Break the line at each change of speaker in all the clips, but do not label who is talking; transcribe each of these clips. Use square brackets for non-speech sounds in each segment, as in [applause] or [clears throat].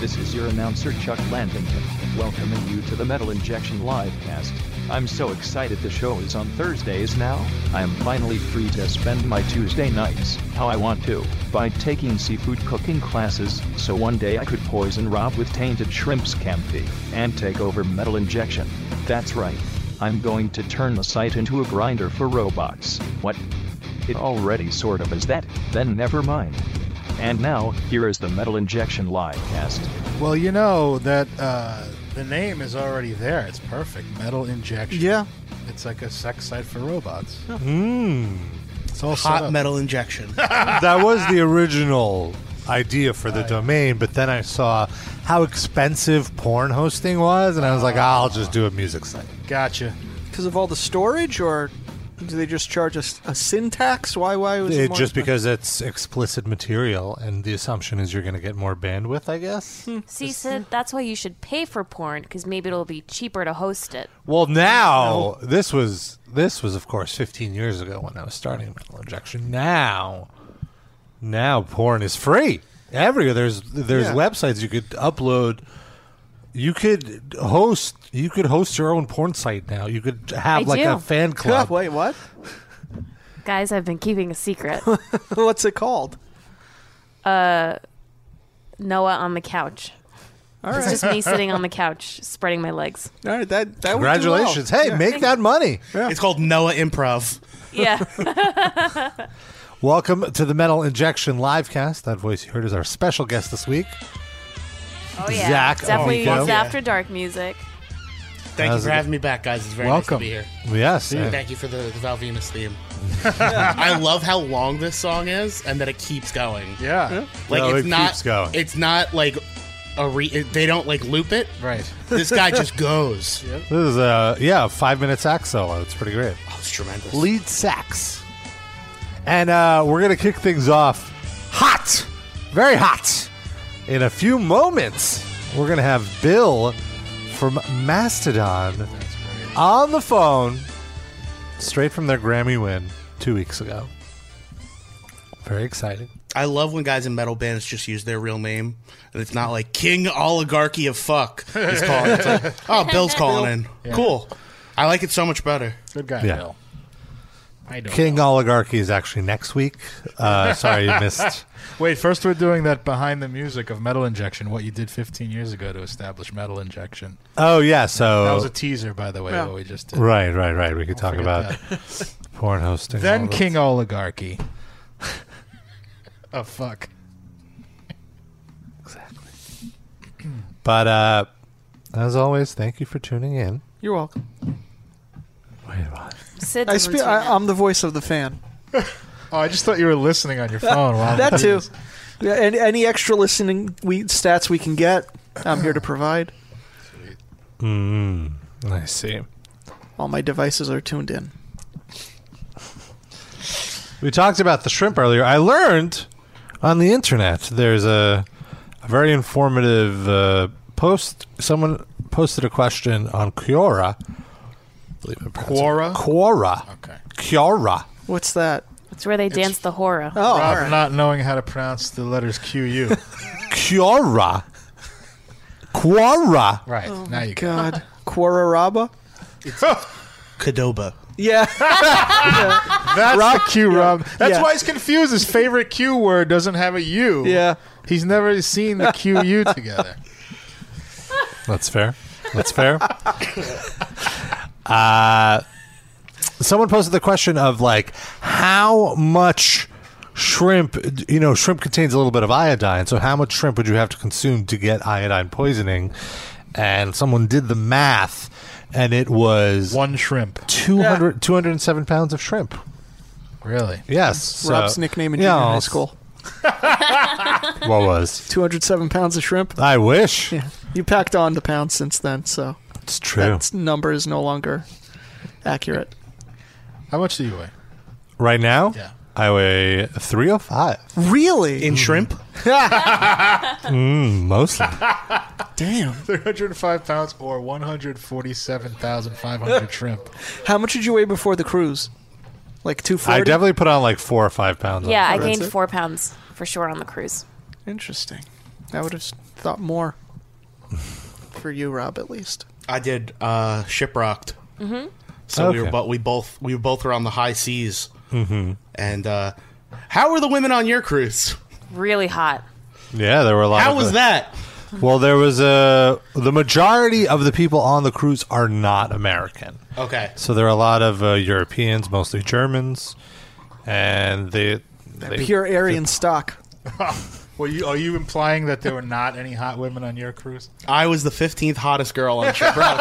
This is your announcer Chuck Landington, welcoming you to the Metal Injection Livecast. I'm so excited the show is on Thursdays now. I'm finally free to spend my Tuesday nights how I want to by taking seafood cooking classes, so one day I could poison Rob with tainted shrimp scampi and take over Metal Injection. That's right. I'm going to turn the site into a grinder for robots. What? It already sort of is that. Then never mind. And now, here is the Metal Injection Livecast.
Well, you know that uh, the name is already there. It's perfect. Metal injection.
Yeah.
It's like a sex site for robots.
Mm.
It's all set
Hot
up.
metal
[laughs]
injection.
that was the original idea for the
Right.
domain, but then I saw how expensive porn hosting was, and I was like, I'll just do a music site.
Gotcha.
because of all the storage, or do they just charge us a, syntax? Why? Why was it,
It,
more
just
expensive?
because it's explicit material, and the assumption is you're going to get more bandwidth, I guess.
See, Sid, that's why you should pay for porn because maybe it'll be cheaper to host it.
Well, now this was this was, of course, 15 years ago when I was starting Metal Injection. Now, now porn is free everywhere. There's there's
Yeah.
websites you could upload. You could host. You could host your own porn site now. You could have
I
like
do.
a
[laughs]
fan club.
Wait, what?
Guys, I've been keeping a secret.
[laughs]
Uh,
What's it called?
Noah on the couch.
All
It's
right,
just me
[laughs]
sitting on the couch, spreading my legs.
all right. That that would do well.
Congratulations! Hey, make that money.
It's called Noah Improv.
[laughs]
[laughs]
Yeah. Oh,
Welcome to the Metal Injection livecast. That voice you heard is our special guest this week.
Oh
yeah. Zach
Definitely
Alfico.
loves after dark music.
Thank
How's
you for
it-
having me back, guys. It's very
Welcome.
nice to be here.
Yes, and-
Thank you for the, the Val Venus
[laughs]
theme. [laughs] I love how long this song is and that it keeps going.
Yeah.
Like
No,
it's
it
not
keeps going.
it's not like a re it, they don't like loop it.
Right.
[laughs] This guy
[laughs]
just goes.
this is a yeah five minute sax solo. It's pretty great.
Oh, it's tremendous.
lead sax. And uh, we're going to kick things off hot, very hot. In a few moments, we're going to have Bill from Mastodon on the phone, straight from their Grammy win two weeks ago. Very exciting.
I love when guys in metal bands just use their real name and it's not like King Oligarchy of Fuck is calling. It's
[laughs]
like, oh, Bill's calling in. Cool. I like it so much better.
Good guy,
Yeah.
Bill. I don't [laughs]
King Oligarchy is actually next week. Uh, sorry, you missed.
Wait, first we're doing that behind the music of Metal Injection, what you did 15 years ago to establish Metal Injection.
Oh, yeah.
That was
So,
a teaser, by the way, what we just did.
right, right, right. We could talk
forget
about [laughs] porn hosting.
Then
all that.
King Oligarchy. oh, fuck.
But uh, as always, thank you for tuning in.
You're welcome.
Wait, what?
Sid
I
doesn't
spe-
tune in.
I, I'm the voice of the fan.
[laughs] Oh, I just thought you were listening on your phone.
[laughs]
while-
That too. Yeah, and any extra listening we stats we can get, I'm here to provide.
Mm, I see.
All my devices are tuned
[laughs]
in.
We talked about the shrimp earlier. I learned on the internet there's a, a very informative uh, post. Someone posted a question on Quora. I believe I pronounced it-
Quora?
Quora.
Okay.
Quora.
What's that?
It's where they dance the horror.
Oh, all
Rob
right.
not knowing how to pronounce the
[laughs]
letters QU.
Quora. Quora.
right. now you go. [laughs]
God, Quararaba.
Kadoba.
Yeah,
That's Rob, the Q, Rob. That's
Yeah.
why he's confused. His favorite Q word doesn't have a U.
yeah.
He's never seen the QU
[laughs]
together.
That's fair. That's fair. uh, someone posted the question of like how much shrimp you know shrimp contains a little bit of iodine so how much shrimp would you have to consume to get iodine poisoning and someone did the math and it was
One shrimp.
200 207 pounds of shrimp
Really?
yes
Rob's
so-
nickname in
Yeah,
junior high
I'll-
[laughs]
school.
what was
207 pounds of shrimp.
i wish
Yeah, you packed on the pounds since then, so
it's true
that number is no longer accurate.
How much do
[laughs]
you weigh?
right now
Yeah.
i weigh 305
Really?
In shrimp?
Mm,
[laughs]
mostly
Damn.
305 pounds or
[laughs]
147,500 shrimp.
How much did you weigh before the cruise? Like two forty.
I definitely put on like four or five pounds. on
yeah, I
it.
gained four pounds for sure on the cruise.
Interesting. I would have s- thought more. For you, Rob, at least.
I did uh, Shiprocked. Mm-hmm. So we
Okay.
were but we both we both were on the high seas. Mm-hmm. And uh, how were the women on your cruise?
Really hot.
Yeah, there were a lot.
How
of
was
the-
that?
Well, there was a. The majority of the people on the cruise are not American.
Okay.
So there are a lot of uh, Europeans, mostly Germans, and they, they
Pure Aryan stock.
[laughs] Well, you, are you implying that there were not any hot women on your cruise?
I was the 15th hottest girl on
[laughs]
Shiprocked.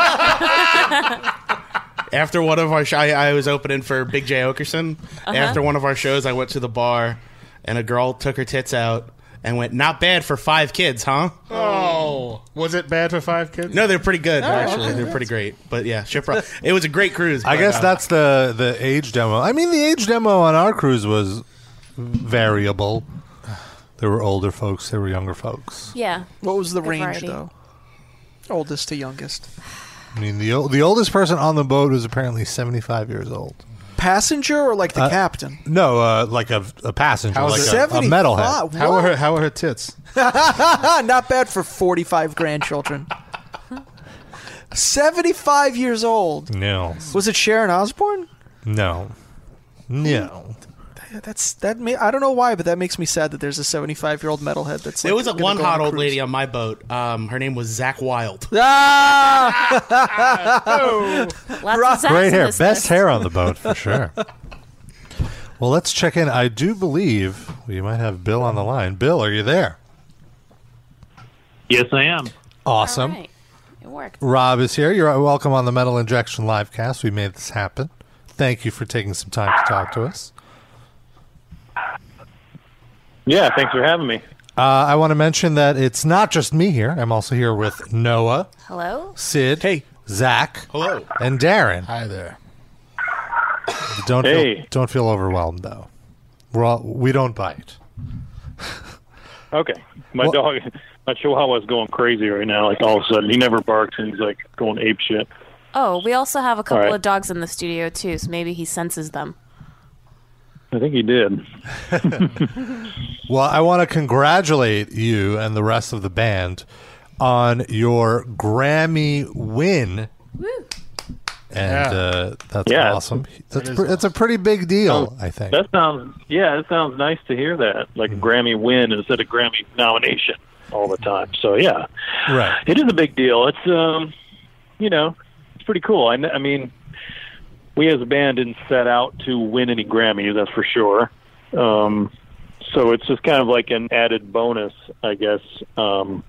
After one of our sh- I, I was opening for Big J Okerson.
Uh-huh.
After one of our shows, I went to the bar, and a girl took her tits out and went, "Not bad for five kids, huh?"
Oh, was it bad for five kids?
No, they're pretty good actually. They're pretty great. But yeah, Shiprock. It was a great cruise.
I
but,
guess
uh,
that's the the age demo. I mean, the age demo on our cruise was variable. There were older folks, there were younger folks.
Yeah.
What was the
Good
range,
variety.
though? Oldest to youngest.
I mean, the ol- the oldest person on the boat was apparently seventy five years old.
Passenger or like the
Uh,
captain?
No, uh, like a, a passenger,
How's
like
it-
a, a metalhead.
Wow,
How were
what?
her, how were her tits?
Ah, [laughs] not bad for 45 grandchildren. 75 years old.
No,
Was it Sharon Osbourne?
no, no.
Yeah, That's that. May, I don't know why, but that makes me sad that there's a 75 year old metalhead that's.
There
like,
was a
gonna
one
go on
hot
a
old
cruise.
lady on my boat. Um, her name was Zach Wild.
Ah! [laughs]
Lots
Rock-
of sex
Great
in
hair,
this
best
list.
hair on the boat for sure.
[laughs]
well, let's check in. I do believe we might have Bill on the line. Bill, are you there?
Yes, I am.
Awesome.
All right. It worked.
Rob is here. You're welcome on the Metal Injection Livecast. We made this happen. Thank you for taking some time to talk to us.
Yeah, thanks for having me.
Uh, I want to mention that it's not just me here. I'm also here with Noah,
Hello.
Sid,
Hey.
Zach,
Hello.
and Darren.
Hi there.
Don't feel,
Hey.
don't feel overwhelmed though. We're all, we don't bite.
Okay, my
Well-
dog, my Chihuahua's going crazy right now. Like all of a sudden, he never barks and he's like going ape shit.
Oh, we also have a couple
right.
of dogs in the studio too, so maybe he senses
[laughs]
them.
I think he did.
Well, I want to congratulate you and the rest of the band on your Grammy win.
Woo.
And
Yeah.
uh, that's
Yeah.
awesome. That's,
is
pre- that's a pretty big deal,
Um,
I think.
That sounds yeah, it sounds nice to hear that. Like a Grammy win instead of Grammy nomination all the time. So yeah,
Right.
it is a big deal. It's um, you know, it's pretty cool. I, kn- I mean, we as a band didn't set out to win any Grammys, that's for sure. Um, so it's just kind of like an added bonus, I guess, um,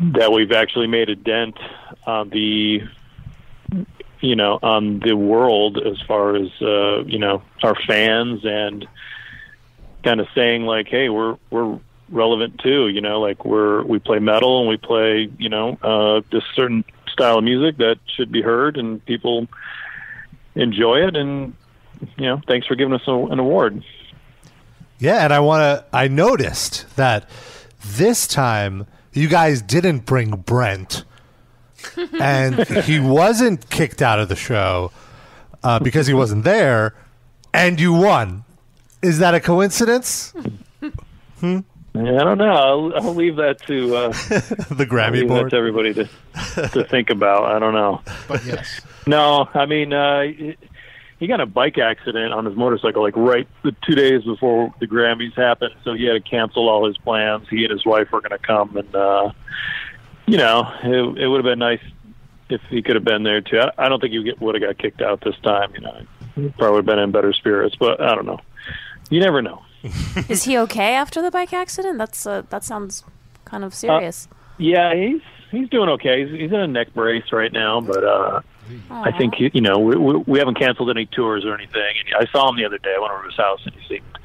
that we've actually made a dent on the, you know, on the world as far as uh, you know our fans and kind of saying like, hey, we're we're relevant too. You know, like we're we play metal and we play you know uh, this certain style of music that should be heard and people enjoy it. And you know, thanks for giving us a, an award.
Yeah, and I want to. I noticed that this time you guys didn't bring Brent, and he wasn't kicked out of the show uh, because he wasn't there, and you won. Is that a coincidence?
Yeah, I don't know. I'll, I'll leave that to
[laughs]
uh,
the Grammy
leave that
board.
to everybody to to think about. I don't know.
[laughs]
But yes,
No, I mean, uh, he- he got in a bike accident on his motorcycle, like right the two days before the Grammys happened. So he had to cancel all his plans. He and his wife were going to come, and uh, you know, it, it would have been nice if he could have been there too. I, I don't think he would have got kicked out this time. You know, he probably would have been in better spirits, but I don't know. You never know.
Is he okay after the bike accident? That's uh, that sounds kind
Uh,
of serious.
Yeah, he's he's doing okay. He's, he's in a neck brace right now, but uh,
Oh,
I think he, you know we, we we haven't canceled any tours or anything. And I saw him the other day. I went over to his house, and he seemed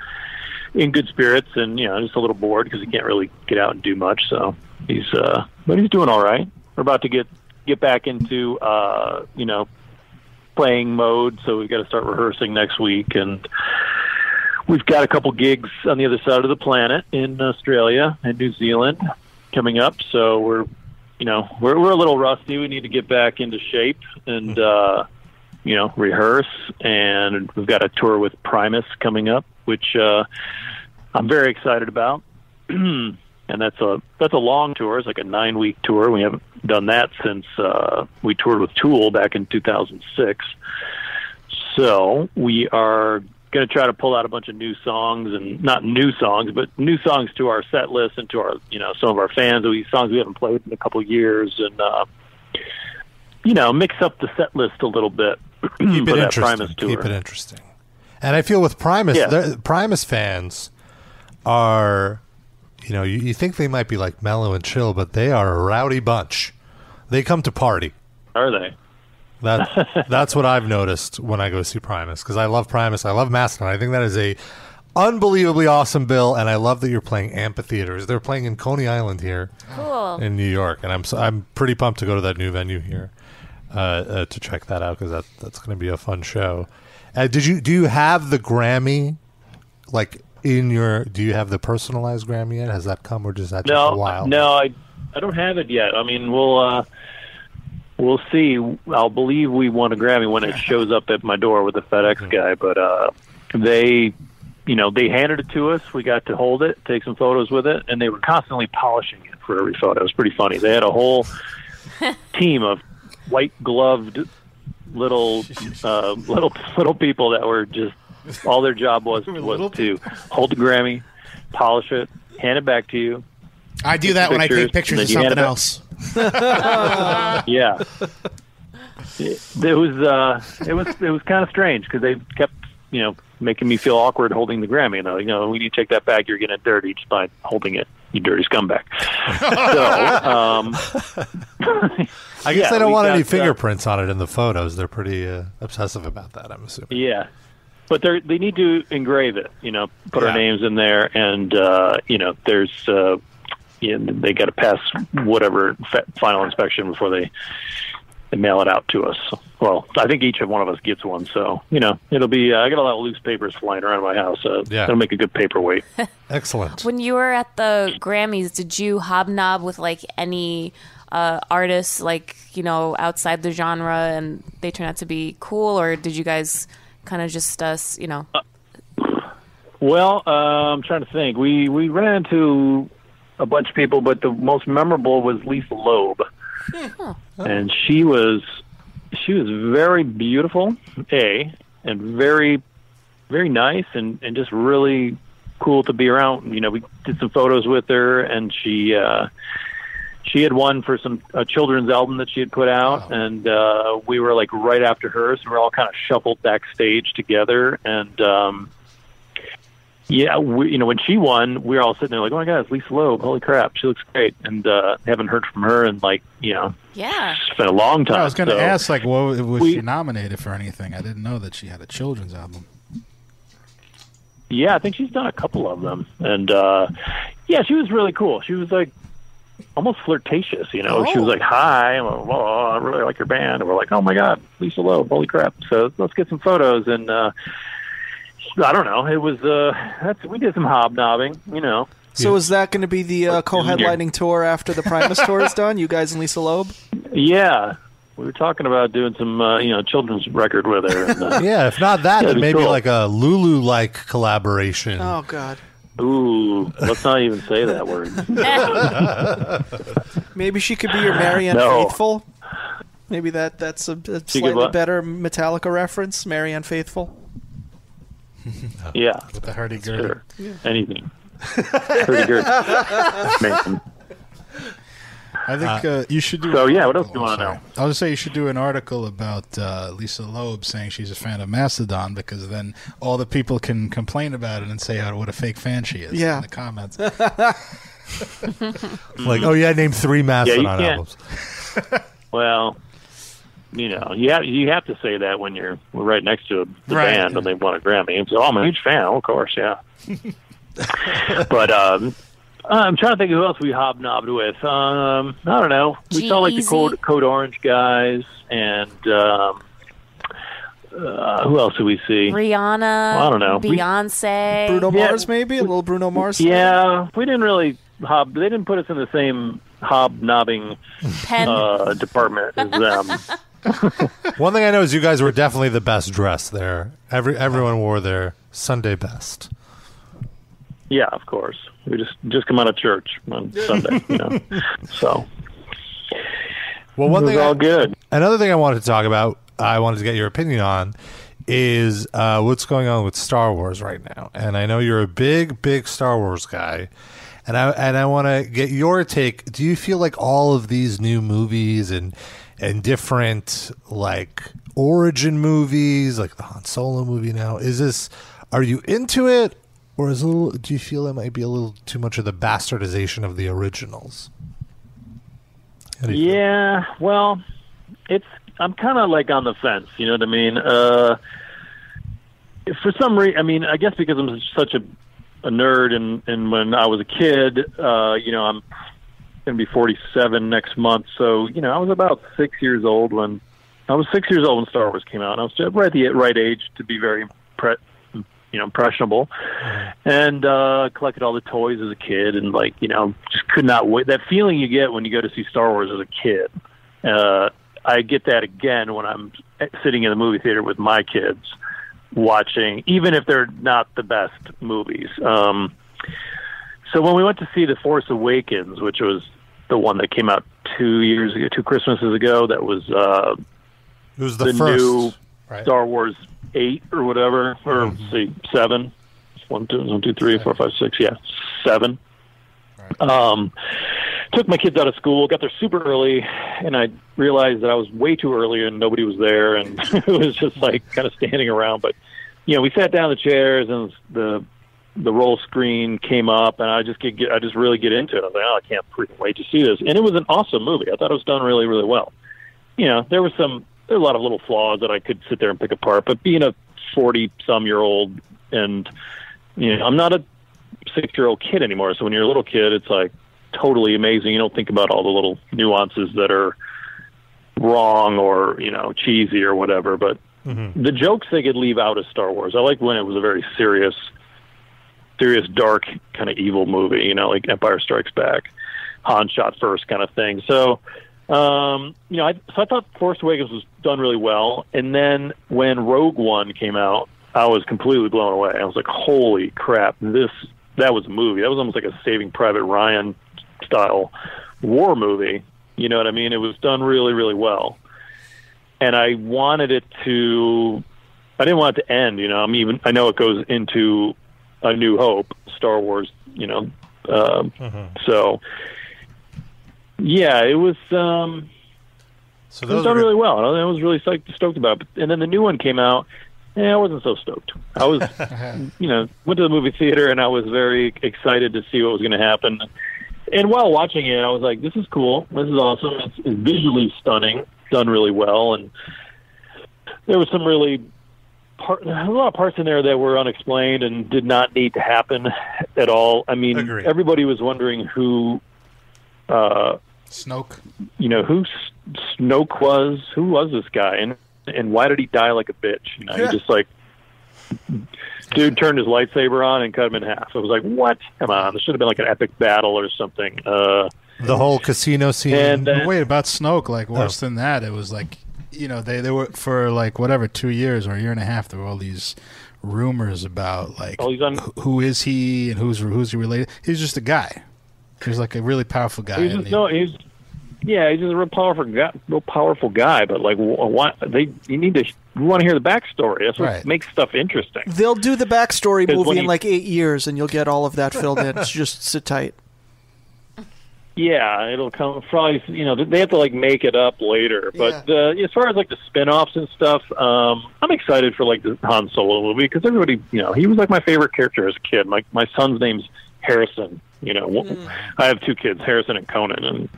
in good spirits, and you know just a little bored because he can't really get out and do much. So he's uh, but he's doing all right. We're about to get get back into uh, you know playing mode, so we've got to start rehearsing next week and. We've got a couple gigs on the other side of the planet in Australia and New Zealand coming up, so we're you know we're we're a little rusty. We need to get back into shape and uh, you know rehearse, and we've got a tour with Primus coming up, which uh, I'm very excited about. and and that's a that's a long tour. It's like a nine week tour. We haven't done that since uh, we toured with Tool back in 2006. So we are going to try to pull out a bunch of new songs and not new songs, but new songs to our set list and to our you know some of our fans. We songs we haven't played in a couple years and. Uh, you know, mix up the set list a little bit [clears throat]
Keep
for
it
that
interesting.
Primus tour.
Keep it interesting. And I feel with Primus,
Yeah.
they're- Primus fans are, you know, you, you think they might be like mellow and chill, but they are a rowdy bunch. They come to party.
Are they? [laughs]
That that's what I've noticed when I go see Primus because I love Primus. I love Mastodon. I think that is a unbelievably awesome bill, and I love that you're playing amphitheaters. They're playing in Coney Island here
Cool.
in New York, and I'm so, I'm pretty pumped to go to that new venue here uh, uh, to check that out because that that's going to be a fun show. Uh, did you do you have the Grammy like in your? Do you have the personalized Grammy yet? Has that come or does that
no,
take a
[laughs]
while?
No, I I don't have it yet. I mean, we'll uh, we'll see. I'll believe we won a Grammy when it shows up at my door with the
Mm-hmm.
FedEx guy. But uh, they, you know, they handed it to us. We got to hold it, take some photos with it, and they were constantly polishing it for every photo. It was pretty funny. They had a whole team of white gloved little uh, little little people that were just all their job was was to hold the Grammy, polish it, hand it back to you,
I do that when I take
Pictures,
pictures
and
of
then you hand
something
it
[laughs] else.
[laughs]
yeah. It, it was uh, it was it was kind of strange because they kept you know making me feel awkward holding the Grammy. You know, you know, when you take that back, you're getting it dirty just by holding it. You dirty
[laughs]
scumbag. so, um,
I guess
yeah,
they don't
we
want
got,
any
uh,
fingerprints on it in the photos. They're pretty uh, obsessive about that. I'm assuming.
Yeah, but they they need to engrave it. You know, put
Yeah.
our names in there, and uh, you know, there's uh, you know, they got to pass whatever fa- final inspection before they they mail it out to us. Well, I think each of one of us gets one, so you know, it'll be. Uh, I got a lot of loose papers flying around my house. Uh,
Yeah.
it'll make a good paperweight.
Excellent.
When you were at the Grammys, did you hobnob with like any uh, artists, like you know, outside the genre, and they turned out to be cool, or did you guys kind of just us, you
Uh,
know?
Well, uh, I'm trying to think. We we ran into a bunch of people, but the most memorable was Lisa Loeb,
Oh.
and she was she was very beautiful, a and very very nice and and just really cool to be around. You know, we did some photos with her, and she. uh she had won for some a children's album that she had put out, and uh, we were like right after her, so we we're all kind of shuffled backstage together. And um, yeah, we, you know, when she won, we were all sitting there like, "Oh my god, it's Lisa Loeb! Holy crap, she looks great!" And uh, haven't heard from her in like you know,
Yeah.
it's been a long time.
I was going to
so-
ask, like, what was
We-
she nominated for anything? I didn't know that she had a children's album.
Yeah, I think she's done a couple of them, and uh, yeah, she was really cool. She was like almost flirtatious, you know.
Oh.
She was like, "Hi, and, well, oh, I really like your band," and we're like, "Oh my god, Lisa Loeb, holy crap!" So let's get some photos, and uh, I don't know, it was uh, that's we did some hobnobbing, you know.
So is that going to be the uh, co-headlining tour after the Primus tour is done? You guys and Lisa Loeb.
Yeah, we were talking about doing some uh, you know children's record with her.
[laughs]
And, uh,
Yeah, if not that,
That'd
then
be
maybe
cool.
like a Lulu like collaboration.
Oh God.
Ooh, let's not even say
[laughs]
that word.
Maybe she could be your Marianne
No.
Faithful. Maybe that that's a, a
She could
slightly
what?
better Metallica reference. Marianne Faithful.
Yeah,
With the hurdy gurdy.
sure, anything. Pretty
[laughs]
good. Man.
I think uh, you should do.
So, yeah, what else do you
Oh,
wanna
sorry.
know?
I was say you should do an article about uh, Lisa Loeb saying she's a fan of Mastodon because then all the people can complain about it and say how what a fake fan she is.
Yeah.
in the
[laughs]
comments.
[laughs] Like, oh yeah, name three Mastodon
can't.
albums.
[laughs] Well, you know, you have you have to say that when you're right next to the
Right.
band and they won a Grammy. And so, oh, I'm a huge fan, of course,
[laughs]
yeah. but um, I'm trying to think of who else we hobnobbed with. Um, I don't know. We saw like the
G-Eazy.
Code, Code Orange guys, and um, uh, who else did we see?
Rihanna.
I don't know. We-
Beyonce.
Bruno
Yeah.
Mars, maybe a little Bruno Mars.
Yeah, we didn't really hob. They didn't put us in the same hobnobbing
Pen.
uh, department as them.
One thing I know is you guys were definitely the best dressed there. Every everyone wore their Sunday best.
Yeah, of course. We just just come out of church on Sunday, you know. So
Well, one
it was
thing I-
all good.
Another thing I wanted to talk about, I wanted to get your opinion on, is uh, what's going on with Star Wars right now. And I know you're a big, big Star Wars guy, and I and I want to get your take. Do you feel like all of these new movies and and different like origin movies, like the Han Solo movie now, is this? Are you into it, or is it a little? Do you feel it might be a little too much of the bastardization of the originals?
Yeah, well, it's I'm kind of like on the fence. You know what I mean? Uh, for some reason, I mean, I guess because I'm such a a nerd, and and when I was a kid, uh, you know, I'm gonna be 47 next month, so you know, I was about six years old when I was six years old when Star Wars came out, and I was just right at the right age to be very impre- you know impressionable and uh collected all the toys as a kid and like you know just could not wait that feeling you get when you go to see star wars as a kid uh i get that again when i'm sitting in the movie theater with my kids watching even if they're not the best movies um so when we went to see the force awakens which was the one that came out two years ago two christmases ago that was uh
It was
the,
the, first.
new
right? Mm-hmm.
Star Wars eight or whatever, or let's see seven. One, two, one, two, three, four, five, six. Yeah, seven. Um, took my kids out of school, got there super early, and I realized that I was way too early and nobody was there, and [laughs] it was just like kind of standing around. But you know, we sat down in the chairs and the the roll screen came up, and I just get, get I just really get into it. I was like, oh, I can't freaking wait to see this, and it was an awesome movie. I thought it was done really, really well you know, there was some there were a lot of little flaws that I could sit there and pick apart. But being a forty some year old and you know, I'm not a six year old kid anymore. So when you're a little kid it's like totally amazing. You don't think about all the little nuances that are wrong or, you know, cheesy or whatever. But the jokes they could leave out of Star Wars. I like when it was a very serious serious dark kind of evil movie, you know, like Empire Strikes Back, Han shot first kind of thing. So um, you know, I, so I thought Force Awakens was done really well, and then when Rogue One came out, I was completely blown away. I was like, "Holy crap! This that was a movie. That was almost like a Saving Private Ryan style war movie. You know what I mean? It was done really, really well, and I wanted it to. I didn't want it to end. You know, I'm even. I know it goes into A New Hope, Star Wars. You know, um,
Mm-hmm.
so yeah, it was. um
So
it was
those
done
are
really well. and I was really psyched, stoked about it. And then the new one came out. and I wasn't so stoked.
[laughs]
I was, you know, went to the movie theater and I was very excited to see what was going to happen. And while watching it, I was like, "This is cool. This is awesome. It's, it's visually stunning. Done really well." And there was some really part, a lot of parts in there that were unexplained and did not need to happen at all. I mean,
Agreed.
everybody was wondering who. Uh,
Snoke.
you know who S- Snoke was, who was this guy, and and why did he die like a bitch? You know, he just like dude turned his lightsaber on and cut him in half. I was like, what? Come on, this should have been like an epic battle or something. Uh,
the whole casino scene.
and uh,
Wait, about Snoke, like worse than that, it was like you know, they, they were for like whatever, two years or a year and a half, there were all these rumors about like
All these un-
wh- who is he and who's who's he related. He was just a guy. He was like a really powerful guy.
he's
and
just
he-
no, he's yeah, he's just a real powerful guy, real powerful guy. But like, wh- why they you need to you want to hear the backstory. That's what
Right.
makes stuff interesting.
They'll do the backstory
'Cause when
movie in
you-
like eight years, and you'll get all of that filled in. Just sit tight.
Yeah, it'll come probably. You know, they have to like make it up later. But uh, as far as like the spin-offs and stuff, um, I'm excited for like the Han Solo movie because everybody, you know, he was like my favorite character as a kid. My my son's name's Harrison. You know, I have two kids, Harrison and Conan, and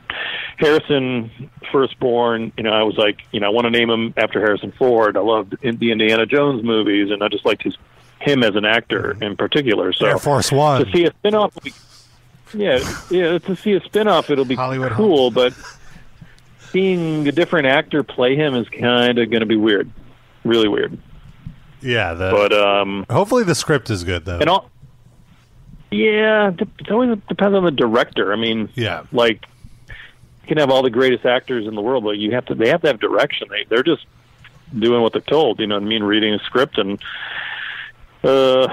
Harrison, firstborn. You know, I was like, you know, I want to name him after Harrison Ford. I loved in the Indiana Jones movies, and I just liked his him as an actor in particular. So
Air Force One.
to see a spinoff. would be- Yeah, yeah. To see a spinoff, it'll be
Hollywood
cool, but seeing a different actor play him is kind of going to be weird, really weird.
yeah, the,
But um,
hopefully the script is good though.
and all, yeah, it dep- it always depends on the director. I mean,
yeah,
like you can have all the greatest actors in the world, but you have to they have to have direction. They they're just doing what they're told, you know what I mean, reading a script and uh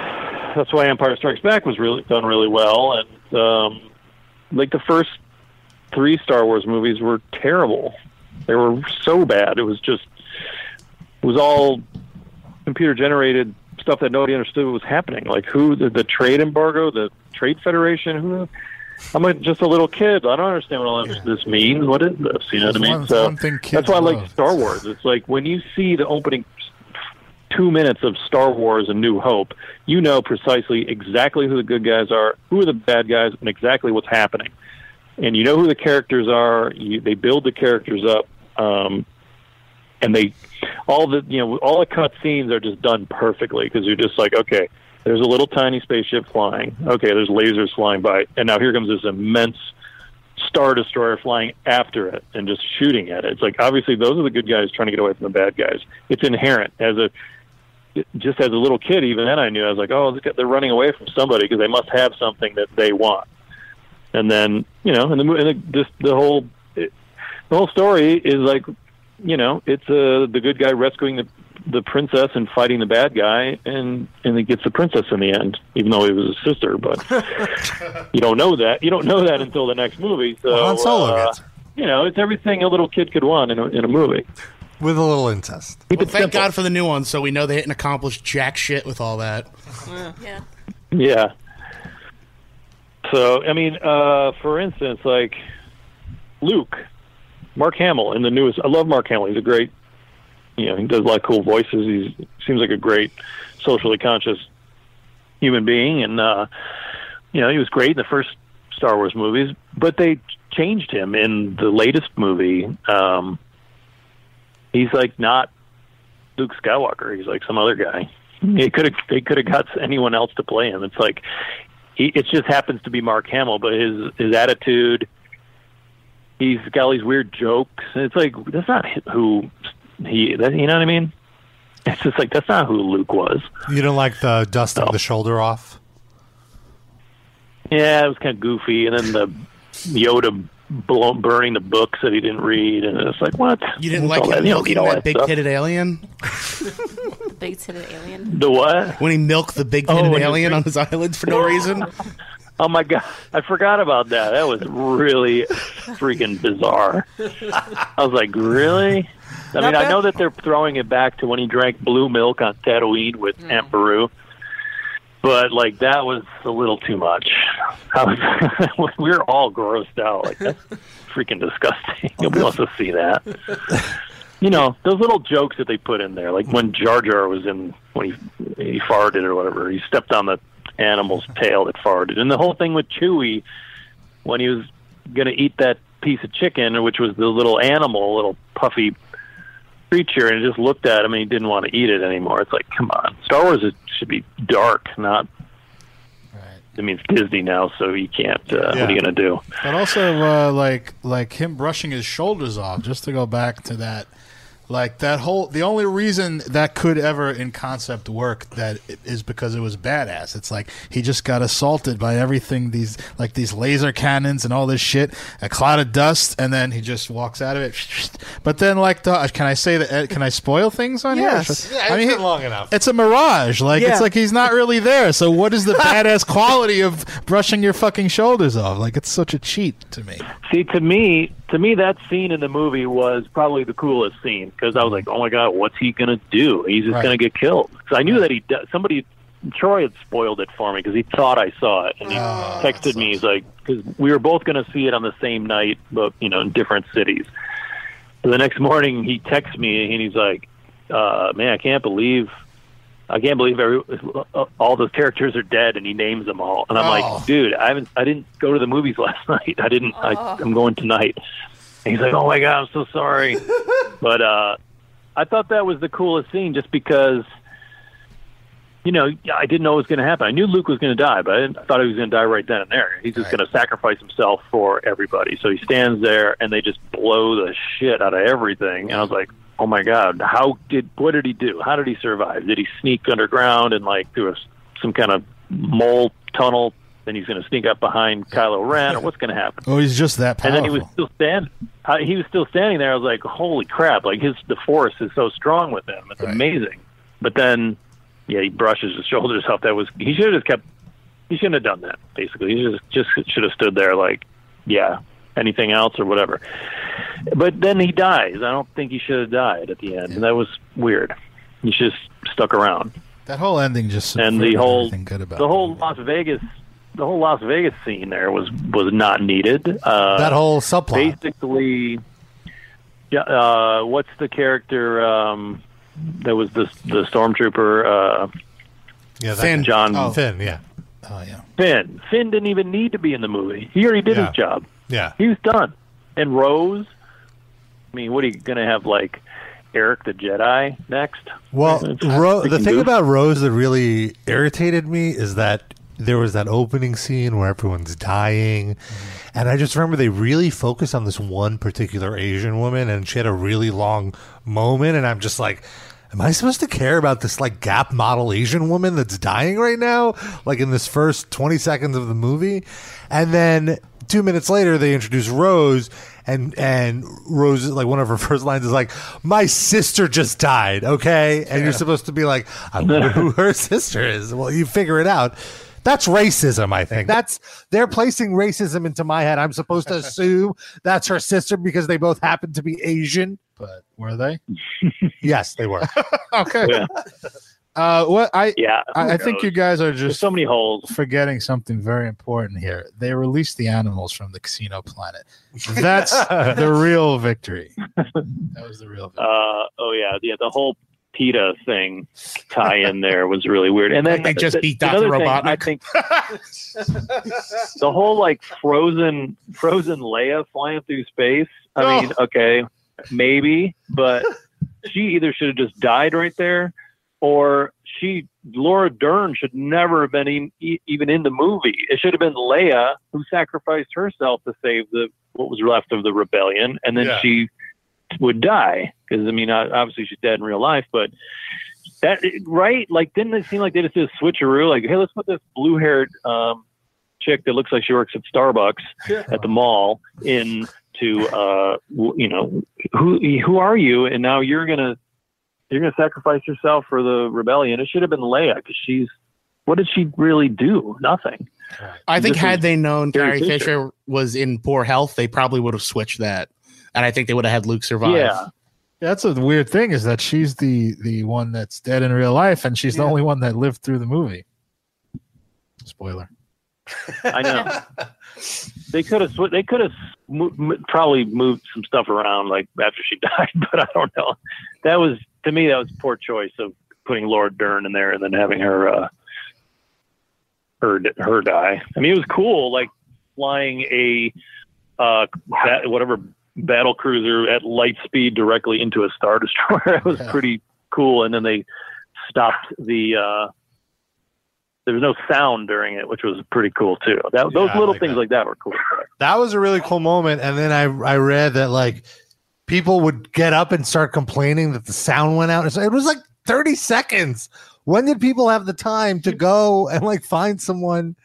that's why Empire Strikes Back was really done really well, and um, like the first three Star Wars movies were terrible. They were so bad. It was just it was all computer generated stuff that nobody understood what was happening. Like who the, the trade embargo, the Trade Federation. Who I'm a, just a little kid. I don't understand what all this means. What is this? You know what I
It's
mean?
one-
so
one thing kids
that's why I like
love.
Star Wars. It's like when you see the opening two minutes of Star Wars: A New Hope, you know precisely exactly who the good guys are, who are the bad guys, and exactly what's happening. And you know who the characters are. You, they build the characters up, um, and they all the you know all the cut scenes are just done perfectly because you're just like, okay, there's a little tiny spaceship flying. Okay, there's lasers flying by, and now here comes this immense star destroyer flying after it and just shooting at it. It's like obviously those are the good guys trying to get away from the bad guys. It's inherent as a just as a little kid, even then I knew I was like, oh, they're running away from somebody because they must have something that they want. And then you [laughs] know, and the mo- and the, just the whole it, the whole story is like, you know, it's uh, the good guy rescuing the the princess and fighting the bad guy, and and he gets the princess in the end, even though he was his sister. But you don't know that you don't know that until the next movie. So
Han Solo
uh,
gets it.
you know, it's everything a little kid could want in a, in a movie.
with a little incest.
Keep
Well,
it
thank
simple.
God for the new one, so we know they didn't accomplish jack shit with all that.
Yeah.
Yeah. So, I mean, uh, for instance, like Luke, Mark Hamill in the newest. I love Mark Hamill. He's a great, you know, he does a lot of cool voices. He seems like a great socially conscious human being. And, uh, you know, he was great in the first Star Wars movies, [clears throat] but they changed him in the latest movie. Um, he's like not Luke Skywalker. He's like some other guy. They could have they could have got anyone else to play him. It's like he, it just happens to be Mark Hamill, but his his attitude, he's got all these weird jokes. And it's like that's not who he. That, you know what I mean? It's just like that's not who Luke was.
You don't like the dusting the shoulder off?
Yeah, it was kind of goofy. And then the Yoda blow, burning the books that he didn't read, and it's like what
You didn't
What's
like
all
him
that? You know,
milking
you know, all
that
that
big
stuff.
titted alien
The [laughs] big titted alien.
The what?
when he milked the big
Oh,
titted
when he
alien on his
[laughs]
island for no reason.
Oh my god, I forgot about that. That was really freaking bizarre. I was like, really? I mean, I know that they're throwing it back to when he drank blue milk on Tatooine with Aunt Beru, but like that was a little too much. I was, [laughs] we were all grossed out. Like that's freaking disgusting. [laughs] Nobody wants to see that. You know those little jokes that they put in there, like when Jar Jar was in when he he farted or whatever, he stepped on the animal's tail that farted, and the whole thing with Chewie when he was going to eat that piece of chicken, which was the little animal, little puffy creature, and just looked at him and he didn't want to eat it anymore. It's like, come on, Star Wars is, should be dark, not. I mean, it's Disney now, so you can't. Uh, What
Yeah.
are you going to do?
But also, uh, like like him brushing his shoulders off, just to go back to that, like that whole. The only reason that could ever in concept work that i- is because it was badass. It's like he just got assaulted by everything these like these laser cannons and all this shit, a cloud of dust, and then he just walks out of it. But then, like, the, uh, can I say that? Can I spoil things on
Yes.
here? I mean, he-
enough.
it's a mirage. Like
Yeah.
it's like he's not really there. So
[laughs]
what is the badass quality of brushing your fucking shoulders off? Like it's such a cheat to me.
See, to me, to me, that scene in the movie was probably the coolest scene because I was like, "Oh my god, what's he gonna do? He's just
Right.
gonna get killed." So I knew that he d- somebody Troy had spoiled it for me because he thought I saw it, and he
Ah,
texted me. He's like, "Because we were both gonna see it on the same night, but you know, in different cities." So the next morning, he texts me and he's like, uh, "Man, I can't believe." I can't believe every, all those characters are dead, and he names them all. And I'm
Oh.
like, dude, I haven't, I didn't go to the movies [laughs] last night. I didn't. I, I'm going tonight. And he's like, oh my god, I'm so sorry. but uh, I thought that was the coolest scene, just because, you know, I didn't know it was going to happen. I knew Luke was going to die, but I, didn't, I thought he was going to die right then and there. He's just going to sacrifice himself for everybody. So he stands there, and they just blow the shit out of everything. And I was like, oh my god, how did what did he do? How did he survive? Did he sneak underground and like through a, s- some kind of mole tunnel? Then he's going to sneak up behind Kylo Ren, or what's going to happen?
Oh, he's just that
and
powerful.
then he was still stand. I, he was still standing there. I was like, "Holy crap!" Like his the force is so strong with him. It's
Right.
amazing. But then yeah, he brushes his shoulders off. That was he should have just kept. He shouldn't have done that. Basically, he just just should have stood there like, yeah, anything else or whatever. But then he dies. I don't think he should have died at the end. And that was weird. He should have stuck around.
That whole ending just
and the
subverted
whole
everything good about
the
it.
whole Las Vegas the whole Las Vegas scene there was was not needed. Uh,
that whole subplot.
basically yeah uh what's the character um that was the the stormtrooper uh
Yeah, that
Finn.
John
guy. Finn. Yeah,
Oh yeah.
Finn Finn didn't even need to be in the movie he already did
Yeah.
his job
yeah.
he was done and Rose I mean what are you gonna have like Eric the Jedi next
Well,
It's-
Ro- the
freaking
thing
goof.
about Rose that really irritated me is that there was that opening scene where everyone's dying, and I just remember they really focused on this one particular Asian woman, and she had a really long moment, and I'm just like. Am I supposed to care about this like gap model Asian woman that's dying right now? Like in this first 20 seconds of the movie? And then 2 minutes later they introduce Rose and and Rose like one of her [laughs] first lines is like my sister just died, okay? And you're supposed to be like
[laughs]
I wonder who her sister is. Well, you figure it out. That's racism, I think. That's they're placing racism into my head. I'm supposed to assume that's her sister because they both happen to be Asian.
[laughs]
But were they?
Yes, they were.
[laughs] Okay.
[laughs]
Yeah.
Uh, what I
yeah
I, I think you guys are
there's
just
so many holes
forgetting something very important here. They released the animals from the casino planet.
[laughs]
That's the real victory. That was the real victory.
Uh, oh yeah, yeah. The whole PETA thing tie in there was really weird. And then
They just
the-
beat
the
Dr.
other thing,
Robotnik.
I think [laughs] the whole like frozen, frozen Leia flying through space. I mean, okay, maybe, but she either should have just died right there, or she Laura Dern should never have been in, e- even in the movie. It should have been Leia who sacrificed herself to save the what was left of the rebellion, and then
Yeah.
she would die because I mean, o- obviously she's dead in real life, but that right? Like, didn't it seem like they just did a switcheroo? Like, hey, let's put this blue-haired um, chick that looks like she works at Starbucks at the mall in to uh, w- you know who who are you? And now you're gonna you're gonna sacrifice yourself for the rebellion. It should have been Leia because she's what did she really do? Nothing.
I think
This
had
is
they known
Carrie
Carrie
Fisher.
Fisher. was in poor health, they probably would have switched that, and I think they would have had Luke survive.
Yeah.
That's a weird thing is that she's the the one that's dead in real life, and she's the only one that lived through the movie. Spoiler.
I know. They could have swi- they could have mo- m- probably moved some stuff around like after she [laughs] died, but I don't know. That was to me that was a poor choice of putting Laura Dern in there and then having her uh, her d- her die. I mean, it was cool like flying a uh, bat, whatever battle cruiser at light speed directly into a star destroyer. [laughs] that was
Yeah.
pretty cool. And then they stopped the. Uh, there was no sound during it, which was pretty cool too. That, those
Yeah, I
little
like
things
that.
like that were cool.
that was a really cool moment. And then I I read that like people would get up and start complaining that the sound went out. It was like 30 seconds. When did people have the time to go and like find someone?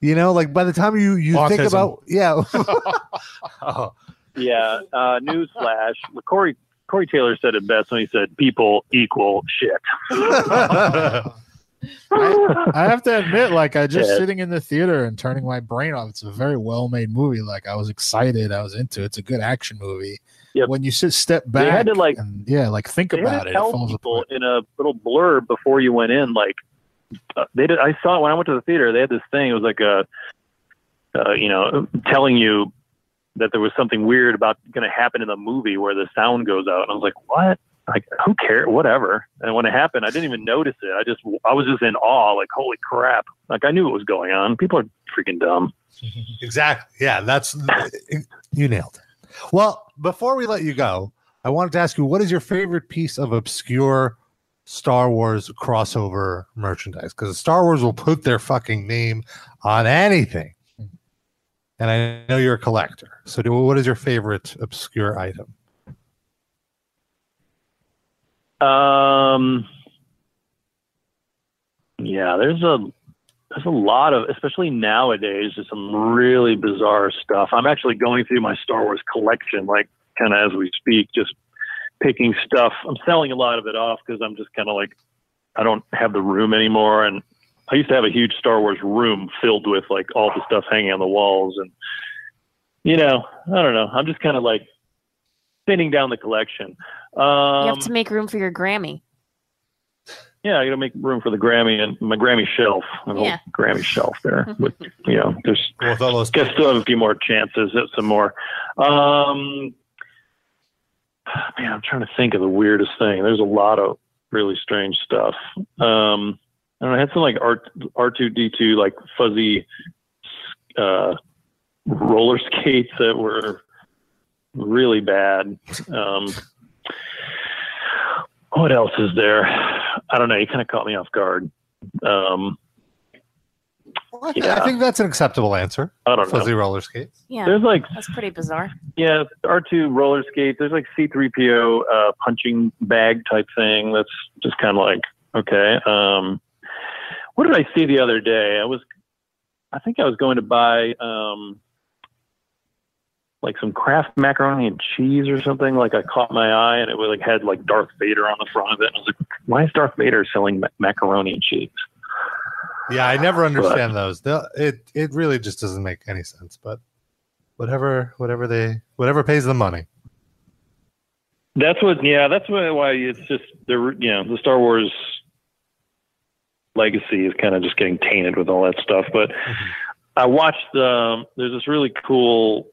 You know, like by the time you you think
Autism.
about yeah. [laughs] [laughs] oh,
Yeah. Uh, newsflash: Corey Corey Taylor said it best when he said, "People equal
[laughs]
shit."
I have to admit, like I just
Yeah.
sitting in the theater and turning my brain off. It's a very well made movie. Like I was excited, I was into it. It's a good action movie.
Yep.
When you sit step back,
They had to, like-
and, yeah, like think
They had
about
to
it. It
tell
falls
people
apart.
in a little blurb before you went in, like uh, they did. I saw it when I went to the theater. They had this thing. It was like a, uh, you know, telling you that there was something weird about going to happen in the movie where the sound goes out. And I was like, what? Like, who cares? Whatever. And when it happened, I didn't even notice it. I just, I was just in awe. Like, holy crap! Like, I knew what was going on. People are freaking dumb.
Exactly. Yeah, that's you nailed it. Well, before we let you go, I wanted to ask you what is your favorite piece of obscure Star Wars crossover merchandise? Because Star Wars will put their fucking name on anything. And I know you're a collector. So, do, what is your favorite obscure item?
Um, yeah, there's a there's a lot of, especially nowadays, there's some really bizarre stuff. I'm actually going through my Star Wars collection, like kind of as we speak, just picking stuff. I'm selling a lot of it off because I'm just kind of like I don't have the room anymore. And I used to have a huge Star Wars room filled with like all the stuff hanging on the walls. And, you know, I don't know. I'm just kind of like thinning down the collection. Um,
you have to make room for your Grammy.
yeah, you know, make room for the Grammy and my Grammy shelf, my
Yeah.
little Grammy shelf there. With you know, just
With all those
guess still have a few more chances at some more. Um, man, I'm trying to think of the weirdest thing. There's a lot of really strange stuff. Um, I don't know, I had some like R two D two like fuzzy uh, roller skates that were really bad. Um, what else is there? I don't know. You kind of caught me off guard. Um,
I, thi-
Yeah.
I think that's an acceptable answer.
I don't
Fuzzy
know.
roller skates.
Yeah,
There's like
that's pretty bizarre.
Yeah, R two roller skates. There's like C three PO uh, punching bag type thing. That's just kind of like okay. Um, what did I see the other day? I was, I think I was going to buy um, like some Kraft macaroni and cheese or something. Like I caught my eye and it was like had like Darth Vader on the front of it. And I was like, why is Darth Vader selling ma- macaroni and cheese?
Yeah, I never understand those. The- It it really just doesn't make any sense. But whatever, whatever they, whatever pays the money.
That's what, yeah, that's why, why it's just the, you know, the Star Wars legacy is kind of just getting tainted with all that stuff. But I watched, um, there's this really cool,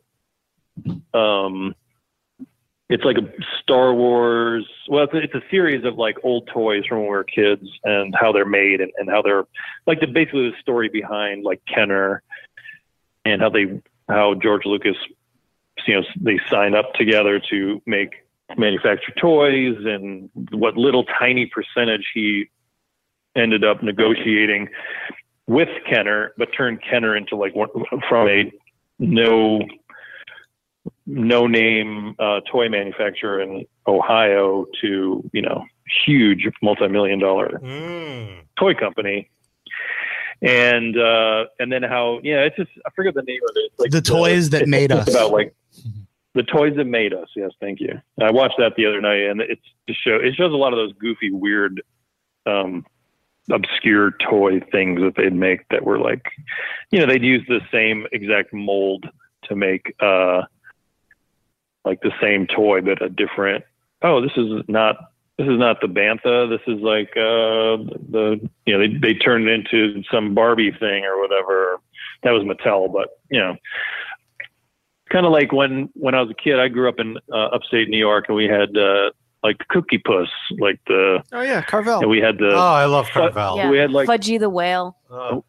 um, it's like a Star Wars, well, it's a, it's a series of like old toys from when we were kids and how they're made and, and how they're like the, basically the story behind like Kenner and how they, how George Lucas, you know, they signed up together to make manufacture toys and what little tiny percentage he ended up negotiating with Kenner, but turned Kenner into like one from a no no name uh, toy manufacturer in Ohio to you know huge multi million dollar toy company. And uh, and then how yeah it's just I forget the name of it. It's like
The toys that
it's
made
just
us. Mm-hmm.
about like the toys that made us. Yes, thank you. I watched that the other night, and it's to show it shows a lot of those goofy, weird, um, obscure toy things that they'd make that were like, you know, they'd use the same exact mold to make uh, like the same toy but a different. Oh, this is not. This is not the bantha. This is like uh, the you know they they turned it into some Barbie thing or whatever. That was Mattel, but you know kind of like when when I was a kid, I grew up in uh, upstate New York, and we had uh, like Cookie Puss, like the
Oh yeah, Carvel.
and we had the
Oh, I love [laughs]
Fu-
Carvel.
Yeah.
we had like
Fudgy the whale.
Oh,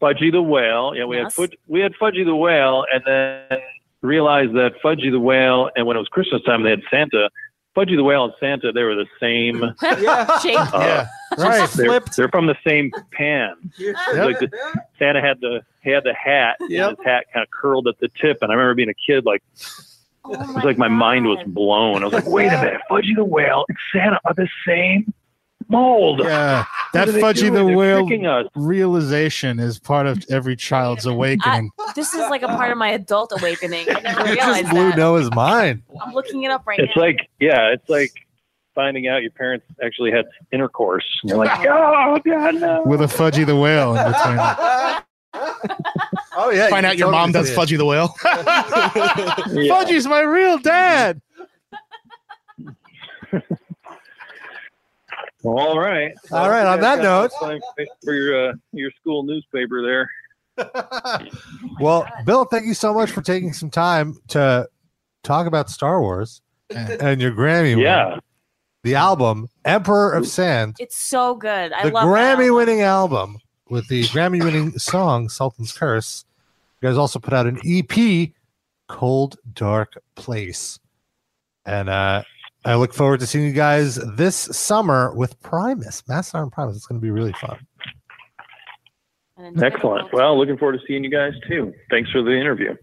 Fudgy the whale. Yeah, we
Yes.
had Fud- we had Fudgy the whale, and then realized that Fudgy the whale, and when it was Christmas time, they had Santa. Fudgy the whale and Santa, they were the same.
[laughs]
Uh,
Yeah.
[laughs]
Shape.
Yeah.
Right.
they're,
Flipped.
they're from the same pan. Like the, Santa had the he had the hat,
Yep.
and his hat kind of curled at the tip. And I remember being a kid, like
Oh
It was like my mind was blown. I was like, wait a minute, Fudgy the Whale and Santa are the same mold.
[laughs]
[laughs]
Yeah.
What
That
are they
Fudgy
doing?
the
They're
Whale
tricking us.
realization is part of every
[laughs]
child's awakening.
This is like a part of my adult awakening.
[laughs]
I never
it
realized
just blew
that.
Noah's mind.
I'm looking it up right
It's
now.
like, yeah, it's like finding out your parents actually had intercourse. And you're
[laughs]
like, oh, God, no.
with a Fudgy the Whale in
[laughs]
between.
Oh yeah,
Find out your mom does Fudgy the Whale.
[laughs]
Yeah.
Fudgy's my real dad.
All right.
All right, on that note-
for your, uh, your school newspaper
[laughs]
there.
Well, Bill, thank you so much for taking some time to talk about Star Wars
Yeah.
and your Grammy. win.
Yeah.
the album Emperor of Sand,
It's so good. I
the
love
Grammy
that.
winning album with the Grammy winning song Sultan's Curse. You guys also put out an EP, Cold Dark Place. And uh, I look forward to seeing you guys this summer with Primus, Mastodon and Primus. It's going to be really fun.
And then-
Excellent. Well, looking forward to seeing you guys too. Thanks for the interview.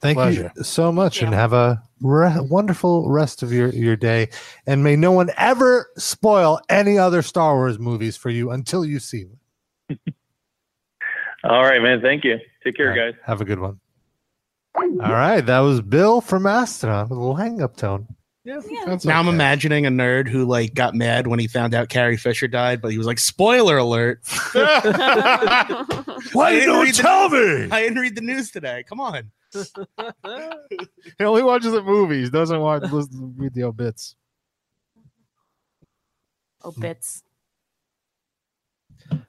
Thank
Pleasure.
you so much,
Yeah.
and have a re- wonderful rest of your, your day. And may no one ever spoil any other Star Wars movies for you until you see them.
All right, man. Thank you. Take care, guys.
Have a good one. All right, that was Bill from Mastodon with a little hang up tone.
Yeah.
now I'm imagining a nerd who like got mad when he found out Carrie Fisher died, but he was like, "Spoiler alert! [laughs] Why you don't tell me? I didn't read the news today. Come on."
He only watches the movies. Doesn't watch listen, read the obits.
Obits.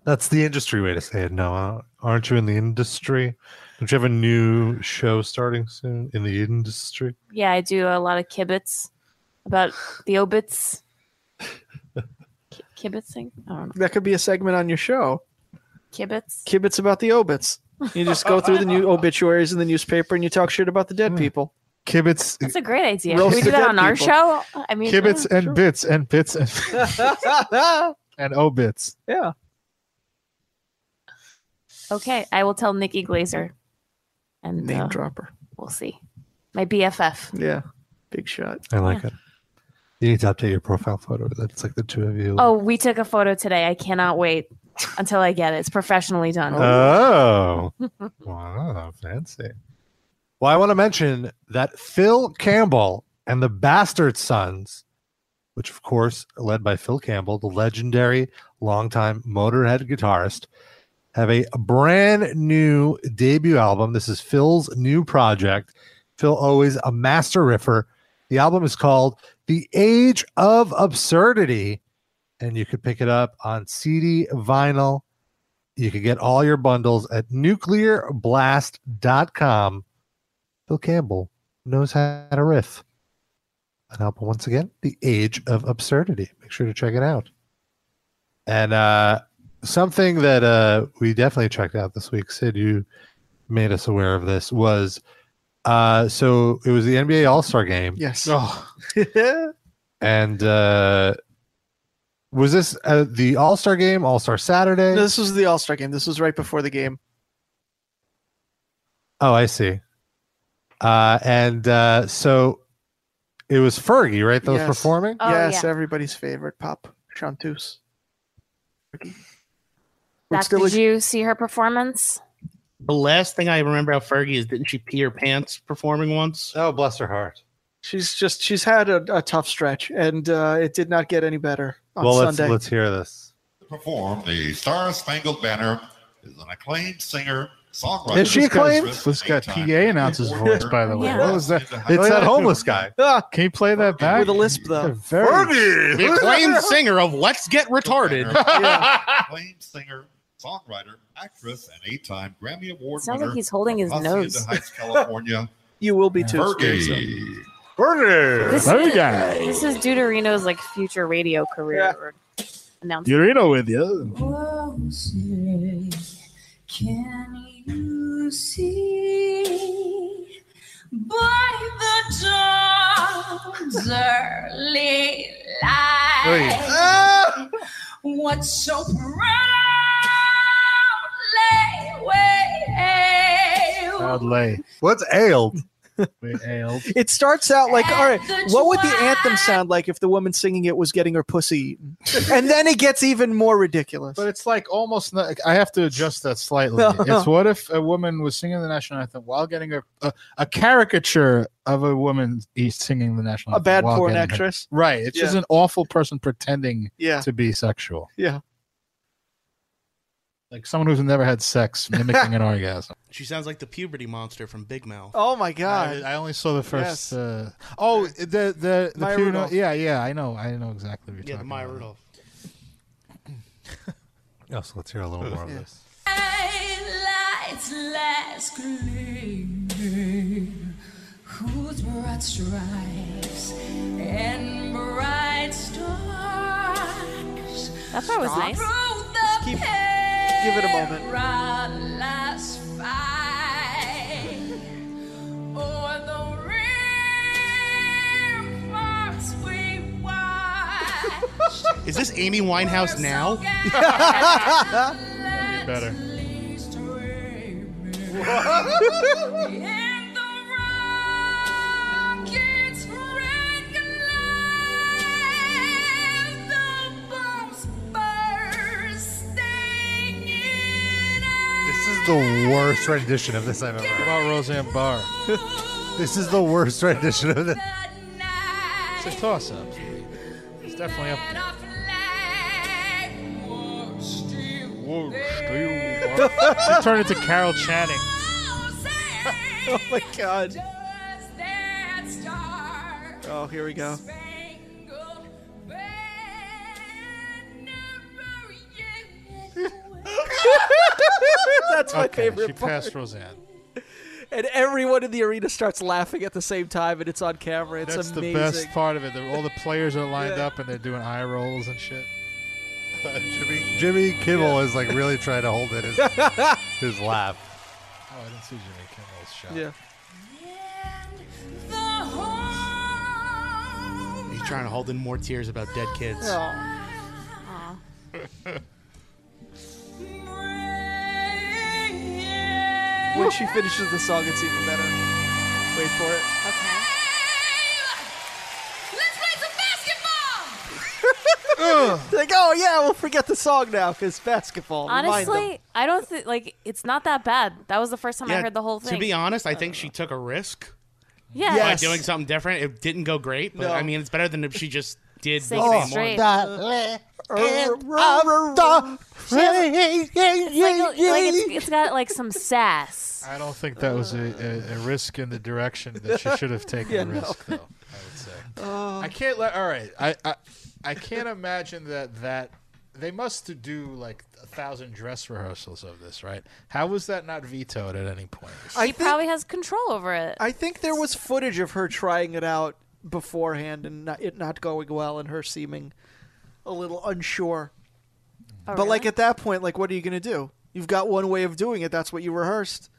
That's the industry way to say it. No, aren't you in the industry? Don't you have a new show starting soon in the industry?
Yeah, I do a lot of kibitz about the obits. Ki- Kibitzing? I don't know.
[laughs] That could be a segment on your show.
Kibitz?
Kibitz about the obits. You just go through the
[laughs]
new obituaries in the newspaper and you talk shit about the dead people.
Kibitz,
[laughs]
That's a great idea.
Roast
Can we do
the
that
dead
on our
people.
show? I mean,
kibitz,
[laughs]
yeah, [laughs]
and
sure.
bits, and bits, and [laughs] and obits.
yeah.
Okay, I will tell Nikki Glazer. And
Name
uh,
dropper.
we'll see. My BFF.
Yeah. Big shot.
I like it. You need to update your profile photo. That's like the two of you.
Oh, we took a photo today. I cannot wait until I get it. It's professionally done.
Oh, wow, fancy. Well, I want to mention that Phil Campbell and the Bastard Sons, which of course are led by Phil Campbell, the legendary longtime Motorhead guitarist, have a brand new debut album. This is Phil's new project. Phil always a master riffer. The album is called The Age of Absurdity, and you could pick it up on CD, vinyl, you can get all your bundles at nuclearblast.com. Phil Campbell knows how to riff. An album, once again, The Age of Absurdity. Make sure to check it out. And uh, something that uh, we definitely checked out this week, Sid, you made us aware of this, was uh, so it was the NBA All Star game.
Yes. [laughs]
Oh,
And uh, was this uh, the All Star game, All Star Saturday?
This was the All Star game. This was right before the game.
Oh, I see. Uh, and uh, so it was Fergie, right? That
Yes.
was performing.
Oh,
yes,
yeah.
everybody's favorite pop, Chanteuse. Which
Zach,
still
did
is-
you see her performance?
The last thing I remember about Fergie is didn't she pee her pants performing once?
Oh, bless her heart.
she's just she's had a, a tough stretch, and uh, it did not get any better on
well, let's
Sunday.
let's hear this.
perform the Star Spangled Banner is an acclaimed singer, songwriter.
Is she
This guy's
acclaimed?
written
this got
eight
PA
times.
announcer's voice, by the way.
Yeah.
What was that?
It's that
Oh, yeah.
homeless guy.
Ah,
[laughs] Can you play that back?
with a lisp,
They're
though.
very- [laughs]
The acclaimed
[laughs]
singer of Let's Get Retarded.
Yeah.
[laughs] acclaimed singer, songwriter, actress, and eight-time Grammy Award
Sounds
winner.
like he's holding his
of
nose.
Hacienda Heights, California.
You will be too. experience
Fergie.
[laughs] This
Very
is,
guy.
this is Deuterino's like future radio career
Yeah.
or announcement.
Urino with you.
Oh, say, can you see by the
uh,
dawn's early light what so proudly
eh,
waved?
Lay.
What's ailed?
it. It starts out like, all right, what would the anthem sound like if the woman singing it was getting her pussy eaten? And then it gets even more
[laughs]
ridiculous.
But it's like almost. Not, I have to adjust that slightly.
No, no.
It's what if a woman was singing the national anthem while getting a a, a caricature of a woman e- singing the national
A
anthem.
bad
while
porn
getting her-
actress.
Right. It's just
Yeah.
an awful person pretending
Yeah,
to be sexual.
yeah.
Like someone who's never had sex
[laughs]
mimicking an orgasm.
She sounds like the puberty monster from Big Mouth.
Oh my
I,
god.
I only saw the first.
Yes.
Uh, oh, the the the,
Maya
piano-
Rudolph.
Yeah, yeah. I know. I know exactly what you're
Yeah, the
talking
Maya
about.
Rudolph.
Oh, so let's hear a little more of this.
Lights last gleaming, whose broad stripes and bright stars
That part was nice.
through the
keep- give it a moment.
perilous fight o'er the ramparts we watched.
Is this Amy Winehouse now?
[laughs]
Oh
[laughs]
Better.
This is the worst rendition of this I've ever
What
heard. [laughs]
about Roseanne Barr?
This is the worst rendition of this.
It's a toss up. It's definitely up there. Whoa, Steve. She turned into Carol Channing.
oh my god. Oh, here we go. [laughs] That's my
Okay,
favorite
she
part.
passed Roseanne.
And everyone in the arena starts laughing at the same time, and it's on camera. It's
That's
amazing.
the best part of it. They're- all the players are lined
Yeah.
up and they're doing eye rolls and shit.
Uh, Jimmy, Jimmy Kimmel is like really trying to hold in his, his laugh.
Oh, I didn't see Jimmy Kimmel's shot.
Yeah.
He's trying to hold in more tears about dead kids.
[laughs]
When she finishes the song, it's even better. Wait for it. It's like, oh yeah, we'll forget the song now because basketball. Remind them.
Honestly, I don't think like it's not that bad. That was the first time I heard the whole thing.
To be honest, I
Oh.
think she took a risk
yeah,
by
Yes.
doing something different. It didn't go great, but
No.
I mean, it's better than if she just did
Sing
the
it
same
straight.
one.
It's like, like, it's, it's got like some sass.
I don't think that was a, a, a risk in the direction that
[laughs]
she should have taken a risk, though. I would say.
Uh.
I can't let. All right, I, I I can't imagine that that they must do like a thousand dress rehearsals of this, right? How was that not vetoed at any point?
I
He
think-
probably has control over it.
I think there was footage of her trying it out beforehand and not, it not going well, and her seeming a little unsure.
Oh,
But like
really?
at that point, like what are you gonna do? You've got one way of doing it. That's what you rehearsed.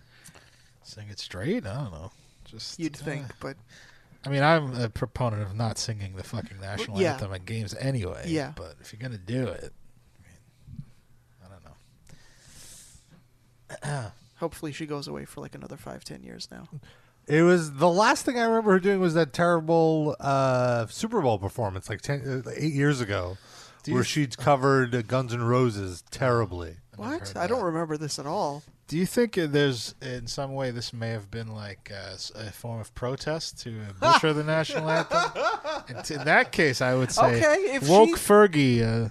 Sing it straight? I don't know. Just
You'd
uh,
think, but
I mean, I'm a proponent of not singing the fucking national
yeah.
anthem at games anyway.
Yeah.
But if you're gonna do it, I, mean, I don't know. [clears throat]
hopefully she goes away for like another five, ten years now.
It was the last thing I remember her doing was that terrible uh, Super Bowl performance like ten, uh, eight years ago, where she'd covered Guns N' Roses terribly.
What? I don't remember this at all.
Do you think uh, there's in some way this may have been like uh, s- a form of protest to uh, butcher the
[laughs]
national anthem? And t- in that case, I would say
Okay, if
woke
she-
Fergie uh,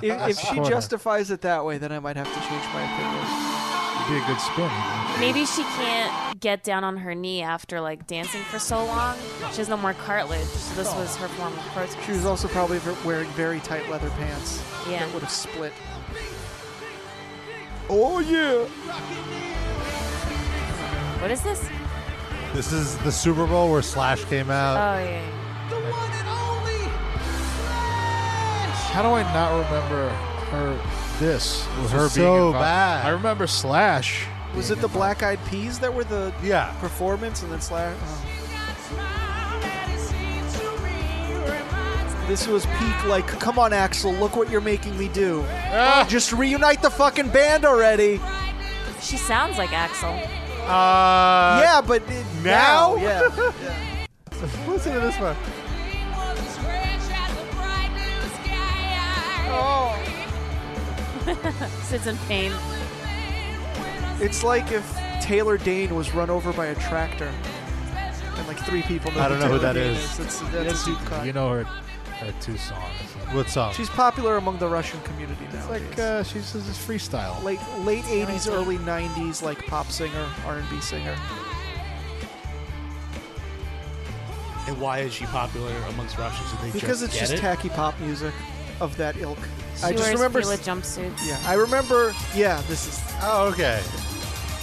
[laughs]
If, if she
Sure.
justifies it that way, then I might have to change my opinion.
would be a good spin.
Maybe she can't get down on her knee after like dancing for so long. She has no more cartilage, so this was her form of protest.
She was also probably ve- wearing very tight leather pants
Yeah.
that would have split. Oh yeah.
What is this? Oh
This is the Super Bowl where Slash came
Uh,
out.
yeah.
How do I not remember her? This with her being
so
involved?
bad.
I remember Slash.
Was it the Black Eyed Peas that were the
yeah,
performance and then oh. Slash? This was peak, like, come on, Axel, look what you're making me do. Just reunite the fucking band already.
She sounds like Axel.
uh,
yeah, but it-
now?
yeah.
Listen to this one.
Oh. [laughs] Sits in pain.
it's like if Taylor Dane was run over by a tractor, and like three people. Know
I don't know who that
Taylor Dane
is.
It's, that's a deep
[laughs]
cut.
You know her, her two songs.
What song?
She's popular among the Russian community now.
It's like uh, she's this freestyle.
late late 80s, early 90s, like pop singer, R&B singer.
And why is she popular amongst Russians? Do they
Because
just
it's
get
just
it?
tacky pop music of that ilk.
She
I just
wears
remember.
Fila jumpsuits.
Yeah, I remember. Yeah, this is.
oh, okay.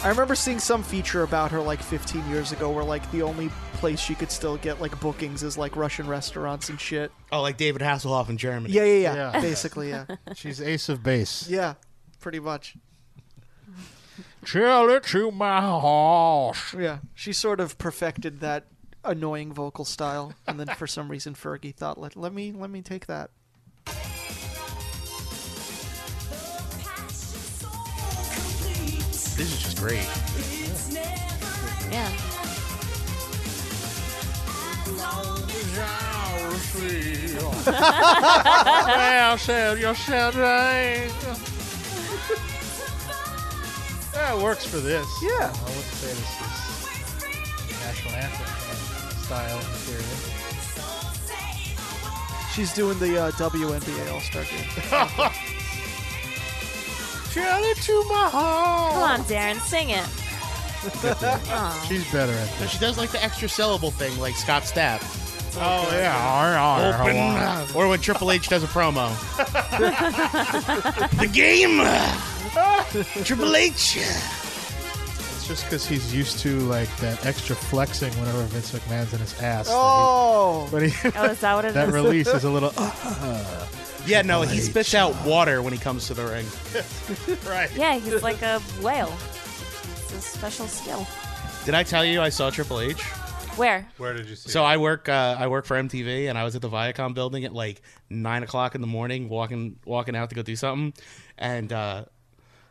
I remember seeing some feature about her like 15 years ago, where like the only place she could still get like bookings is like Russian restaurants and shit.
Oh, like David Hasselhoff in Germany.
Yeah, yeah, yeah.
Yeah.
Basically, yeah,
[laughs] She's ace of
[laughs]
base.
yeah, pretty much.
Chill it to my horse.
Yeah, she sort of perfected that annoying vocal style, and then for some reason Fergie thought, let let me let me take that.
This is just great.
Yeah.
Well said, you said right. Yeah, it works for this.
Yeah.
I wouldn't say this is national anthem style material.
She's doing the uh, WNBA All Star
[laughs]
game.
Come on,
[laughs]
Darren, sing it. Aw.
She's better at
But
this.
she does like the extra syllable thing, like Scott Stapp.
Oh yeah.
Open, uh, or when Triple H does a promo.
[laughs]
the game. Triple H.
It's just because he's used to like that extra flexing whenever Vince McMahon's in his ass.
[laughs]
Oh,
But he,
[laughs] Oh, is that what it is?
[laughs] that release is
[laughs]
a little. uh-huh.
Yeah, no, he spits out water when he comes to the ring.
right.
Yeah, he's like a whale. It's a special skill.
Did I tell you I saw Triple H?
Where?
Where did you see?
So I work uh, I work for MTV, and I was at the Viacom building at like nine o'clock in the morning, walking walking out to go do something, and uh,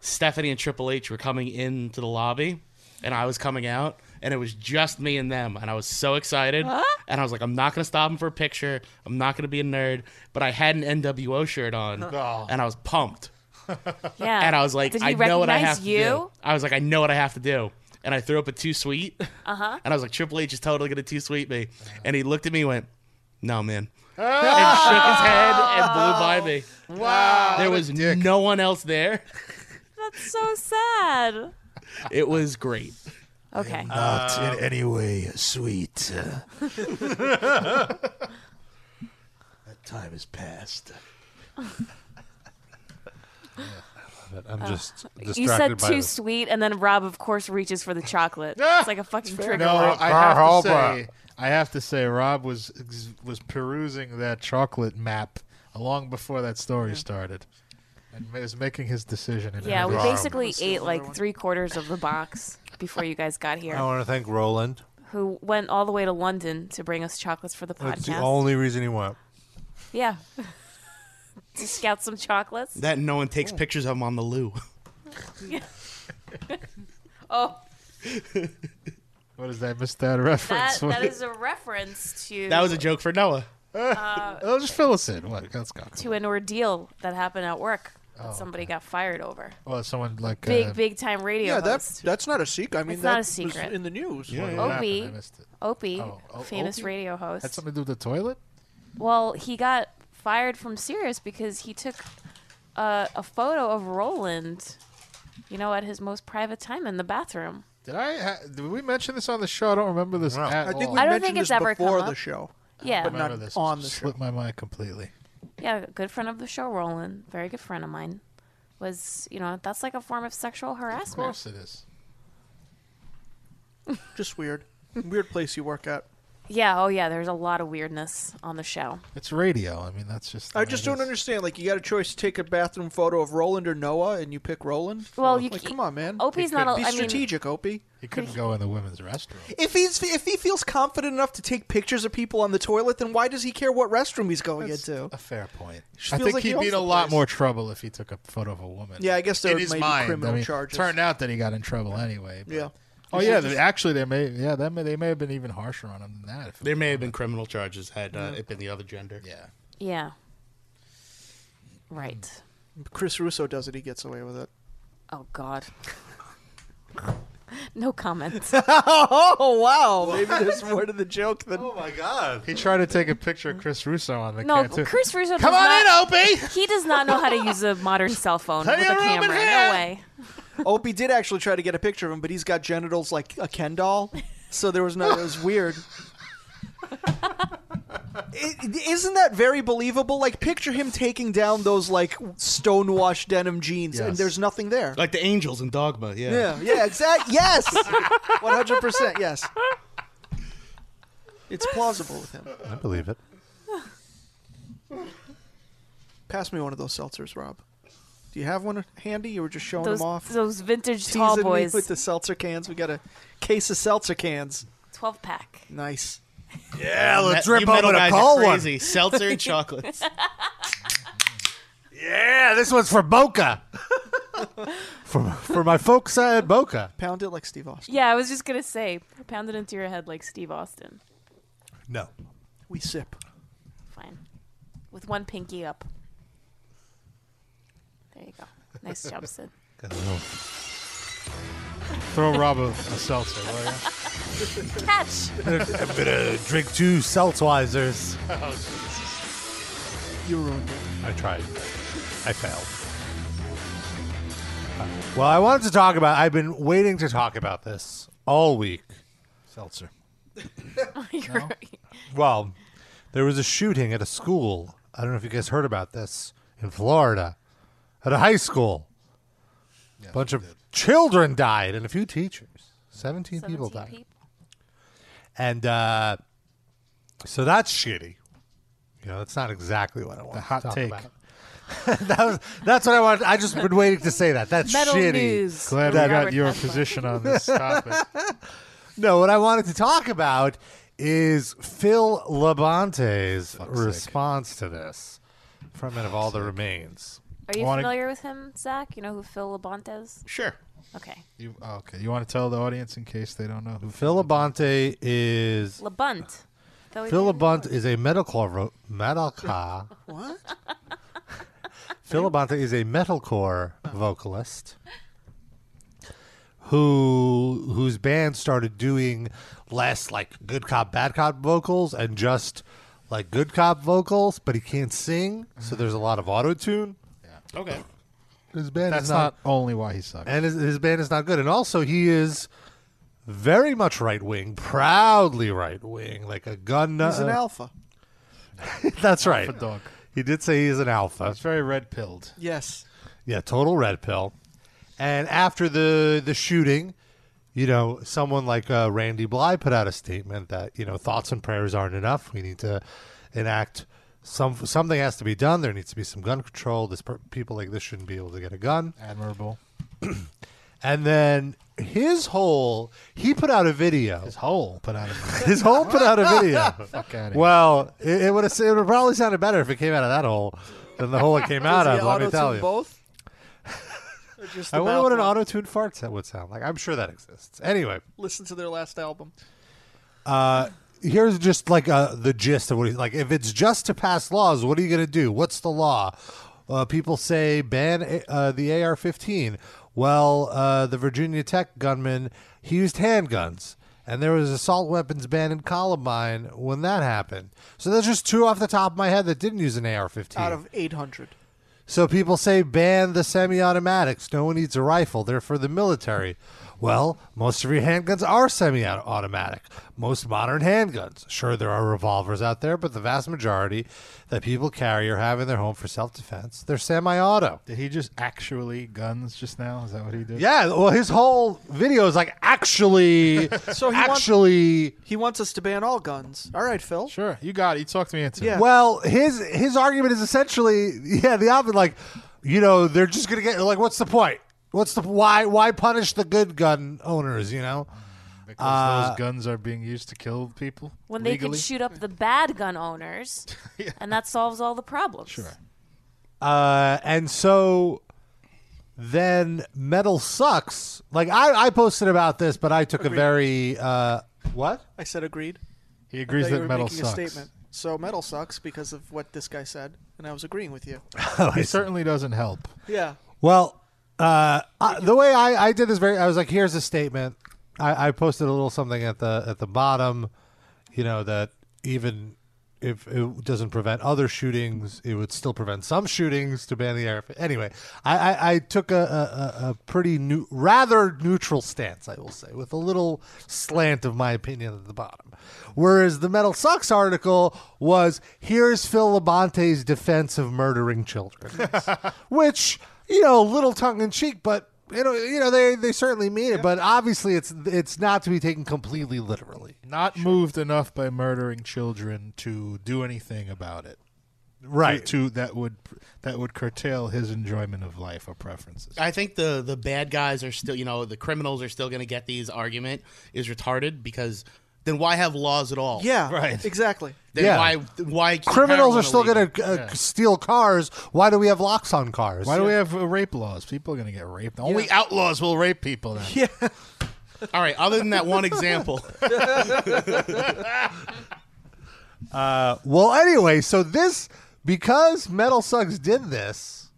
Stephanie and Triple H were coming into the lobby, and I was coming out, and it was just me and them, and I was so excited, and I was like, I'm not gonna stop them for a picture, I'm not gonna be a nerd, but I had an NWO
[laughs]
shirt on,
Oh.
and I was pumped,
[laughs] Yeah.
and I was like,
Did he
I know what I
recognize
have
you?
to do. I was like, I know what I have to do. And I threw up a two sweet. Uh huh. [laughs] And I was like, Triple H is totally gonna two sweet me.
Uh-huh.
And he looked at me and went, No man. and shook his head and blew by me. Wow. There was no one else there.
That's so sad.
It was great. Uh,
Okay.
[laughs] Not in any way [laughs] sweet. that time has passed.
I'm just distracted
you said
by
too
this.
sweet, and then Rob, of course, reaches for the chocolate. it's like a fucking trigger.
No,
word.
I have to say, I have to say, Rob was was perusing that chocolate map long before that story started, and was making his decision. In
yeah, we
every-
basically ate like three quarters of the box before you guys got
I
here.
want to thank Roland.
Who went all the way to London to bring us chocolates for the
That's the
podcast?
only reason he went.
yeah. [laughs] to scout some chocolates.
That and no one
Oh.
takes pictures of him on the loo.
[laughs]
[laughs]
Oh,
What is that? Missed that reference?
that, that is a reference to uh,
That was a joke for Noah.
Uh,
oh, just fill us in. What? Let's go.
to an ordeal that happened at work that somebody got fired over.
Well, someone like
Big,
uh,
big time radio
yeah, that's
host.
that's not a secret. I mean,
It's
that
not a
was
secret.
in the news.
what
Opie.
happened? I missed it.
Opie,
Oh, O-
famous
Opie?
radio host.
Had something to do with the toilet?
Well, he got fired from Sirius because he took uh, a photo of Roland, you know, at his most private time in the bathroom.
Did I? Ha- did we mention this on the show? I don't remember this
No.
at
I think
all.
we
I don't
mentioned
think it's
this
ever come
before
up.
the show.
Yeah,
But not
Remember this.
on the
Slipped my mind completely.
yeah, good friend of the show, Roland, very good friend of mine, was you know that's like a form of sexual
Of
harassment.
course it is.
Just weird, weird place you work at.
yeah, oh yeah, there's a lot of weirdness on the show.
It's radio. I mean, that's just.
I just don't understand. Like, you got a choice to take a bathroom photo of Roland or Noah, and you pick Roland.
Well, you
like,
c-
come on, man.
Opie's not. al-
Be
I mean,
strategic, Opie.
He couldn't go in the women's restroom.
If he's if he feels confident enough to take pictures of people on the toilet, then why does he care what restroom he's going
That's
into?
a fair point.
Just
I
feels
think
like he
he'd
owns
be in
the
a lot
place.
more trouble if he took a photo of a woman.
Yeah, I guess there
in his
might be
mind.
criminal
I mean,
charges.
Turned out that he got in trouble anyway. but-
Yeah.
Oh
He
yeah,
should've
they- actually they may yeah that may, they may have been even harsher on him than that. If it
There
was-
may have been criminal charges had uh, it been the other gender.
yeah.
yeah, right.
Chris Russo does it; he gets away with it.
Oh God. [laughs] no comment.
[laughs] Oh wow! Maybe
[laughs]
there's more to the joke than
Oh my god!
He tried to take a picture of Chris Russo on the
No,
cat too.
Chris Russo.
Come
does
on
not-
in, Opie.
He does not know how to use a modern cell phone with a
your room in
camera. No
here.
way.
Opie did actually try to get a picture of him, but he's got genitals like a Ken doll, so there was no. It was weird. is isn't that very believable? Like, picture him taking down those like stonewashed denim jeans, and
Yes.
there's nothing there.
Like the angels in Dogma. Yeah.
Yeah, yeah, exact. Yes, one hundred percent. Yes, it's plausible with him.
I believe it.
Pass me one of those seltzers, Rob. Do you have one handy? You were just showing
Those,
them off.
those vintage
Teasing
tall
me
boys,
with the seltzer cans. We got a case of seltzer cans.
twelve pack.
Nice.
Yeah, let's
You metal
over to
guys are
call one.
crazy. Seltzer and chocolates.
Yeah, this one's for Boca. [laughs] for for my folks at Boca.
[laughs] Pound it like Steve Austin.
[laughs] Yeah, I was just gonna say, pound it into your head like Steve Austin.
No.
We sip.
Fine, with one pinky up. There you go. Nice job, Sid.
Throw Rob a, a seltzer, will ya?
Catch.
[laughs]
[laughs]
I'm gonna drink two Seltzweisers.
You ruined it.
I tried. I failed. Uh, Well, I wanted to talk about. I've been waiting to talk about this all week. Seltzer.
Oh,
Well, there was a shooting at a school. I don't know if you guys heard about this in Florida, at a high school. A bunch of children died and a few teachers. 17, people died. And uh, so that's shitty. You know, that's not exactly what I want. The
hot
to talk
take.
About. [laughs] that was, that's what I wanted. I just been waiting to say that. That's
Metal
shitty.
news. Glad we got Robert your Tesla. position on this topic.
no, what I wanted to talk about is Phil Labonte's response to this from of all the remains.
Are you
Wanna-
familiar with him, Zach? You know who Phil Labonte is?
Sure.
Okay.
You, oh, okay, you want to tell the audience in case they don't know who
Phil Labonte is
Labunt. Though he
Phil
didn't-
Labonte is a metalcore ro- metalcore.
What?
Phil Labonte is a metalcore vocalist who whose band started doing less like good cop bad cop vocals and just like good cop vocals, but he can't sing, so there's a lot of auto tune.
Okay.
His band
That's
is not,
only why he sucks.
and his, his band is not good. And also, he is very much right wing, proudly right wing, like a gun. uh,
He's an
alpha.
That's right.
Alpha dog.
He did say he's an alpha. He's
very red pilled.
Yes.
Yeah, total red pill. And after the the shooting, you know, someone like uh, Randy Bly put out a statement that you know thoughts and prayers aren't enough. We need to enact some something has to be done. There needs to be some gun control. This per- people like this shouldn't be able to get a gun.
Admirable.
And then his whole he put out a video. His
whole put [laughs] out a
[laughs]
video.
his whole put out a [laughs] video.
[laughs] Fuck outta here.
Well, it, it would have it would have probably sounded better if it came out of that hole than the hole it
[laughs]
came out
Does
of.
he
Let me tell
auto-tune
you. [laughs]
Both. Or just
I
the
wonder what an
mouth one?
auto tune fart set would sound like. I'm sure that exists. Anyway,
Listen to their last album.
uh, here's just like uh, the gist of what he's like. If it's just to pass laws, what are you going to do? What's the law? Uh, people say ban uh, the AR 15. Well, uh, the Virginia Tech gunman, he used handguns. And there was assault weapons ban in Columbine when that happened. So there's just two off the top of my head that didn't use an AR 15.
Out of 800.
So people say ban the semi automatics. No one needs a rifle. They're for the military. Well, most of your handguns are semi automatic. Most modern handguns. Sure, there are revolvers out there, but the vast majority that people carry or have in their home for self defense, they're semi auto.
Did he just actually guns just now? Is that what he did?
Yeah, well, his whole video is like actually,
[laughs] So he wants-
actually.
He wants us to ban all guns. All right, Phil.
Sure. You got it. You talked me into
yeah.
Well, his his argument is essentially yeah the opposite. Like, you know, they're just gonna get like, what's the point? What's the why? Why punish the good gun owners? You know, Uh,
Because those guns are being used to kill people.
When they could shoot up the bad
[laughs]
gun owners, and that solves all the problems. Sure.
Uh, and so then metal sucks. Like I, I posted about this, but I took a
Agreed.
very uh, what?
I said agreed.
He
I
agrees
thought you
that
were
metal
making
sucks.
A statement. So metal sucks because of what this guy said, and I was agreeing with you.
[laughs]
he certainly doesn't help.
Yeah.
Well, uh, I, the way I, I did this very, I was like, here's a statement. I, I posted a little something at the at the bottom, you know, that even if it doesn't prevent other shootings, it would still prevent some shootings to ban the air. Anyway, I, I, I took a, a, a- a pretty new, rather neutral stance, I will say, with a little slant of my opinion at the bottom. Whereas the Metal Sucks article was here's Phil Labonte's defense of murdering children
[laughs]
which you know, a little tongue in cheek, but you know, you know, they they certainly mean it. But obviously, it's it's not to be taken completely literally.
Not moved enough by murdering children to do anything about it.
Right.
To, to- that would that would curtail his enjoyment of life or preferences.
I think the the bad guys are still, you know, the criminals are still going to get these. Argument is retarded because then why have laws at all?
Yeah. Exactly.
Then
Yeah.
why why keep
Criminals are
heroin
still
illegal?
going to uh, steal cars. Why do we have locks on cars?
Why do we have uh, rape laws? People are going to get raped. Only
Yeah.
outlaws will rape people. Then. [laughs]
All right, other than that
[laughs]
[laughs]
one example.
Uh, well, anyway, so this because Metal Sucks did this,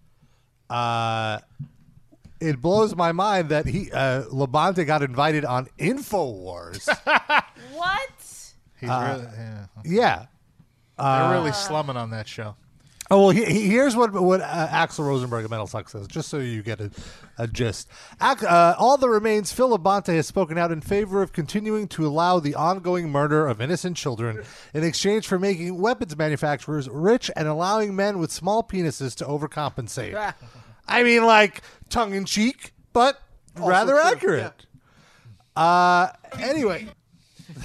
uh, it blows my mind that he uh, Labonte got invited on Infowars. [laughs]
What?
He's
Uh,
really, yeah.
yeah,
They're
Uh,
really slumming on that show.
Oh well, he, he- here's what what uh, Axel Rosenberg of Metal Sucks says, just so you get a, a gist. Ac- uh, all that remains, Phil Labonte has spoken out in favor of continuing to allow the ongoing murder of innocent children in exchange for making weapons manufacturers rich and allowing men with small penises to overcompensate. I mean, like tongue in cheek, but rather
true,
accurate. Uh, anyway,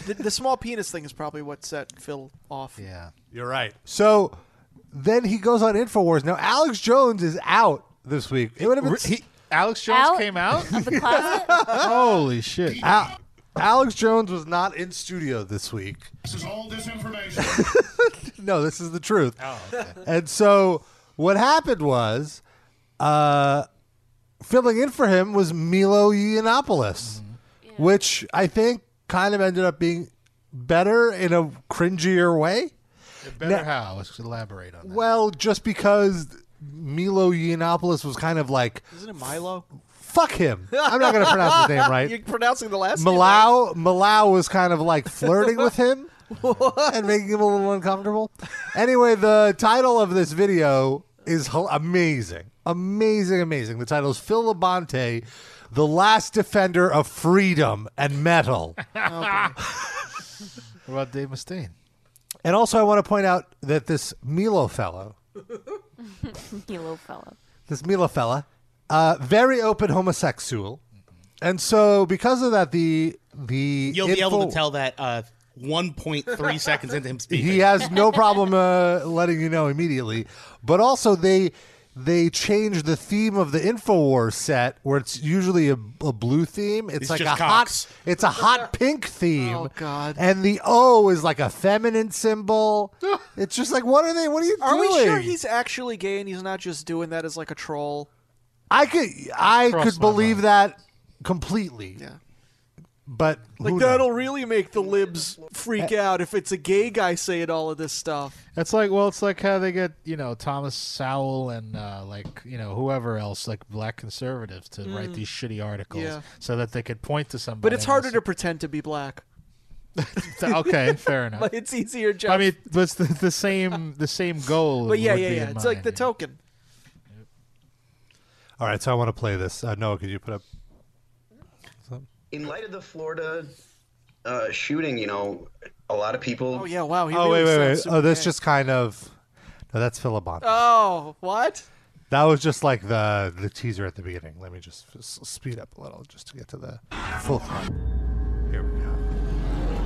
the, the small penis thing is probably what set Phil off.
Yeah. You're right. So then he goes on Infowars. Now Alex Jones is out this week. It would have been [laughs]
Alex
Jones Out came out? of the closet?
Holy shit!
Al- Alex Jones was not in studio this week. [laughs]
This is all disinformation.
No, this is the truth.
Oh,
And so what happened was, uh, filling in for him was Milo Yiannopoulos, which I think kind of ended up being better in a cringier way.
Better
Now-
how? Let's elaborate on.
Well, just because Milo Yiannopoulos was kind of like,
Isn't it Milo?
fuck him. I'm not going to pronounce his name
[laughs]
right.
You're pronouncing the last name right.
Malau Malau was kind of like flirting with
[laughs]
him and making him a little uncomfortable. Anyway, the title of this video is hel- amazing, amazing, amazing. The title is Phil Labonte, the last defender of freedom and metal.
[laughs]
[laughs]
What about Dave Mustaine?
and also, I want to point out that this Milo fellow,
you little fellow.
this Milo fella, uh, very open homosexual, and so because of that, the the
[laughs] You'll be able
info-
to tell that uh, 1.3 seconds into him speaking.
he has no problem uh, letting you know immediately. But also they they changed the theme of the Infowars set, where it's usually a, a blue theme. It's,
It's
like a
just cocks.
hot, it's a hot pink theme.
Oh, God.
And the O is like a feminine
[laughs]
symbol. it's just like what are they? What are you
Are
doing?
we sure he's actually gay and he's not just doing that as like a troll?
I could I
Cross
could
my
believe that completely.
Yeah.
But
Like
who
that'll
knows? Eh.
really make the libs freak out if it's a gay guy saying all of this stuff.
That's like well, it's like how they get you know Thomas Sowell and uh, like you know whoever else like black conservatives to write these shitty articles
Mm. Yeah.
so that they could point to somebody.
But it's harder to pretend to be black.
to.
[laughs]
[laughs] okay, fair enough.
Like it's easier just
I mean, but it's the, the same the same goal.
But yeah,
would
yeah,
be
yeah.
in
It's like
mind,
the
yeah.
token.
All right, so I want to play this. Uh, Noah, could you put up?
in light of the Florida uh, shooting, you know, a lot of people.
Oh yeah, wow. He
Oh
really
wait, wait,
sounds
wait.
super
Oh, that's
gay.
just kind of. No, that's Philibon.
Oh, what?
That was just like the the teaser at the beginning. Let me just s- speed up a little just to get to the full clip. Here we go.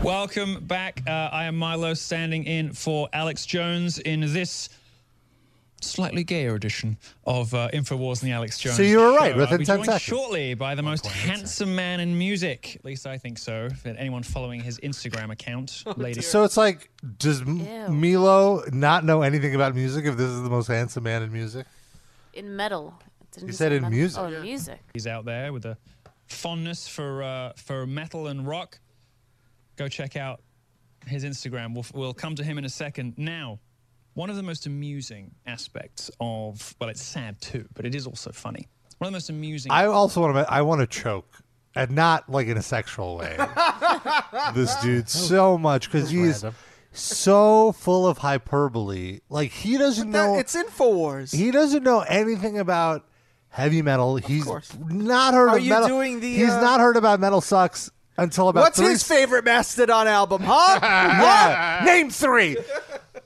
Welcome back. Uh, I am Milo, standing in for Alex Jones in this slightly gayer edition of uh, Infowars and the Alex Jones.
So you were right,
Show.
within
I'll be
10
joined
seconds.
shortly by the most handsome man in music. At least I think so. If anyone following his Instagram account, lady.
So it's like, does M-
Ew.
Milo not know anything about music? If this is the most handsome man in music,
In metal. Didn't
You
he
said
say
in
metal?
music.
Oh, in music.
He's out there with a fondness for uh, for metal and rock. Go check out his Instagram. We'll, we'll come to him in a second. Now, one of the most amusing aspects of well, it's sad too, but it is also funny. One of the most amusing.
I also want to. I want to choke, and not like in a sexual way.
[laughs]
this dude so much because he's
random.
so full of hyperbole. Like he doesn't know.
That, it's Infowars.
He doesn't know anything about heavy metal. He's not heard
Are
of
you
metal.
doing the,
He's
uh,
not heard about metal sucks until about
What's
three.
his favorite Mastodon album, huh?
[laughs] yeah,
[laughs]
name three.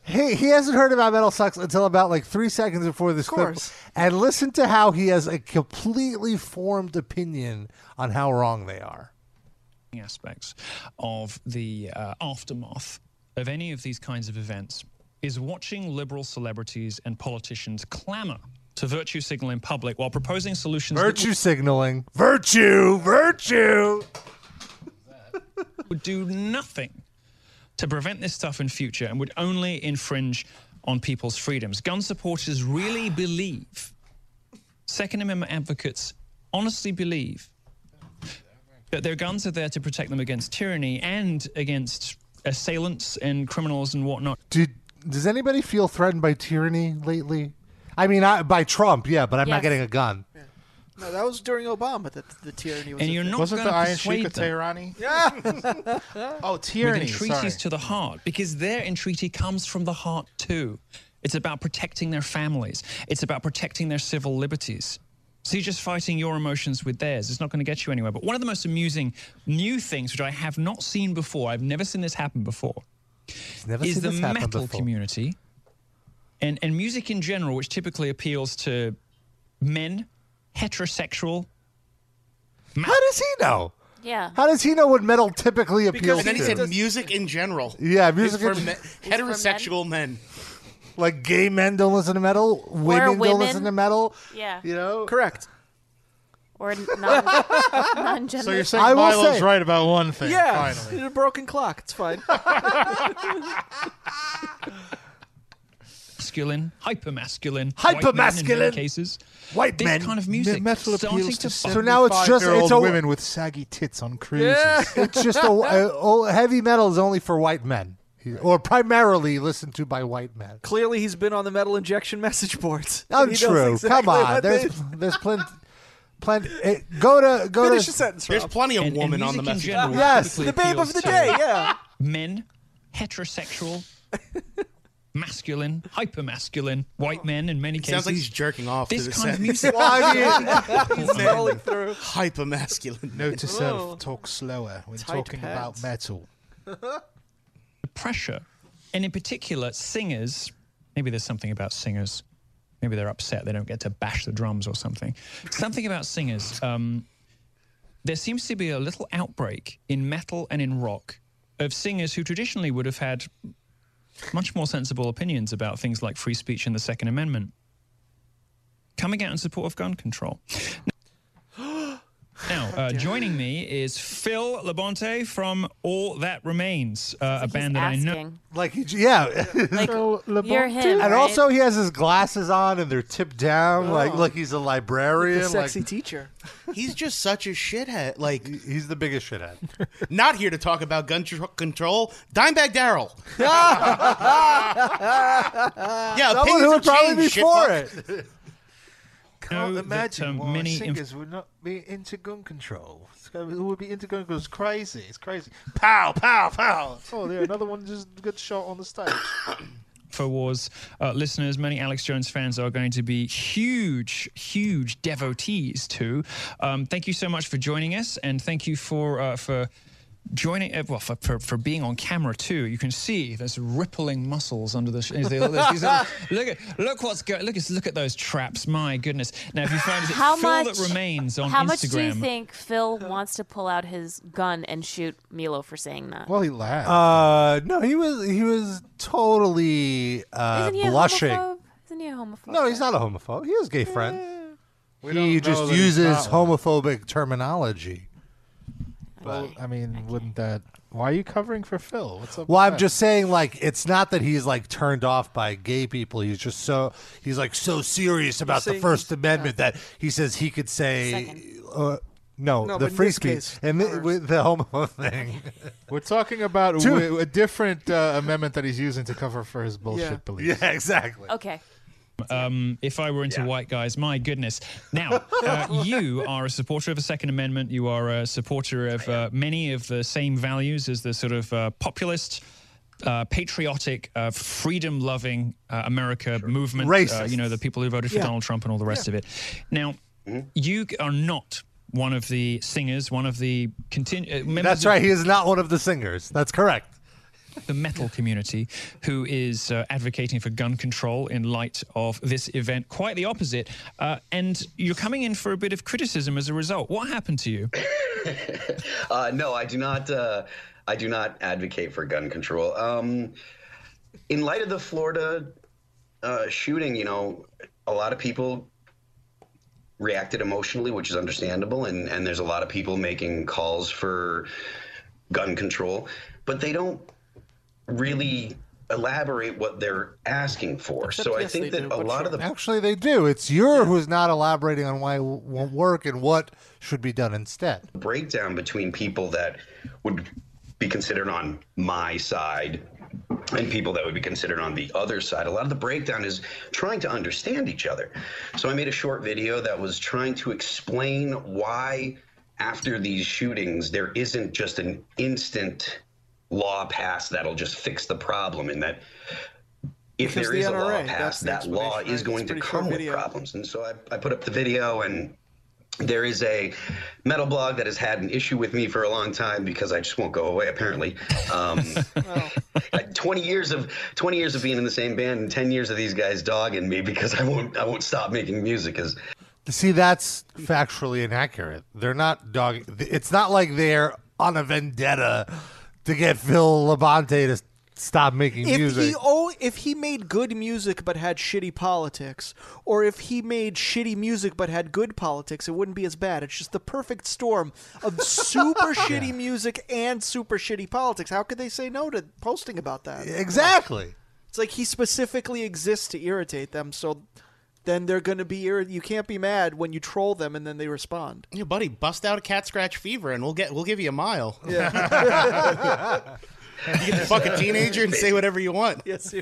He, he hasn't heard about metal sucks until about like three seconds before this clip.
course.
And listen to how he has a completely formed opinion on how wrong they are.
aspects of the uh, aftermath of any of these kinds of events is watching liberal celebrities and politicians clamor to virtue signal in public while proposing solutions that
Virtue signaling. Virtue. Virtue.
would do nothing to prevent this stuff in future and would only infringe on people's freedoms. Gun supporters really believe, Second Amendment advocates honestly believe, that their guns are there to protect them against tyranny and against assailants and criminals and whatnot.
Did, does anybody feel threatened by tyranny lately? I mean, I, by Trump, yeah, but I'm not
Yes.
getting a gun.
no, that was during Obama that the tyranny was.
And
a
you're
thing.
not
Wasn't
going
the
to
Iron Sheik
persuade
of
them
Tehrani? Yeah. [laughs] oh,
with
tyranny.
entreaties
Sorry.
to the heart because their entreaty comes from the heart too. It's about protecting their families. It's about protecting their civil liberties. So you're just fighting your emotions with theirs. It's not going to get you anywhere. But one of the most amusing new things, which I have not seen before, I've never seen this happen before,
never
is
seen
the
this happen
metal
before.
community and, and music in general, which typically appeals to men, heterosexual. How
does he know?
[laughs] Yeah.
How does he know what metal typically
Because
appeals
then he
to?
said music in general.
Yeah, music
It's for
in-
men- heterosexual men.
like gay men don't listen to metal, women, don't listen to metal.
Yeah.
You know?
Correct.
Or non non-gender.
So you're saying Milo's right about one thing.
yeah,
Finally.
it's a broken clock. It's
[laughs]
fine.
masculine, hypermasculine, white men in
Hypermasculine.
many cases,
White
this
men.
kind of music
metal
starting
appeals
to
to
So now it's just it's a,
women with saggy tits on cruises.
[laughs]
it's just a, a- oh, heavy metal is only for white men, or primarily listened to by white men.
Clearly, he's been on the metal injection message boards. He knows
Untrue. Come
exactly
on.
what they-
There's [laughs]
[laughs]
there's plenty. Plenty. eh, Go to go
Finish
to.
your sentence,
There's
Rob.
plenty of
And- and
women on the
music in
message.
general
board.
Yes.
typically
The babe
appeals
of the
to
day. Yeah.
Men, heterosexual, masculine, hypermasculine, white men in many cases.
Oh. Sounds like he's jerking off
this
to the
kind of
set.
[laughs]
music.
[laughs]
He's scrolling through.
Hyper masculine.
Note to self: talk slower when
Tight
talking
pants.
about metal.
[laughs]
pressure, and in particular, singers. Maybe there's something about singers. Maybe they're upset they don't get to bash the drums or something. Something about singers. Um, there seems to be a little outbreak in metal and in rock of singers who traditionally would have had much more sensible opinions about things like free speech and the Second Amendment coming out in support of gun control. Now, uh, joining me is Phil Labonte from All That Remains, uh, a band that I know.
asking.
Like he j- yeah.
Like, you're
And
him. right?
also, he has his glasses on, and they're tipped down, like like he's a librarian.
The
[laughs]
sexy
like,
teacher.
He's just such a shithead. Like,
he's the biggest shithead.
[laughs] not here to talk about gun tr- control.
[laughs]
Dimebag Daryl. yeah,
Ah! Someone who
opinions have
would probably be
changed,
for
shitfuck.
it.
[laughs]
know that, um, many inf-
would not be into gun control. Who would be into gun control? It's crazy. It's crazy. Pow, pow, pow. Oh, there, another one just got shot on the [coughs] stage.
for Wars uh, listeners, many Alex Jones fans are going to be huge, huge devotees too. Um, thank you so much for joining us, and thank you for uh, for joining. Uh, well, for, for for being on camera too. You can see there's rippling muscles under the. Sh- is there- there's these
[laughs]
little- look at look what's go- look at look at those traps. My goodness. Now, if you find is it
How
Phil
much-
that remains on
How
Instagram.
much do you think Phil wants to pull out his gun and shoot Milo for saying that?
Well, he laughed.
Uh, no, he was he was totally uh,
Isn't he a
blushing.
homophobe? Isn't he a homophobe?
No, he's not a homophobe. He has gay friends.
don't
he
know
just
that he's
uses
not one.
homophobic terminology.
well, I mean, wouldn't that? Why are you covering for Phil? What's up?
Well,
with
I'm
that?
just saying, like, it's not that he's like turned off by gay people. He's just so he's like so serious about the
saying
First Amendment that he says he could say, uh, no,
No, but
the
in
free
this
speech
case,
and the,
ours.
with the homophobe
[laughs]
thing.
We're talking about a,
Dude.
w- a different uh, amendment that he's using to cover for his bullshit
Yeah.
beliefs.
yeah, exactly.
Okay.
Um, if I were into white guys, my goodness.
[laughs]
Now, uh, you are a supporter of the Second Amendment. You are a supporter of uh, many of the same values as the sort of uh, populist, uh, patriotic, uh, freedom loving uh, America movement. Uh,
Racists.
you know, the people who voted for
Yeah.
Donald Trump and all the rest of it. Now,
Mm-hmm.
you are not one of the singers, one of the continu- uh, members
That's
of
right. He is not one of the singers. That's correct.
the metal community who is uh, advocating for gun control in light of this event. Quite the opposite. Uh, and you're coming in for a bit of criticism as a result. What happened to you?
[laughs] Uh, no, I do not. Uh, I do not advocate for gun control. Um, in light of the Florida uh, shooting, you know, a lot of people reacted emotionally, which is understandable, and and there's a lot of people making calls for gun control, but they don't really elaborate what they're asking for. so I
yes, they
think that
do,
a
but
lot
sure.
of the
Actually, they do. It's your who's not elaborating on why it w- won't work and what should be done instead.
breakdown between people that would be considered on my side and people that would be considered on the other side. A lot of the breakdown is trying to understand each other. So I made a short video that was trying to explain why, after these shootings, there isn't just an instant law passed that'll just fix the problem and that
Because
if there
the
is a law
NRA, that's
passed,
the
that law
explanation,
is
right?
going
It's
to
pretty
come
short
with
video.
problems. And so I, I put up the video, and there is a metal blog that has had an issue with me for a long time because I just won't go away. Apparently, um,
[laughs]
like twenty years of twenty years of being in the same band, and ten years of these guys dogging me because I won't I won't stop making music. Because
See, that's factually inaccurate. They're not dog. It's not like they're on a vendetta to get Phil Labonte to stop making
if
music.
he oh, if he made good music but had shitty politics, or if he made shitty music but had good politics, it wouldn't be as bad. It's just the perfect storm
[laughs]
of super shitty music and super shitty politics. How could they say no to posting about that?
Exactly.
It's like he specifically exists to irritate them, so then they're going to be irri- you can't be mad when you troll them and then
[laughs]
they respond.
Yeah, buddy, bust out a cat scratch fever, and we'll get we'll give you a mile.
Yeah.
[laughs] you get to fuck a teenager and say whatever
[laughs]
you want.
Yes,
the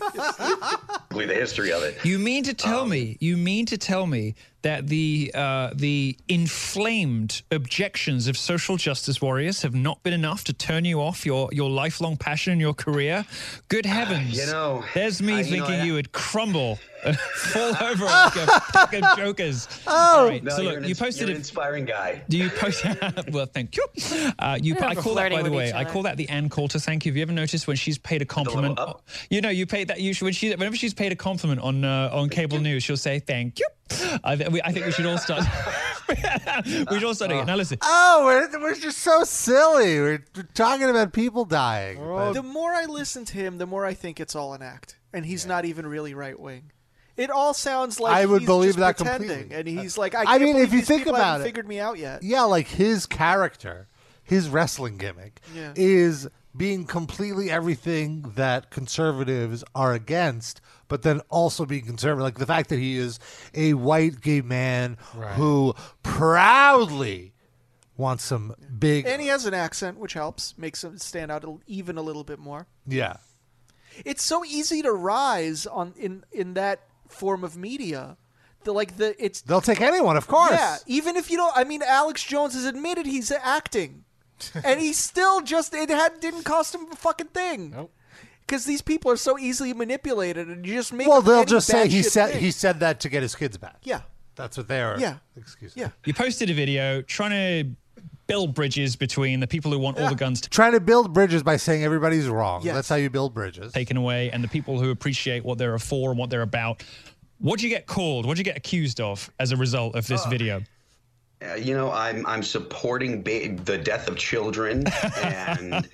history of it. Um,
You mean to tell me? You mean to tell me that the uh, the inflamed objections of social justice warriors have not been enough to turn you off your your lifelong passion and your career? Good heavens!
Uh, you know,
there's me
I- you know,
thinking
I-
you would crumble, and [laughs] fall over like
[laughs]
a pack of jokers. All right,
Oh. no,
so
you're
look,
an
you
ins-
posted
you're
it.
an inspiring guy.
Do you post? [laughs] well, thank you. Uh, you,
I don't
I
know,
call that,
flirting
by the
with
way,
each
I
other.
call that the Ann Coulter. Thank you. Have you ever noticed when she's paid a compliment? You know, you paid that. You should, when she, whenever she's paid a compliment on uh, on cable news, she'll say thank you. I, th- we, I think we should all
[laughs]
start. [laughs] we should all start doing it. Now listen.
Oh, we're, we're just so silly. We're, we're talking about people dying.
the more I listen to him, the more I think it's all an act, and he's not even really right wing. It all sounds like
I would
he's
believe
just
that
pretending,
completely. Uh,
and he's like, I,
I
can't
mean, if
believe
you
these
think
people haven't
about it-
figured me out yet.
Yeah, like his character, his wrestling gimmick
Yeah.
is being completely everything that conservatives are against, but then also being conservative. Like the fact that he is a white gay man
Right.
who proudly wants some big.
and he has an accent, which helps, makes him stand out a- even a little bit more.
yeah.
It's so easy to rise on in in that form of media. The, like the it's
They'll take anyone, of course.
Yeah, even if you don't. I mean, Alex Jones has admitted
[laughs]
he's acting, and he still just it had didn't cost him a fucking thing. Because these people are so easily manipulated, and you just make.
Well,
up
they'll
any
just say
bad
he
shit
said
thing.
he said that to get his kids back.
Yeah.
That's what they're.
Yeah.
Excuse
me. Yeah.
You posted a video trying to build bridges between the people who want all the guns to
Trying to build bridges by saying everybody's wrong.
Yes.
That's how you build bridges.
taken away and the people who appreciate what they're for and what they're about. What do you get called? What do you get accused of as a result of this video?
Uh, you know, I'm I'm supporting ba- the death of children, and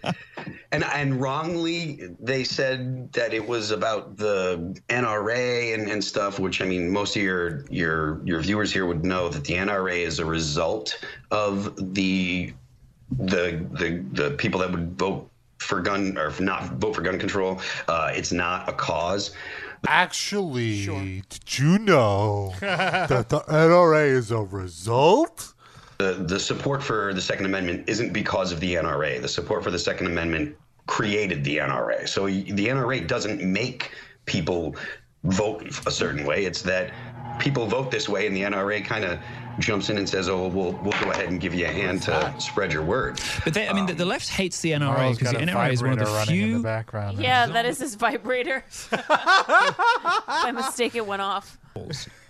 and and wrongly they said that it was about the NRA and, and stuff. Which I mean, most of your your your viewers here would know that the NRA is a result of the the the the people that would vote for gun or not vote for gun control. Uh, it's not a cause.
Actually, did you
[laughs]
know that the NRA is a result?
the the support for the Second Amendment isn't because of the NRA. The support for the Second Amendment created the NRA. So y- the NRA doesn't make people vote a certain way. It's that people vote this way, and the NRA kind of jumps in and says, "Oh, we'll we'll go ahead and give you a hand to spread your word."
But they, I mean, the, the left hates the NRA
Marlo's
because the
got a
NRA is one of the
vibrator running in
few.
the
background.
Yeah, that is his
[laughs]
vibrator. By mistake, it went off.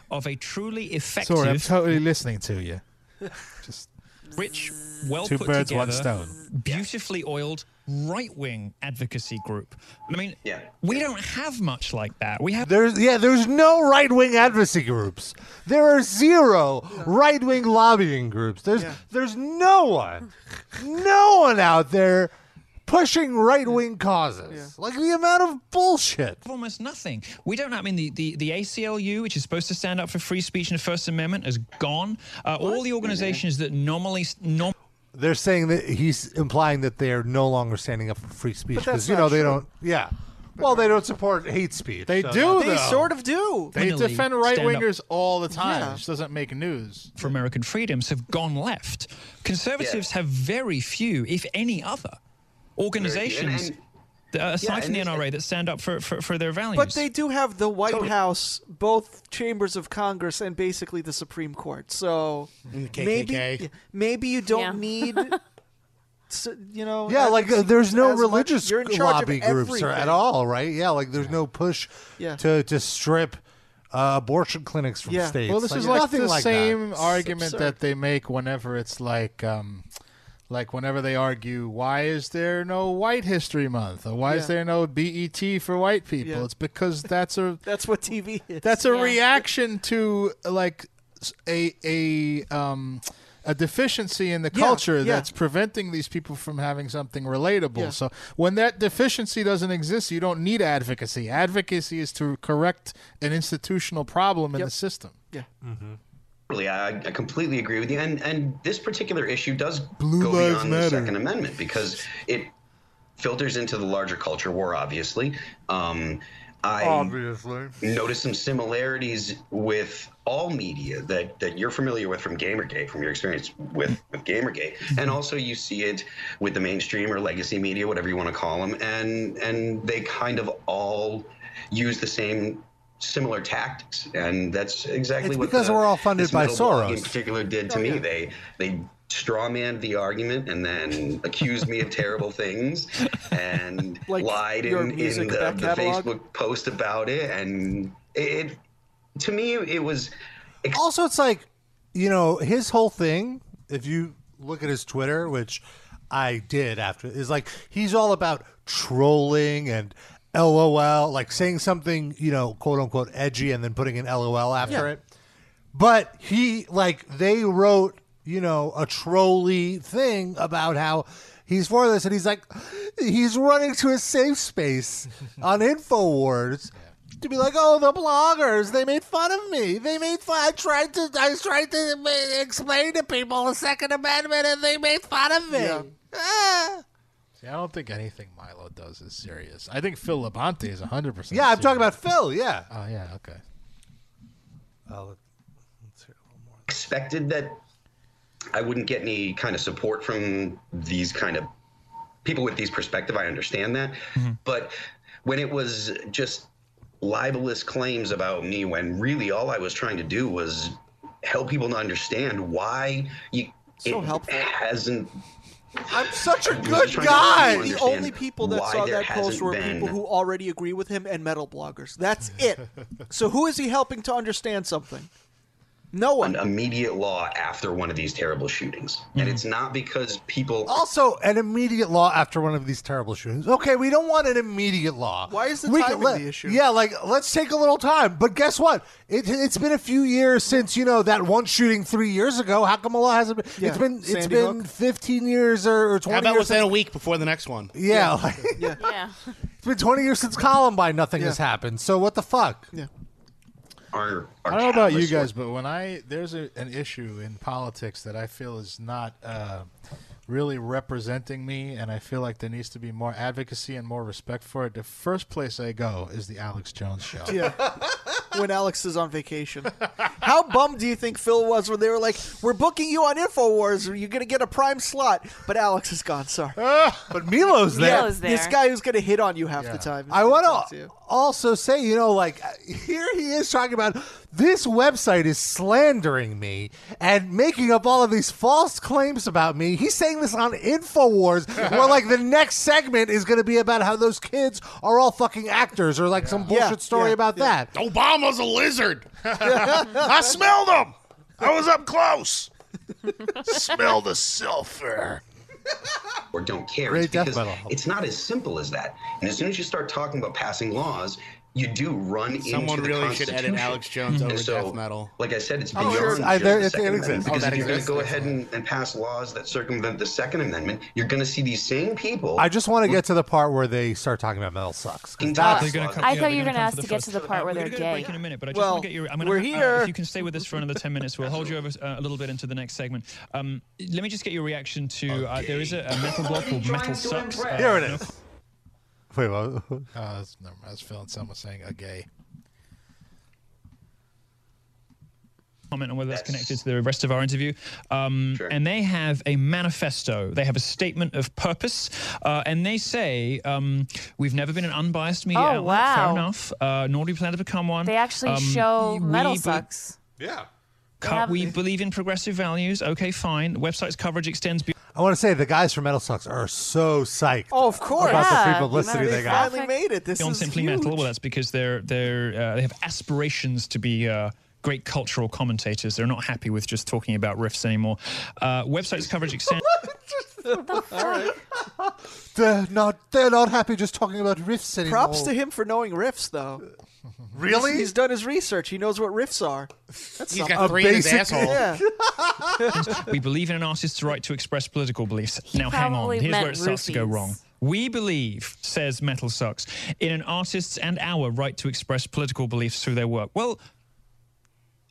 Of a truly effective,
Sorry, I'm totally listening to you.
rich, well
Two
put
birds, one
together,
stone.
beautifully oiled right wing advocacy group. I mean,
yeah.
we don't have much like that. We have
There's yeah, there's no right wing advocacy groups. There are zero right wing lobbying groups. There's there's no one, no one out there pushing right wing causes. Like the amount of bullshit.
almost nothing. We don't. I mean, the, the, the ACLU, which is supposed to stand up for free speech and the First Amendment, is gone. Uh, all the organizations that normally norm-
They're saying that he's implying that they are no longer standing up for free speech
But
because
that's
you know
not
they
true.
don't. Yeah. Well, they don't support hate speech.
They
so-
do. though. They
Finally,
defend right
stand up.
wingers all the time.
Yeah.
It just doesn't make news.
for American freedoms have gone left. Conservatives have very few, if any, other organizations
and-
that are aside
Yeah,
from the
and it's-
NRA that stand up for, for, for their values.
But they do have the White House, both chambers of Congress, and basically
Mm,
the Supreme Court. So
KKK.
maybe maybe you don't need s- you know.
Yeah, like uh,
advocacy
there's no
as much-
religious
you're in charge of
lobby groups or at
everything.
all, right? Yeah, like there's no push
Yeah.
to to strip uh, abortion clinics from states.
Well, this is like
nothing
the
like that.
same argument
absurd.
that they make whenever it's like, um, like whenever they argue, why is there no White History Month or why
Yeah.
is there no BET for white people?
Yeah.
It's because that's a
That's what TV is.
that's a reaction to like s- a a um a deficiency in the
Yeah,
culture
yeah.
that's preventing these people from having something relatable.
Yeah.
So when that deficiency doesn't exist, you don't need advocacy. Advocacy is to correct an institutional problem in the system.
Yeah.
Totally, I, I completely agree with you. And and this particular issue does
Blue
go
Lives
beyond the
Matter.
Second Amendment because it filters into the larger culture war. Obviously, um, I
Obviously.
noticed some similarities with all media that that you're familiar with from Gamergate, from your experience with with Gamergate, and also you see it with the mainstream or legacy media, whatever you want to call them, and and they kind of all use the same similar tactics, and that's exactly
It's
what
because
the-
we're all funded
this
by
metal blog
Soros.
in particular did
Oh,
to me. They they strawmanned the argument and then accused me of terrible things and
[laughs] Like
lied
your
in, in
music
the,
back
the
catalog?
Facebook post about it and it, it to me it was
also it's like you know his whole thing if you look at his twitter which i did after is like he's all about trolling and lol like saying something you know quote unquote edgy and then putting an lol after
Yeah.
it but he like they wrote you know a trolley thing about how he's for this and he's like he's running to a safe space on infowars to be like, oh, the bloggers, they made fun of me. They made fun. I tried to, I tried to ma- explain to people the Second Amendment, and they made fun of me.
Yeah.
Ah.
See, I don't think anything Milo does is serious. I think Phil Labonte is 100%
Yeah, I'm talking about Phil. Yeah.
Oh, yeah, okay.
expected that I wouldn't get any kind of support from these kind of people with these perspective. I understand that, but when it was just libelous claims about me, when really all I was trying to do was help people to understand why you it hasn't.
I'm such a
good guy. The only people that saw that post were people who already agree with him and metal bloggers. That's it. so who is he helping to understand something? No
one an immediate law after one of these terrible shootings, and it's not because people
Also, an immediate law after one of these terrible shootings. Okay, we don't want an immediate law. Why
is the timing the issue?
Yeah, like let's take a little time. But guess what? It, it's been a few years since you know that one shooting three years ago. How come a law hasn't been?
Yeah,
it's been it's
Sandy
been 15 years or, or 20.
How about
years
within
since-
a week before the next one?
Yeah, like-
Yeah.
It's been 20 years since Columbine. Nothing
Yeah.
has happened. So what the fuck?
Yeah.
are.
I don't know about you guys, but when I there's a, an issue in politics that I feel is not uh, really representing me, and I feel like there needs to be more advocacy and more respect for it. The first place I go is the Alex Jones show.
Yeah. [laughs] when Alex is on vacation. How bummed do you think Phil was when they were like, "We're booking you on Infowars. You're gonna get a prime slot," but Alex is gone. Sorry.
but Milo's there. Milo's there.
This guy who's gonna hit on you half the time.
I want to also say, you know, like here he is talking about this website is slandering me and making up all of these false claims about me. He's saying this on Infowars, where like the next segment is going to be about how those kids are all fucking actors or like some bullshit story about that.
Obama's a lizard. [laughs] I smelled him. I was up close.
Smell the sulfur. Or don't care. It's because it's not as simple as that. And as soon as you start talking about passing laws, you do run
Someone
into the
really should
Constitution.
edit Alex Jones
And
over
so,
death metal.
Like I said, it's
Oh,
beyond
sure.
just
I- there-
the
it-
Second
it
Amendment.
exists.
Because
Oh, that
if you're going to
exists.
go ahead and, and pass laws that circumvent the Second Amendment, you're going to see these same people.
I just want to get to the part where they start talking about metal sucks. 'cause
Uh,
that's-
they're gonna
I thought you were going to ask to get to the part where they're gay.
in a minute, but I just
Well,
want to get you. I'm gonna,
we're
uh,
here.
if you can stay with us for another 10 minutes, we'll hold you over uh, a little bit into the next segment. Um, let me just get your reaction to. Uh, there is a, a metal blog called Metal Sucks. Uh,
Here it
no-
is. Wait, what?
Uh, that's, never mind. I was feeling someone saying a gay.
comment on whether that's connected to the rest of our interview. Um, And they have a manifesto. They have a statement of purpose, uh, and they say um, we've never been an unbiased media
Oh,
outlet.
wow.
Fair enough. Uh, nor do we plan to become one.
They actually
Um,
show
we
metal
be-
sucks.
Yeah.
Co- we believe in progressive values. Okay, fine. The website's coverage extends beyond.
I want to say the guys from Metal Sucks are so psyched.
Oh, of course.
About the free publicity they got.
finally made it. This
beyond
is
simply
huge.
metal. Well, that's because they're they're uh, they have aspirations to be. Uh, Great cultural commentators. They're not happy with just talking about riffs anymore. Uh, websites
[laughs]
coverage extends.
They're not. They're not happy just talking about riffs anymore.
Props to him for knowing riffs,
[laughs]
though.
Really?
He's, he's done his research. He knows what riffs are. That's
He's
something.
got A three in his basic- asshole.
[laughs]
Yeah. [laughs]
we believe in an artist's right to express political beliefs. now, hang on.
probably
Here's where
meant
it starts to go
roofies.
wrong. We believe, says Metal Sucks, in an artist's and our right to express political beliefs through their work. Well,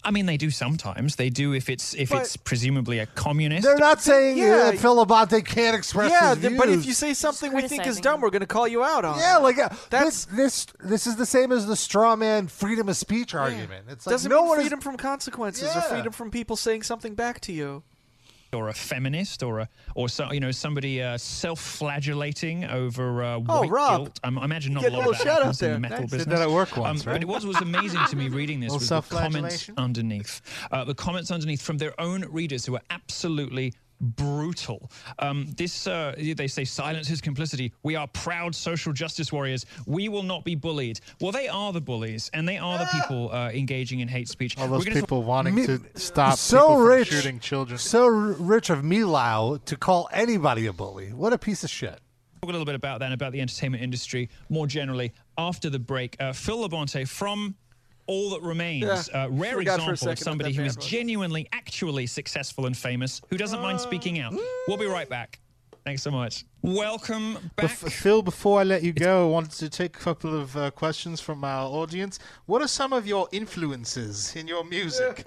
I mean, they do sometimes. They do if it's if
But-
it's presumably a communist.
They're not saying
Yeah.
that Phil Labonte can't express
yeah,
his
th-
views.
but if you say something we think is
criticizing
dumb, we're going to call you out on.
yeah,
it.
like uh, that's this, this. is the same as the straw man freedom of speech argument. It's like
doesn't
no
mean
one
freedom from consequences
Yeah.
or freedom from people saying something back to you.
or a feminist or a or so, you know somebody uh, self-flagellating over uh,
Oh,
white
Rob.
guilt. I'm, I imagine not
You
a
get a
lot
little
of that
shout out
happens in
there.
the metal
Nice. Did
business. Um,
that at work once,
But
right?
it was was amazing
[laughs]
to me reading this
Little
was the comments
self-flagellation?
underneath, uh, the comments underneath from their own readers who are absolutely brutal. Um, this uh, they say silence is complicity. We are proud social justice warriors. We will not be bullied. Well, they are the bullies, and they
[laughs]
are the people uh, engaging in hate speech.
All those
We're gonna-
people wanting to stop
so
people from
rich
shooting children.
So r- rich of Milau to call anybody a bully. What a piece of shit.
talk a little bit about that and about the entertainment industry more generally after the break. Uh, Phil Labonte from All That Remains,
Yeah,
uh,
forgot for
rare
a
example of
second
somebody
what that
who is
band was.
genuinely, actually successful and famous who doesn't mind speaking out. We'll be right back. Thanks so much. Welcome back.
Bef- Phil, before I let you go, I wanted to take a couple of uh, questions from our audience. What are some of your influences in your music?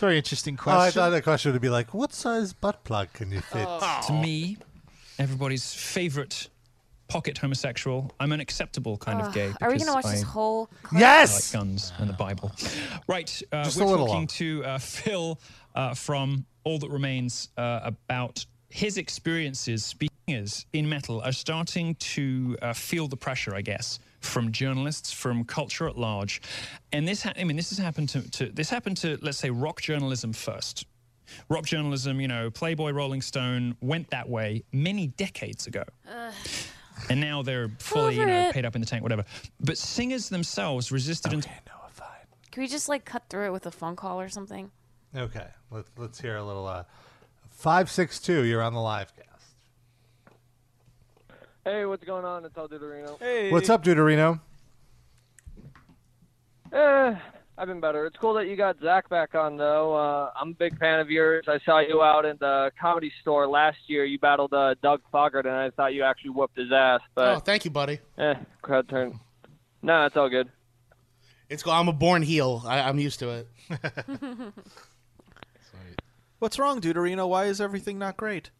Very interesting
Oh, I
question.
thought that question would be like, "What size butt plug can you fit?"
To me, everybody's favorite pocket homosexual. I'm an acceptable kind
Ugh,
of gay.
are we
because
gonna watch this
I-
whole clip?
Yes! I like guns and the Bible. Right. Uh,
Just a
we're
little
talking
long.
to uh, Phil uh, from All That Remains uh, about his experiences. Speakers in metal are starting to uh, feel the pressure, I guess, from journalists, from culture at large, and this. Ha- I mean, this has happened to, to this happened to let's say rock journalism first. Rock journalism, you know, Playboy, Rolling Stone went that way many decades ago and now they're fully, you
Over
know,
it.
paid up in the tank, whatever. But singers themselves resisted. and
Can we just like cut through it with a phone call or something?
Okay, let's let's hear a little. Uh, five six two. You're on the live cast.
Hey, what's going on? It's El Duderino.
Hey.
What's up, Deuterino?
Eh, I've been better. It's cool that you got Zach back on, though. Uh, I'm a big fan of yours. I saw you out in the comedy store last year. You battled uh, Doug Foggart, and I thought you actually whooped his ass. But
Oh, thank you, buddy.
eh, crowd turn. No, it's all good.
It's go- I'm a born heel. I, I'm used to it. [laughs]
What's wrong, Deuterino? Why is everything not great?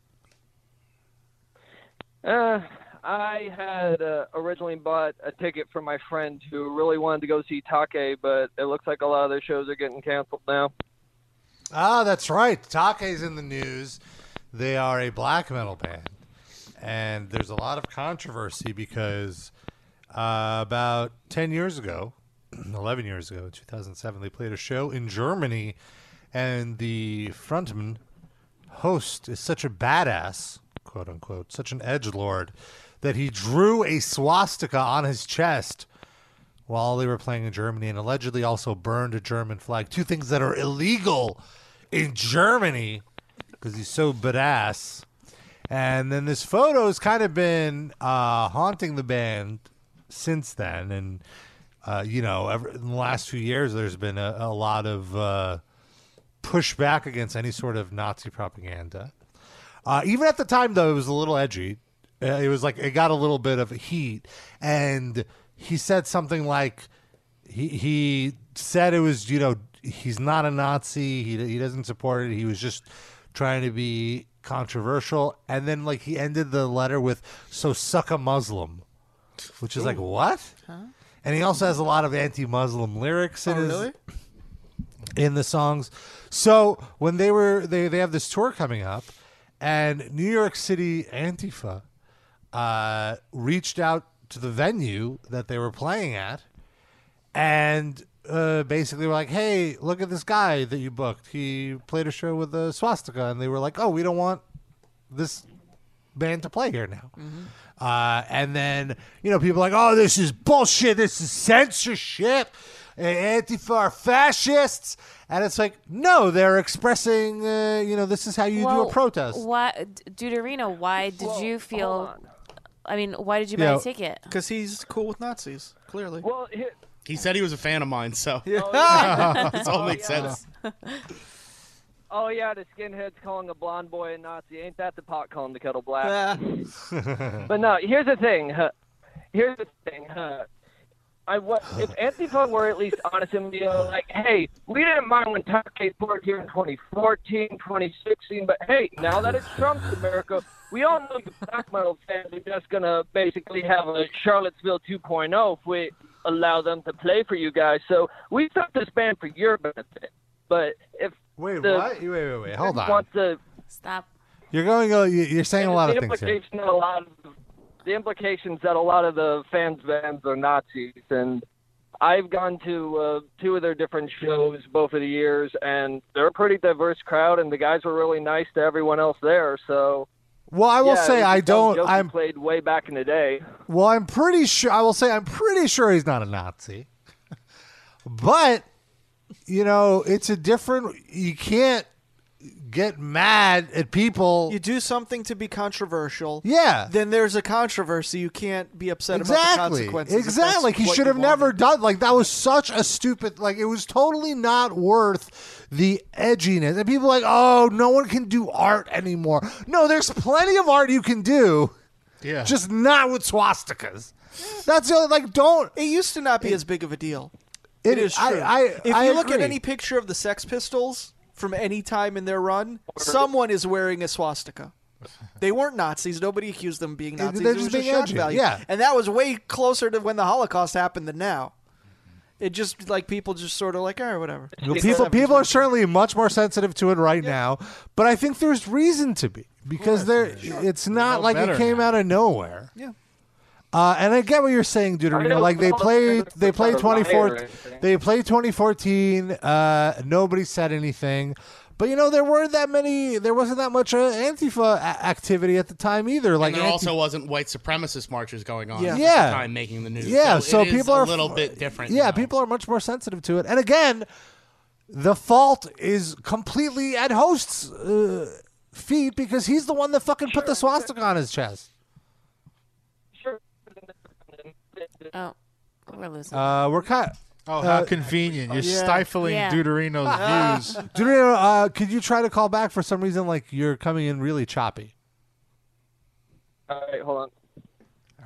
Uh, I had uh, originally bought a ticket from my friend who really wanted to go see Take, but it looks like a lot of their shows are getting canceled now.
Ah, that's right. Take's in the news. They are a black metal band, and there's a lot of controversy because uh, about ten years ago, [clears throat] eleven years ago, 2007, they played a show in Germany, and the frontman host is such a badass, quote unquote, such an edge lord, that he drew a swastika on his chest while they were playing in Germany and allegedly also burned a German flag. Two things that are illegal in Germany because he's so badass. And then this photo has kind of been uh, haunting the band since then. And, uh, you know, ever, in the last few years, there's been a, a lot of uh, pushback against any sort of Nazi propaganda. Uh, even at the time, though, it was a little edgy. Uh, it was like it got a little bit of heat, and he said something like, "He he said it was you know he's not a Nazi. He he doesn't support it. He was just trying to be controversial." And then like he ended the letter with, "So suck a Muslim," which is like
Ooh.
what?
Huh?
And he also has a lot of anti-Muslim lyrics in
Oh,
his
really?
in the songs. So when they were they they have this tour coming up, and New York City Antifa uh, reached out to the venue that they were playing at, and uh, basically were like, "Hey, look at this guy that you booked. He played a show with a swastika," and they were like, "Oh, we don't want this band to play here now. Uh, and then, you know, people are like, oh, this is bullshit. This is censorship. and Antifa are fascists. And it's like, no, they're expressing, uh, you know, this is how you do a protest.
Why, Deuterino? Why did you feel? I mean, why did you
Yeah.
buy a ticket?
Because he's cool with Nazis, clearly.
Well,
He said he was a fan of mine, so
Oh, yeah.
[laughs] this all makes
Oh, yeah.
sense.
Oh yeah, the skinheads calling a blonde boy a Nazi. Ain't that the pot calling the kettle black? [laughs] but no, here's the thing. huh, Here's the thing. huh, I wa if Antifa were at least honest and be uh, like, hey, we didn't mind when Turkey poured here in 2014, 2016, but hey, now that it's Trump's America, we all know the black metal fans are just gonna basically have a Charlottesville 2.0 if we allow them to play for you guys. So we took this band for your benefit, but if
wait,
the,
what? Wait, wait, wait. Hold on.
Want to
Stop.
You're going, uh, you- you're saying a lot
the
of things here.
implication that a lot of the implications that a lot of the fans bands are Nazis, and I've gone to uh, two of their different shows both of the years, and they're a pretty diverse crowd, and the guys were really nice to everyone else there. So,
Well, I will
yeah,
say
it's
I
just some
don't.
jokes
I'm
we played way back in the day.
Well, I'm pretty sure. I will say I'm pretty sure he's not a Nazi, [laughs] but you know, it's a different. You can't get mad at people.
You do something to be controversial.
Yeah.
Then there's a controversy. You can't be upset about the
exactly.
consequences. if
Exactly.
that's
Like he
what
should
you
have never done. Like that was such a stupid. Like it was totally not worth the edginess. And people are like, oh, no one can do art anymore. No, there's plenty of art you can do.
Yeah.
Just not with swastikas. That's the only, like don't.
It used to not be as big of a deal.
It
it is
I-
true.
I-
if
I
you look at
agree.
any picture of the Sex Pistols from any time in their run, someone is wearing a swastika. They weren't Nazis. Nobody accused them of being Nazis.
they're
it was
just being
a shock
edgy,
value.
yeah.
And that was way closer to when the Holocaust happened than now. It just like people just sort of like, all right, whatever.
You know, people people are certainly much more sensitive to it right now, but I think there's reason to be because there it's not
know
like it
better
came out of nowhere. Yeah. Uh, and I get what you're saying, dude. You know,
know
like they
all the
played, they
people
played
that are lying
2014.
or anything.
They played 2014. Uh, nobody said anything, but you know there weren't that many. There wasn't that much uh, Antifa a- activity at the time either. Like
and there
anti-
also wasn't white supremacist marches going on
Yeah.
at
Yeah.
the time making the news.
Yeah, so
it is
people are
a little
f-
bit different.
Yeah,
[laughs]
people are much more sensitive to it. And again, the fault is completely at host's uh, feet because he's the one that fucking put the swastika on his chest.
Oh, we're losing.
Uh, we're uh, cut.
Oh, how convenient. You're Yeah. stifling Yeah. Deuterino's [laughs] views.
Deuterino, uh, could you try to call back for some reason? Like you're coming in really choppy.
All right, hold on.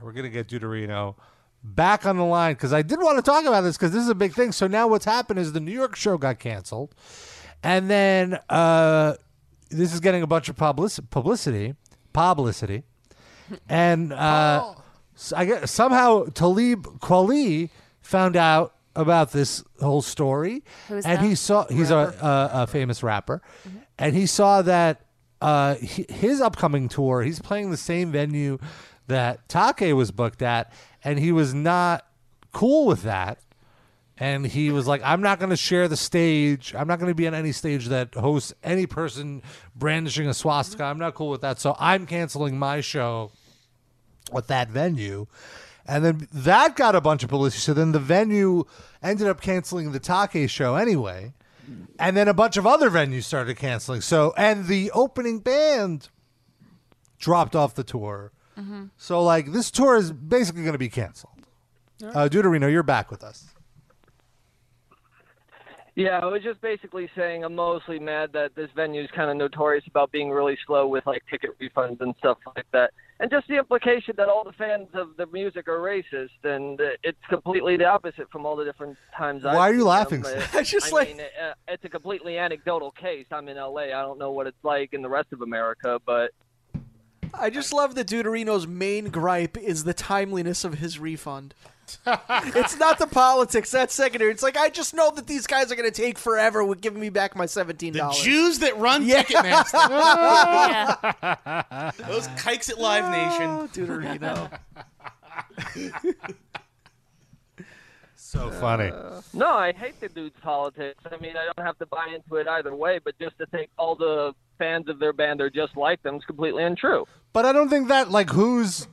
We're gonna get Deuterino back on the line because I did want to talk about this because this is a big thing. So now what's happened is the New York show got canceled, and then uh, this is getting a bunch of public- publicity, publicity, and uh, s- I guess somehow Talib Kweli found out about this whole story,
Who's
and
that?
he saw he's a, a, a famous rapper, and he saw that uh, he, his upcoming tour, he's playing the same venue that Take was booked at, and he was not cool with that. And he was like, I'm not going to share the stage. I'm not going to be on any stage that hosts any person brandishing a swastika. I'm not cool with that. So I'm canceling my show with that venue. And then that got a bunch of publicity. So then the venue ended up canceling the Take show anyway. And then a bunch of other venues started canceling. So, and the opening band dropped off the tour. So, like, this tour is basically going to be canceled. Uh, Deuterino, you're back with us.
Yeah, I was just basically saying I'm mostly mad that this venue is kind of notorious about being really slow with like ticket refunds and stuff like that, and just the implication that all the fans of the music are racist, and uh, it's completely the opposite from all the different times.
Why
I've
are you
seen
laughing,
Them.
Sam? [laughs]
I
Just
I
like-
mean, uh, it's a completely anecdotal case. I'm in LA. I don't know what it's like in the rest of America, but
I just love that Deuterino's main gripe is the timeliness of his
[laughs]
refund. it's not the politics that's secondary. It's like I just know that these guys are going to take forever with giving me back my seventeen dollars.
Jews that run
Yeah.
Ticketmaster.
[laughs]
[laughs]
Yeah.
Those kikes at Live Nation.
Deuterino.
[laughs]
So funny.
No, I hate the dude's politics. I mean, I don't have to buy into it either way, but just to think all the fans of their band are just like them is completely untrue.
But I don't think that like who's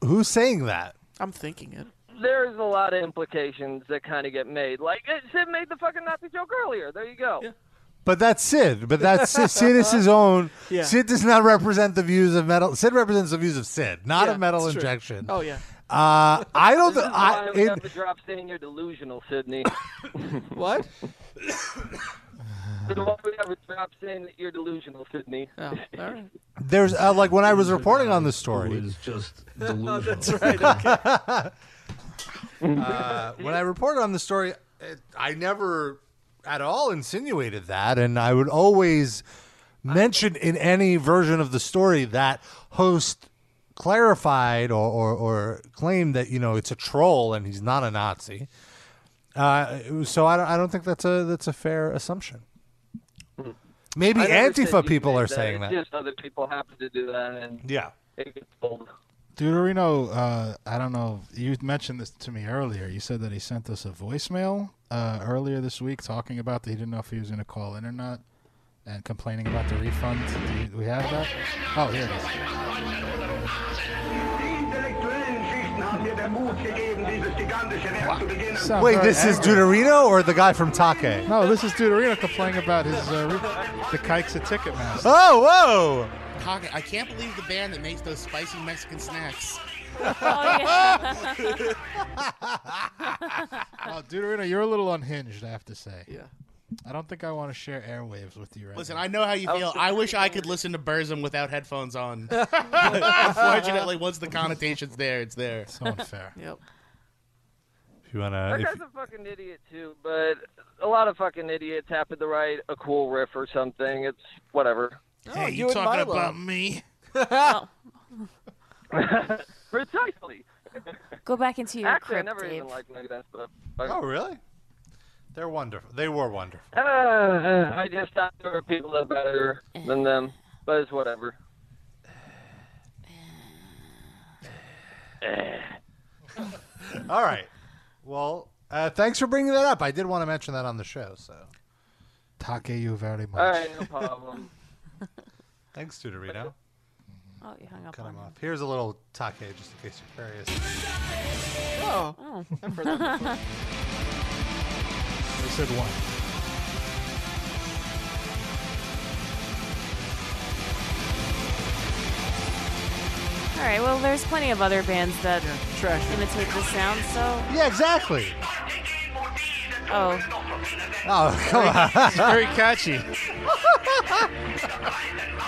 who's saying that.
I'm thinking it.
There's a lot of implications that kind of get made. Like eh, Sid made the fucking Nazi joke earlier. There you go.
But that's Sid. But that's Sid. Sid is his own.
[laughs] Yeah.
Sid does not represent the views of metal. Sid represents the views of Sid, not
Yeah,
of metal
it's true.
injection.
Oh, yeah.
Uh, I don't.
[laughs] This
Th-
is
I,
why we
it,
have the drop saying you're delusional, Sydney.
[laughs] what?
This is why we have a drop saying that you're delusional, Sydney.
Oh, all
[laughs]
right.
there's uh, like when I was reporting on the story.
just
that's
right,
[laughs] uh, when I reported on the story, it, I never at all insinuated that, and I would always mention in any version of the story that host clarified or, or, or claimed that you know it's a troll and he's not a Nazi. Uh, so I don't, I don't think that's a that's a fair assumption. Maybe
I never said
Antifa
you
people
made
are
that.
saying that.
It's Just other people happen to do that, and
yeah,
it gets old.
Deuterino, uh, I don't know. You mentioned this to me earlier. You said that he sent us a voicemail uh, earlier this week talking about that he didn't know if he was going to call in or not and complaining about the refund. Do you- we have that? Oh, here it is. Sounds
Wait,
very
this is
angry.
Deuterino or the guy from Take?
No, Oh, this is Deuterino complaining about his uh, re- the kikes at Ticketmaster.
Oh, whoa!
Pocket, I can't believe the band that makes those spicy
[laughs]
Mexican snacks.
Oh, Deuterino, you're a little unhinged, I have to say.
Yeah.
I don't think I want to share airwaves with you right
Listen,
now.
I know how you feel. I wish I could listen to Burzum without
[laughs]
headphones on. Unfortunately, once the connotation's there, it's there.
So unfair.
yep.
If you wanna,
That guy's a fucking idiot too, but a lot of fucking idiots happen to write a cool riff or something. It's whatever.
Oh,
Hey, you you talking Milo. about me?
[laughs] Precisely.
Go back into your
Actually, I
crypt,
never even
Dave.
liked Megadeth, but
Oh, really? They're wonderful. They were wonderful.
Uh, uh, I just thought there were people that are better than them, but it's whatever.
All right. Well, uh, thanks for bringing that up. I did want to mention that on the show. So
Take you very much.
All right, no problem.
[laughs] thanks, Tudorino.
Oh, you hung up
Cut
on
him
him.
off. Here's a little take, just in case you're curious.
Oh. I've heard
[laughs]
that before.
They said one.
All right. Well, there's plenty of other bands that imitate the sound. So.
Yeah, exactly.
Oh.
[laughs]
Oh, come on. [laughs]
It's very catchy.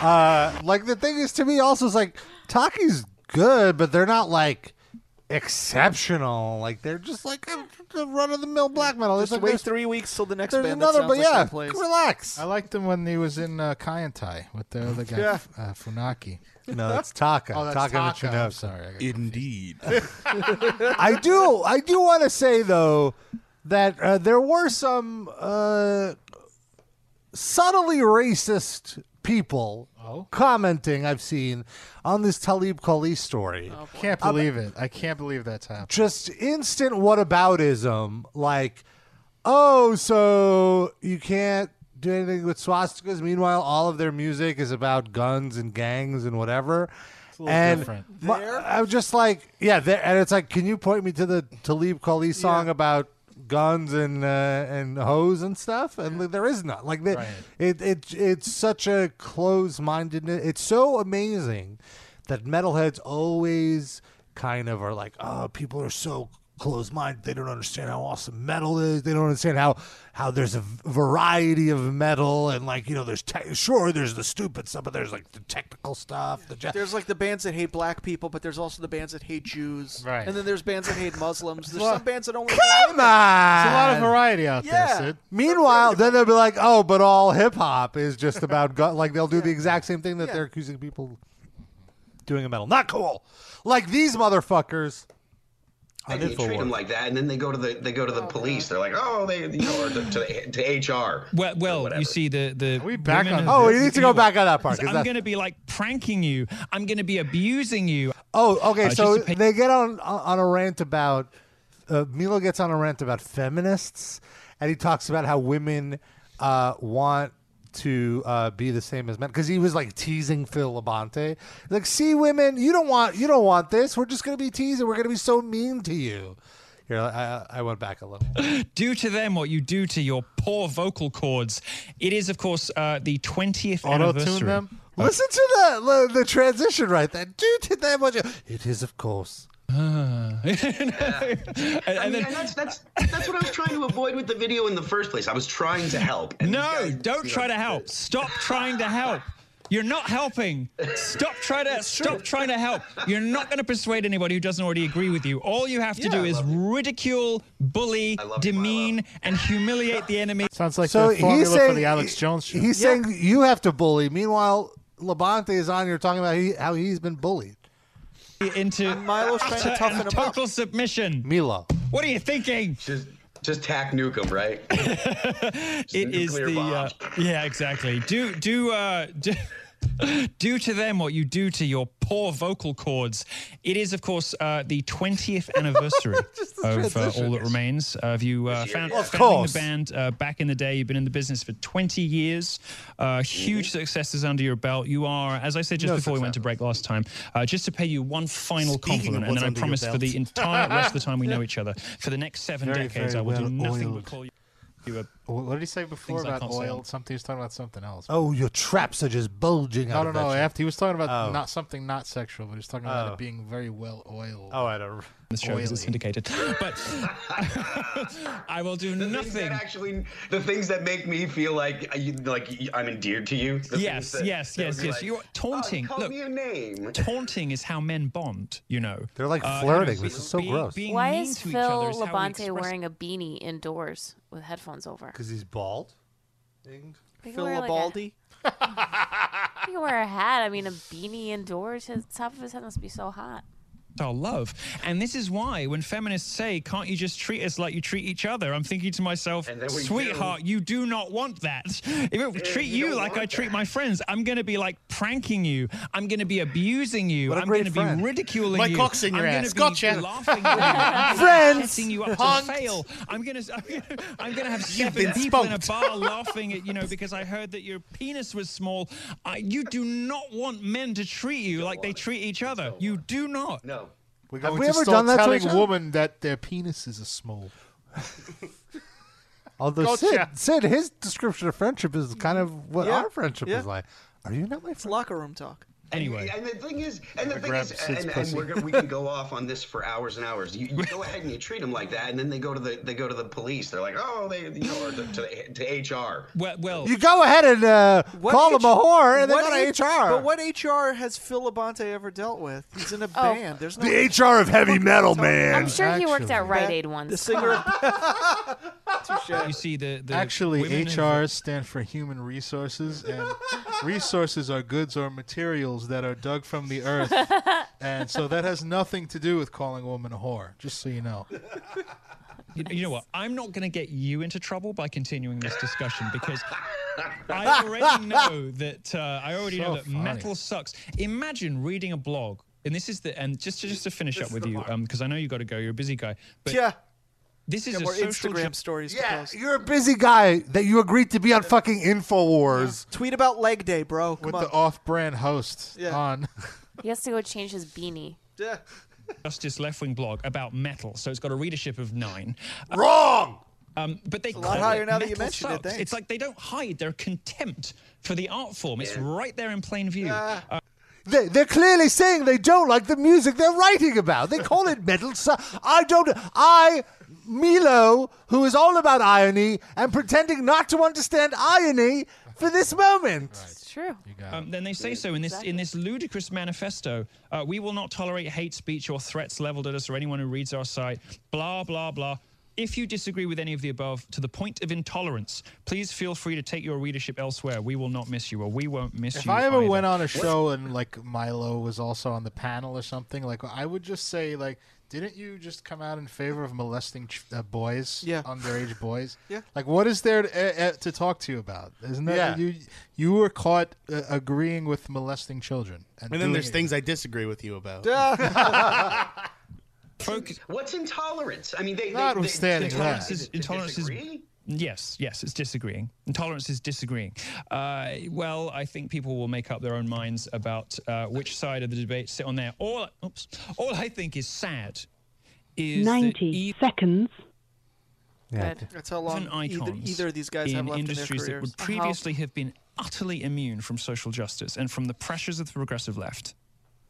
Uh, like the thing is, to me, also is like Taki's good, but they're not like exceptional. Like they're just like a, run of the mill black metal.
Just
it's like
wait
there's-
three weeks till the next
there's
band.
another,
that
but
sounds like
yeah,
someplace.
relax.
I liked him when he was in uh, Kayentai with the other guy,
Yeah.
uh, Funaki.
No, that's Taka.
Oh, that's
Taka
Taka. I'm
Michinoku.
sorry.
Indeed.
[laughs]
[laughs]
I do. I do want to say though that uh, there were some uh, subtly racist people commenting. I've seen on this Talib Kweli story. Uh,
Can't believe it. I can't believe that's happened.
Just instant whataboutism, like, oh, so you can't do anything with swastikas. Meanwhile, all of their music is about guns and gangs and whatever. It's
a little
and
different.
my- I was just like, yeah, there, and it's like, can you point me to the Talib Kweli song about guns and uh, and hoes and stuff? And like, there is not like that. It, it it's such a closed mindedness. It's so amazing that metalheads always kind of are like, oh, people are so closed minded. They don't understand how awesome metal is. They don't understand how how there's a v- variety of metal and like you know, there's te- sure there's the stupid stuff, but there's like the technical stuff. The ja-
There's like the bands that hate black people, but there's also the bands that hate Jews.
Right.
And then there's bands that hate Muslims. There's
Well,
some bands that don't.
Come on.
There's a lot of
variety out
there, Yeah. Sid.
Meanwhile, then they'll be like, oh, but all hip hop is just about gun. Like, they'll do the exact same thing that they're accusing people doing a metal. Not cool. Like, these motherfuckers. on
And you treat
Infowars.
them like that, and then they go to the they go to the police. They're like, oh, they you know, or to, to, the, to HR.
Well, well, you see the the we
back on this? Oh, we need to go back on that part, 'cause
I'm
that's-
going to be like pranking you. I'm going to be abusing you.
Oh, okay.
Uh, just
so
to pay-
they get on on a rant about uh, Milo gets on a rant about feminists, and he talks about how women uh, want to uh, be the same as men because he was like teasing Phil Labonte, like, "See, women, you don't want you don't want this. We're just gonna be teasing. We're gonna be so mean to you." Here, I, I I went back a little.
do to them what you do to your poor vocal cords. It is, of course, uh, the 20th
Auto-tune
anniversary.
them? Listen to the, the the transition right there. Do to them what you. It is, of course.
Ah. [laughs] and,
I mean, and that's that's that's what I was trying to avoid with the video in the first place. I was trying to help. And
No, don't try to help. Stop trying to help. You're not helping. Stop trying to stop trying to help. You're not going to persuade anybody who doesn't already agree with you. All you have to do is ridicule, bully, demean, and humiliate the enemy.
Sounds like the formula for the Alex Jones show.
He's saying you have to bully. Meanwhile, Labonte is on here talking about he, how he's been bullied.
into
Milo's trying to
utter
toughen
and
him up.
total submission.
Milo,
what are you thinking?
Just just tack nuke 'em,
[laughs]
right?
it is the [laughs] uh, yeah exactly do do uh [laughs] do Do to them what you do to your poor vocal cords. It is, of course, uh, the
[laughs]
20th anniversary of uh,
transition.
All That Remains. Uh, of you uh, found,
Of
founding
course.
the band uh, back in the day, you've been in the business for 20 years. Uh, huge successes under your belt. You are, as I said just
Mm-hmm. No
before we went to break last time, uh, just to pay you one final
Speaking of
compliment, and
what's
then I
under your
promise for the
belt.
entire rest of
[laughs]
the time we know each other, for the next seven
Very,
decades,
very
I will do
well
nothing
oiled.
but call you. you a
What did he say before
Things I
about
can't say.
oil? Something he was talking about something else.
oh, your traps are just bulging
No,
out.
no,
of
no.
that
After he was talking about
Oh.
not something not sexual, but he was talking about
Oh.
it being very well oiled.
Oh, I
[laughs]
don't.
the show because it's syndicated. But [laughs] I will do nothing.
That actually, the things that make me feel like uh, you- like I'm endeared to you. the
Yes,
things that-
yes,
that
yes,
would be
yes.
like, "Oh,
You're taunting.
call
Look,
me a name. [laughs]
taunting is how men bond. You know,
They're like
Uh, you know,
flirting.
be-
this is so
being-
gross.
being
Why
mean
is
to each other
Phil
is how we
Labonte
express-
wearing a beanie indoors with headphones over?
Because he's bald.
They can
Phil
wear, like, a-
Labaldi.
[laughs] He can wear a hat. I mean, a beanie indoors. His top of his head must be so hot.
our love. And this is why when feminists say, can't you just treat us like you treat each other? I'm thinking to myself,
And then we
sweetheart, you do not want that. [laughs] If it would treat
you
you,
don't
like
want
I treat my friends, I'm going to be like pranking you. I'm going to be abusing you.
What a
I'm
great
going to
friend.
be ridiculing
My
you.
cock's in your
I'm gonna
ass.
be
Gotcha.
laughing
[laughs]
at you. I'm gonna be
Friends.
setting you up
Punked.
to fail. [laughs] I'm going to I'm gonna, I'm gonna have
You've
seven
been
people in a
[laughs]
spunked.
bar laughing at you know because I heard that your penis was small. I, you do not want men to treat you, like they treat each other. You do not.
No.
We're
Have
going
we
to
ever
start
done that to
Oh, telling
each other?
women that their penises are small.
[laughs] Although
Gotcha.
Sid, Sid, his description of friendship is kind of what
Yeah,
our friendship
yeah.
is like. Are you not my
It's
friend?
locker room talk.
Anyway.
And the thing is, and the thing
grab
is,
Sid's
and, and
pussy.
we're, gonna- we can go off on this for hours and hours. You, you go ahead and you treat them like that, and then they go to the they go to the police. They're like, oh, they you know, or to, to, to HR. [laughs]
Well, well
You go ahead and uh,
What
call
H-
him a whore, and then go
what
to
H-
HR.
But what HR has Phil Labonte ever dealt with? He's in a band. There's no.
the HR of heavy metal, man.
Oh. I'm sure he worked at
actually,
Rite
that-
Aid
The
once.
singer. of-
[laughs]
you see the, the
Actually,
women in-
HRs stand for human resources, and resources are goods or materials that are dug from the earth. and so that has nothing to do with calling a woman a whore, just so you know.
You, you know what? I'm not going to get you into trouble by continuing this discussion because I already know that uh, I already
So
know that
funny.
metal sucks. Imagine reading a blog, and this is the and just to, just to finish up with you, because I know you got to go. You're a busy guy, but
yeah.
this is
Got
a
more
social.
Instagram
ju-
stories to
Yeah,
post.
you're a busy guy that you agreed to be on fucking Infowars.
Tweet about leg day, bro. Come
With
on.
the off-brand host
Yeah.
on.
He has to go change his
[laughs]
beanie.
Yeah.
Justice left wing blog about metal, so it's got a readership of nine. Uh,
Wrong.
Um, but they
a
call
lot higher
it
now that you
metal
mention it,
sucks.
thanks.
It's like they don't hide their contempt for the art form. It's right there in plain view.
Ah.
Uh,
They, they're clearly saying they don't like the music they're writing about. They call it metal. Su- I don't. I, Milo, who is all about irony and pretending not to understand irony for this moment.
It's true.
Um, then they say so in this in this ludicrous manifesto. Uh, we will not tolerate hate speech or threats leveled at us or anyone who reads our site. Blah blah blah. If you disagree with any of the above, to the point of intolerance, please feel free to take your readership elsewhere. We will not miss you, or we won't miss
If
you.
I ever
either.
went on a show and like Milo was also on the panel or something, like I would just say like, didn't you just come out in favor of molesting ch- uh, boys,
Yeah.
underage boys?
[laughs] Yeah.
Like, what is there to, uh, uh, to talk to you about? Isn't that
Yeah.
you? You were caught uh, agreeing with molesting children, and,
And then
doing
there's
it.
things I disagree with you about.
Focus-
What's intolerance? I mean, they they-
Notwithstanding
they,
that.
Intolerance is- intolerance is-
disagree?
Yes, yes, it's disagreeing. Intolerance is disagreeing. Uh, well, I think people will make up their own minds about uh, which side of the debate sit on there. All, oops, all I think is sad is that
90 seconds.
Yeah.
Good. That's how long
Even
either,
icons
either of these guys
in
have left in their
industries
careers. Uh-huh.
that would previously have been utterly immune from social justice and from the pressures of the progressive left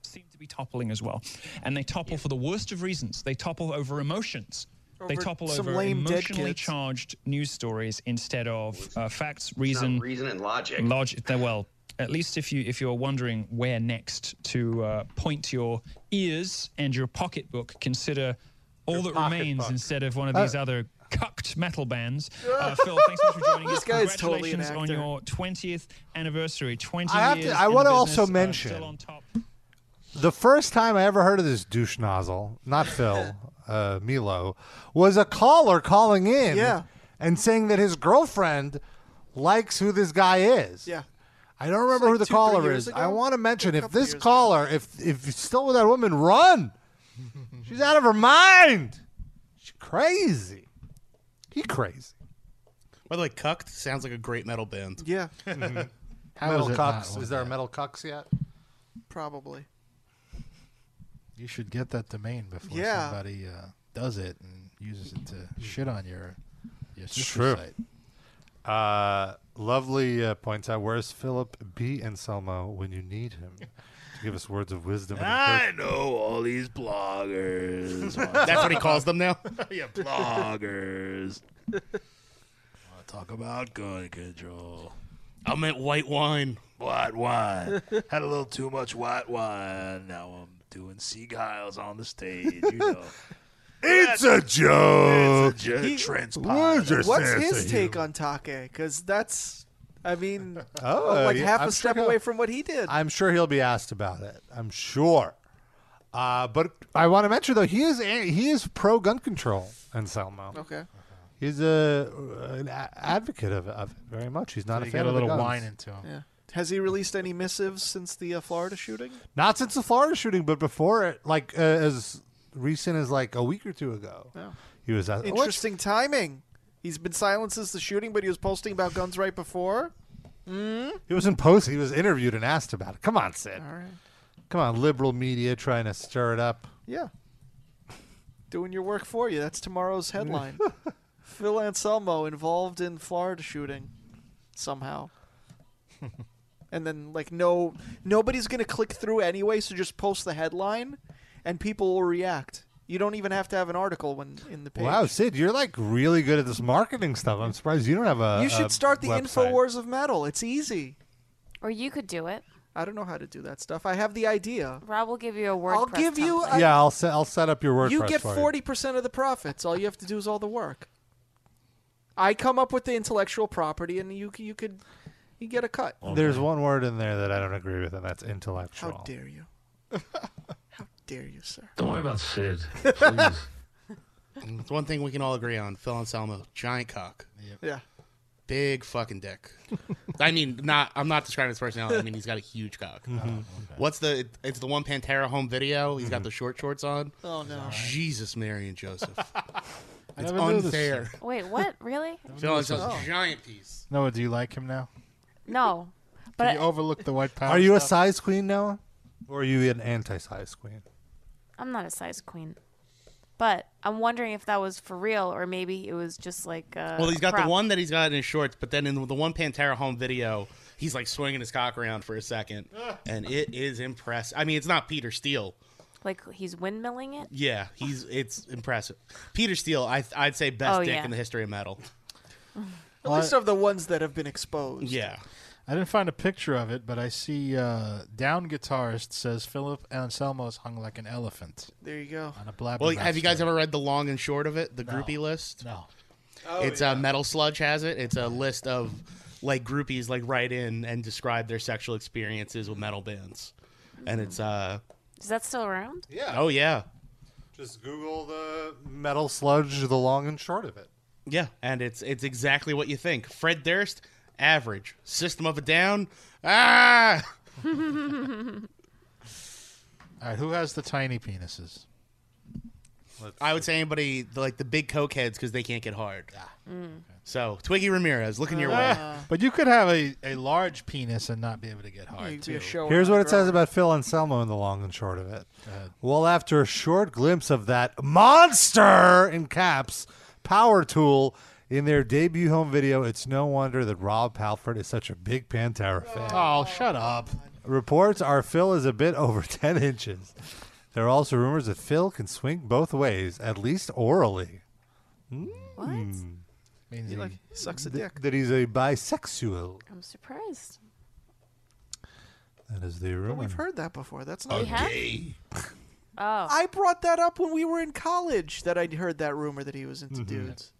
seem to be toppling as well. And they topple for the worst of reasons. They topple over emotions. they
Over
topple
some
over
lame dead
emotionally
kids.
charged news stories instead of uh, facts, reason,
reason and logic.
Logic. they're Well, at least if you if you're wondering where next to uh, point your ears and your pocketbook, consider all that remains instead of one of
Uh,
these other cucked metal
[laughs]
bands. Uh, Phil, thanks so much for joining
This
us.
guy is totally an
Congratulations on
actor.
your 20th anniversary. 20
I have to-
years.
I
in the
wanna also
business, uh,
mention-
still on top.
The first time I ever heard of this douche nozzle, [laughs] not Phil, uh, Milo, was a caller calling in
Yeah.
and saying that his girlfriend likes who this guy is.
Yeah.
I don't remember who the
two, three
caller
years
is. I
ago?
want to mention
Yeah,
if
a couple
this
years
caller, if if you're still with that woman,
[laughs]
run. She's out of her mind. She's
[laughs]
crazy. He crazy.
By the way, Cucked sounds like a great metal band.
Yeah.
Mm-hmm.
metal cucks. Is there a metal cucks yet?
Probably.
You should get that domain before
Yeah.
somebody uh, does it and uses it to shit on your your
It's
sister
true.
site.
Uh, lovely uh, points out. Where's Philip B. Anselmo when you need
[laughs]
him to give us words of wisdom? and encouragement?
know all these
[laughs]
bloggers.
That's what he calls
them now?
yeah, [laughs]
bloggers.
Talk about gun control.
I meant white wine.
White wine. Had a little too much white wine. Now I'm doing sea guiles on the stage. You [laughs] know.
It's
Uh,
a joke.
It's a joke.
He-
Transpired.
What's his take on Take? Because that's, I mean,
Oh,
like
yeah,
half
I'm
a
sure
step
he'll-
away from what he did.
I'm sure he'll be asked about it. I'm sure. Uh, but I want to mention though he is a- he is pro gun control, Anselmo.
Okay.
He's a an a- advocate of, of it very much. He's not
So
a
you
fan
get a
of
little
the guns.
wine into him.
Yeah. Has he released any missives since the uh, Florida shooting?
Not since the Florida shooting, but before it, like uh, as recent as like a week or two ago.
No.
He was asked, "What
Interesting timing. He's been silent since the shooting, but he was posting about guns right before. Mm?
He was in post. He was interviewed and asked about it. Come on, Sid.
All right.
Come on, liberal media trying to stir it up.
Yeah. Doing your work for you. That's
Mm. [laughs]
tomorrow's headline. Phil Anselmo involved in Florida shooting
[laughs]
somehow. and then like no nobody's going to click through anyway, so just post the headline and people will react. You don't even have to have an article when in the page.
Wow, Sid, you're like really good at this marketing stuff. I'm surprised you don't have a.
you
a
should start the
website.
InfoWars of Metal. It's easy.
Or you could do it.
I don't know how to do that stuff. I have the idea.
Rob will give you a WordPress.
I'll give you
template.
a-
yeah, I'll set. I'll set up your WordPress.
you get
for
forty percent of the profits. All you have to do is all the work. I come up with the intellectual property, and you c- you could you get a cut.
There's one word in there that I don't agree with, and that's intellectual.
How
[laughs]
dare you? How dare you, sir?
Don't worry
[laughs]
about Sid.
[laughs] It's one thing we can all agree on. Phil Anselmo, giant cock.
Yeah.
Big fucking dick. I mean, not. I'm not describing his personality. I mean, he's got a huge cock.
Mm-hmm.
Oh,
What's the? It's the one Pantera home video. He's
Mm-hmm.
got the short shorts on.
Oh no!
Jesus, Mary and
[laughs]
Joseph. it's
never knew this.
unfair.
Wait, what? Really?
Phil Anselmo,
Oh.
giant piece.
Noah, do you like him now?
No, but
Can you overlook the white power?
Are you a
stuff?
size queen now, or are you an anti-size queen?
I'm not a size queen. But I'm wondering if that was for real or maybe it was just like. Uh,
Well, he's
a
got
prop.
the one that he's got in his shorts, but then in the one Pantera home video, he's like swinging his cock around for a second, and it is impressive. I mean, it's not Peter Steele.
Like he's windmilling it.
Yeah, he's it's impressive. Peter Steele, I I'd say best
Oh,
dick
yeah.
in the history of metal.
At least of the ones that have been exposed.
Yeah.
I didn't find a picture of it, but I see uh, down guitarist says Philip Anselmo's hung like an elephant.
There you go.
On a blab.
Well, have you guys ever read the long and short of it, the groupie list?
No.
it's uh, Metal Sludge has it. It's a list of like groupies like write in and describe their sexual experiences with metal bands, and it's uh
Is that still around?
Yeah.
oh yeah
Just Google the metal sludge, the long and short of it.
yeah, and it's it's exactly what you think. Fred Durst, average. System of a Down,
[laughs]
ah.
All right, who has the tiny penises?
I would say anybody like the big coke heads because they can't get hard. So Twiggy Ramirez, looking
[laughs]
your way.
but you could have a, a large penis and not be able to get hard. too.
Here's what it says about Phil Anselmo in the long and short of it. Well, after a short glimpse of that monster in caps power tool in their debut home video, it's no wonder that Rob Halford is such a big Pantera fan.
Oh, shut up.
Reports are Phil is a bit [laughs] over 10 inches. There are also rumors that Phil can swing both ways, at least orally. Hmm.
What?
Means
he like sucks a
Th-
dick.
That he's a bisexual.
I'm surprised.
That is the rumor.
We've heard that before. That's not
We have? Okay.
Oh.
I brought that up when we were in college that I'd heard that rumor that he was into
Mm-hmm.
dudes.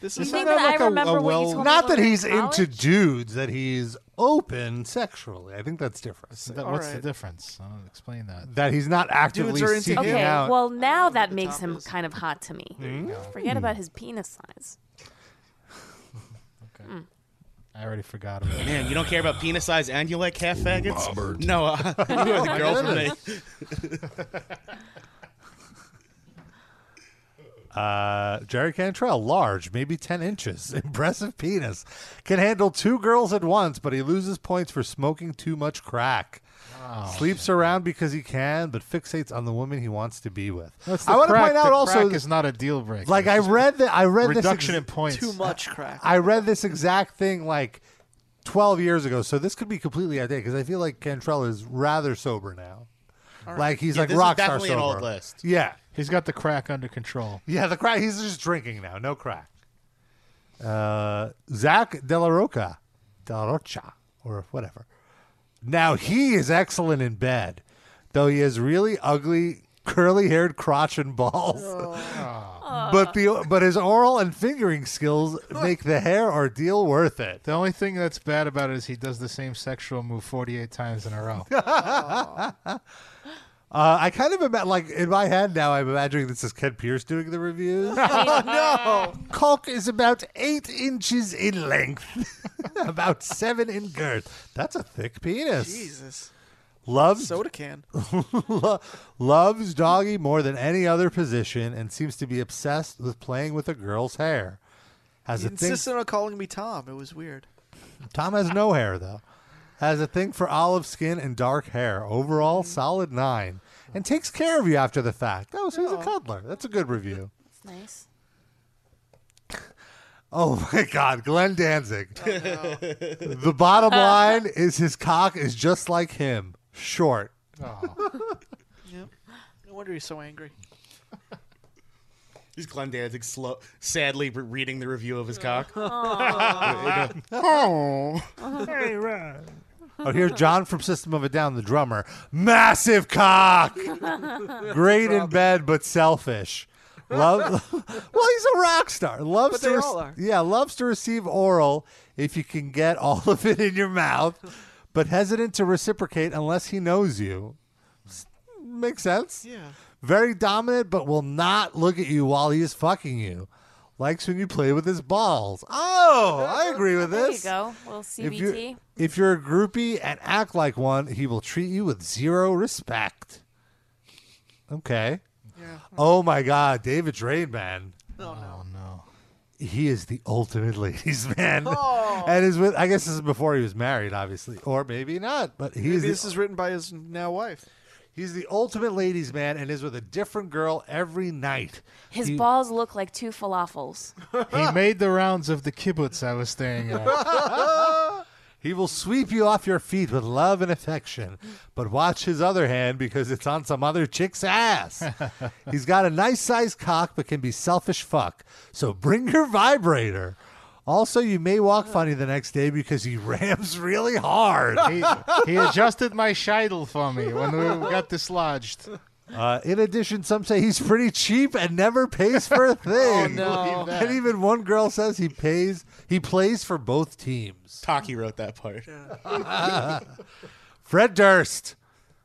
This
You
is
mean that I remember what you told me
Not
when
that
we were
he's
in
into
college?
dudes, that he's open sexually. I think that's different.
That- what's the difference? I don't explain that.
That he's not actively seeking
okay,
out.
well now that makes him kind of hot to me. Forget
Hmm.
about his penis size. Hmm. okay.
I already forgot about it.
Man, you don't care about penis size and you like half faggots?
Robert.
No, uh, [laughs] you are
Oh
the girl
my
[laughs] Uh, Jerry Cantrell, large, maybe 10 inches, [laughs] impressive penis. Can handle two girls at once, but he loses points for smoking too much crack.
Oh,
Sleeps around because he can, but fixates on the woman he wants to be with.
That's the
I want to
crack.
point out
The
also
crack is not a deal breaker.
Like I read that I read
Reduction
this
in points. Too
much crack.
I read this exact thing like 12 years ago, so this could be completely outdated because I feel like Cantrell is rather sober now. Like he's
Yeah,
like
this is
rock star
definitely
sober.
an old list.
Yeah,
He's got the crack under control.
yeah, the crack. He's just drinking now. No crack. Uh, Zach Delaroca, Delarocha, or whatever. Now he is excellent in bed, though he has really ugly, curly-haired crotch and balls.
[laughs]
But the but his oral and fingering skills make the hair ordeal worth it.
The only thing that's bad about it is he does the same sexual move 48 times in
[laughs]
a row.
Oh,
[laughs] Oh,
Uh, I kind of imagine, like in my head now, I'm imagining this is Ken Pierce doing the
[laughs]
reviews.
Oh,
no! Cock is about eight inches in length, [laughs] about seven in girth. That's a thick penis.
Jesus.
Loves
Soda can.
[laughs] Lo- loves doggy more than any other position, and seems to be obsessed with playing with a girl's hair. Has
He
a thing.
insisted on calling me Tom. It was weird.
Tom has no hair though. Has a thing for olive skin and dark hair. Overall, solid nine, and takes care of you after the fact. Oh, so he's a cuddler. That's a good review.
It's nice.
Oh my God, Glenn
[laughs]
Danzig. the bottom line is his cock is just like him, short. Oh.
[laughs] Yep. No wonder he's so angry.
He's Glenn Danzig, slow, sadly re- reading the review of his cock.
Aw.
[laughs]
[laughs]
Hey, Ryan. Oh, here's John from System of a Down, the drummer. Massive cock, great in bed but selfish.
[laughs]
Love. well, he's a rock star. Loves
But
to.
they all are.
Yeah, loves to receive oral if you can get all of it in your mouth, but hesitant to reciprocate unless he knows you. S- Makes sense.
Yeah.
Very dominant, but will not look at you while he is fucking you. Likes when you play with his balls. Oh, I agree with
There you
this.
go. Little
If you're,
CBT.
if you're a groupie and act like one, he will treat you with zero respect. Okay. Oh my God, David Drain, man.
Oh, no.
He is the ultimate ladies [laughs] man,
Oh.
and is with. I guess this is before he was married, obviously, or maybe not. But he
Maybe
is the,
this is written by his now wife.
he's the ultimate ladies man, and is with a different girl every night.
His
He-
balls look like two falafels.
he
[laughs]
made the rounds of the kibbutz I was staying at.
He will sweep you off your feet with love and affection, but watch his other hand because it's on some other chick's ass.
[laughs]
He's got a nice sized cock, but can be selfish fuck. So bring your vibrator. Also, you may walk funny the next day because he [laughs] rams really hard.
He, he adjusted my scheidel for me [laughs]
[laughs]
when we got dislodged.
Uh, in addition, some say he's pretty cheap and never pays
[laughs]
for a thing.
Oh, no. Believe that.
And even one girl says he pays. He plays for both teams.
Taki wrote that part.
[laughs] Fred Durst.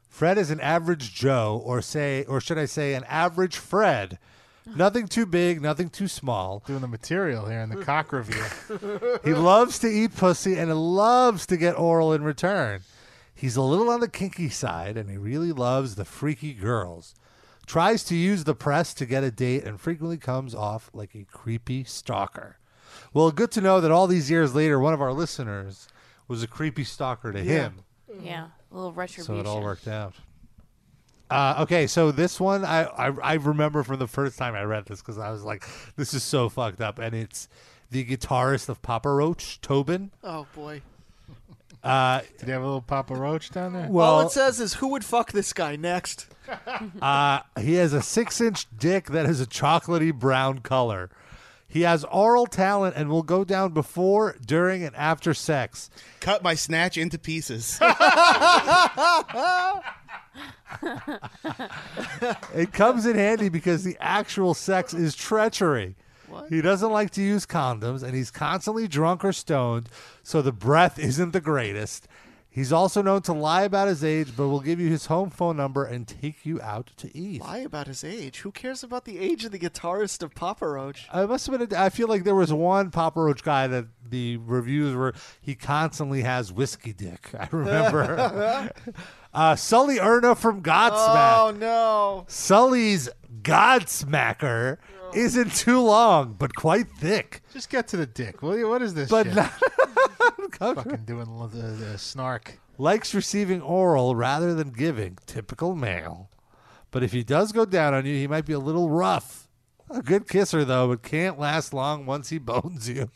Fred is an average Joe, or say, or should I say, an average Fred. Nothing too big, nothing too small.
Doing the material here in the
[laughs]
cock review.
He loves to eat pussy and loves to get oral in return. He's a little on the kinky side, and he really loves the freaky girls. tries to use the press to get a date and frequently comes off like a creepy stalker. Well, good to know that all these years later, one of our listeners was a creepy stalker to him.
Yeah, a little
So
retribution.
it all worked out. Uh, okay, so this one I, I I remember from the first time I read this because I was like, this is so fucked up, and it's the guitarist of Papa Roach, Tobin.
[laughs] Oh boy.
Uh,
Did he have a little Papa Roach down there?
Oh,
All it says is who would fuck this guy next.
[laughs]
[laughs]
Uh, he has a six inch dick that is a chocolatey brown color. He has oral talent and will go down before, during, and after sex.
Cut my snatch into pieces.
[laughs] It comes in handy because the actual sex is treachery. He doesn't like to use condoms and he's constantly drunk or stoned, so the breath isn't the greatest. He's also known to lie about his age, but will give you his home phone number and take you out to eat.
Lie about his age. Who cares about the age of the guitarist of Papa Roach? [laughs]
I must have been. A, I feel like there was one Papa Roach guy that the reviews were. He constantly has whiskey dick. [laughs] I
[laughs]
remember. uh, Sully Erna from Godsmack.
Oh no.
Sully's Godsmacker isn't too long, but quite thick.
Oh. Just get to the dick. What, what is this?
But
shit?
not- [laughs]
fucking doing the, the, the snark.
Likes receiving oral rather than giving. Typical male. But if he does go down on you, he might be a little rough. A good kisser, though, but can't last long once he [laughs] bones you.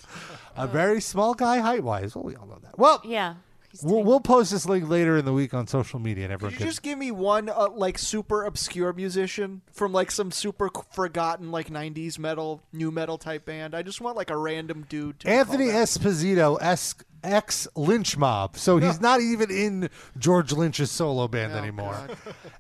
A very small guy height wise. Well, we all know that. Well,
yeah.
We'll, we'll post this link later in the week on social media, and everyone
Could
can.
[laughs] you just give me one uh, like super obscure musician from like some super c- forgotten like 90s metal, new metal type band? I just want like a random dude to
Anthony Esposito, es- ex Lynch Mob. So he's not even in George Lynch's solo band anymore.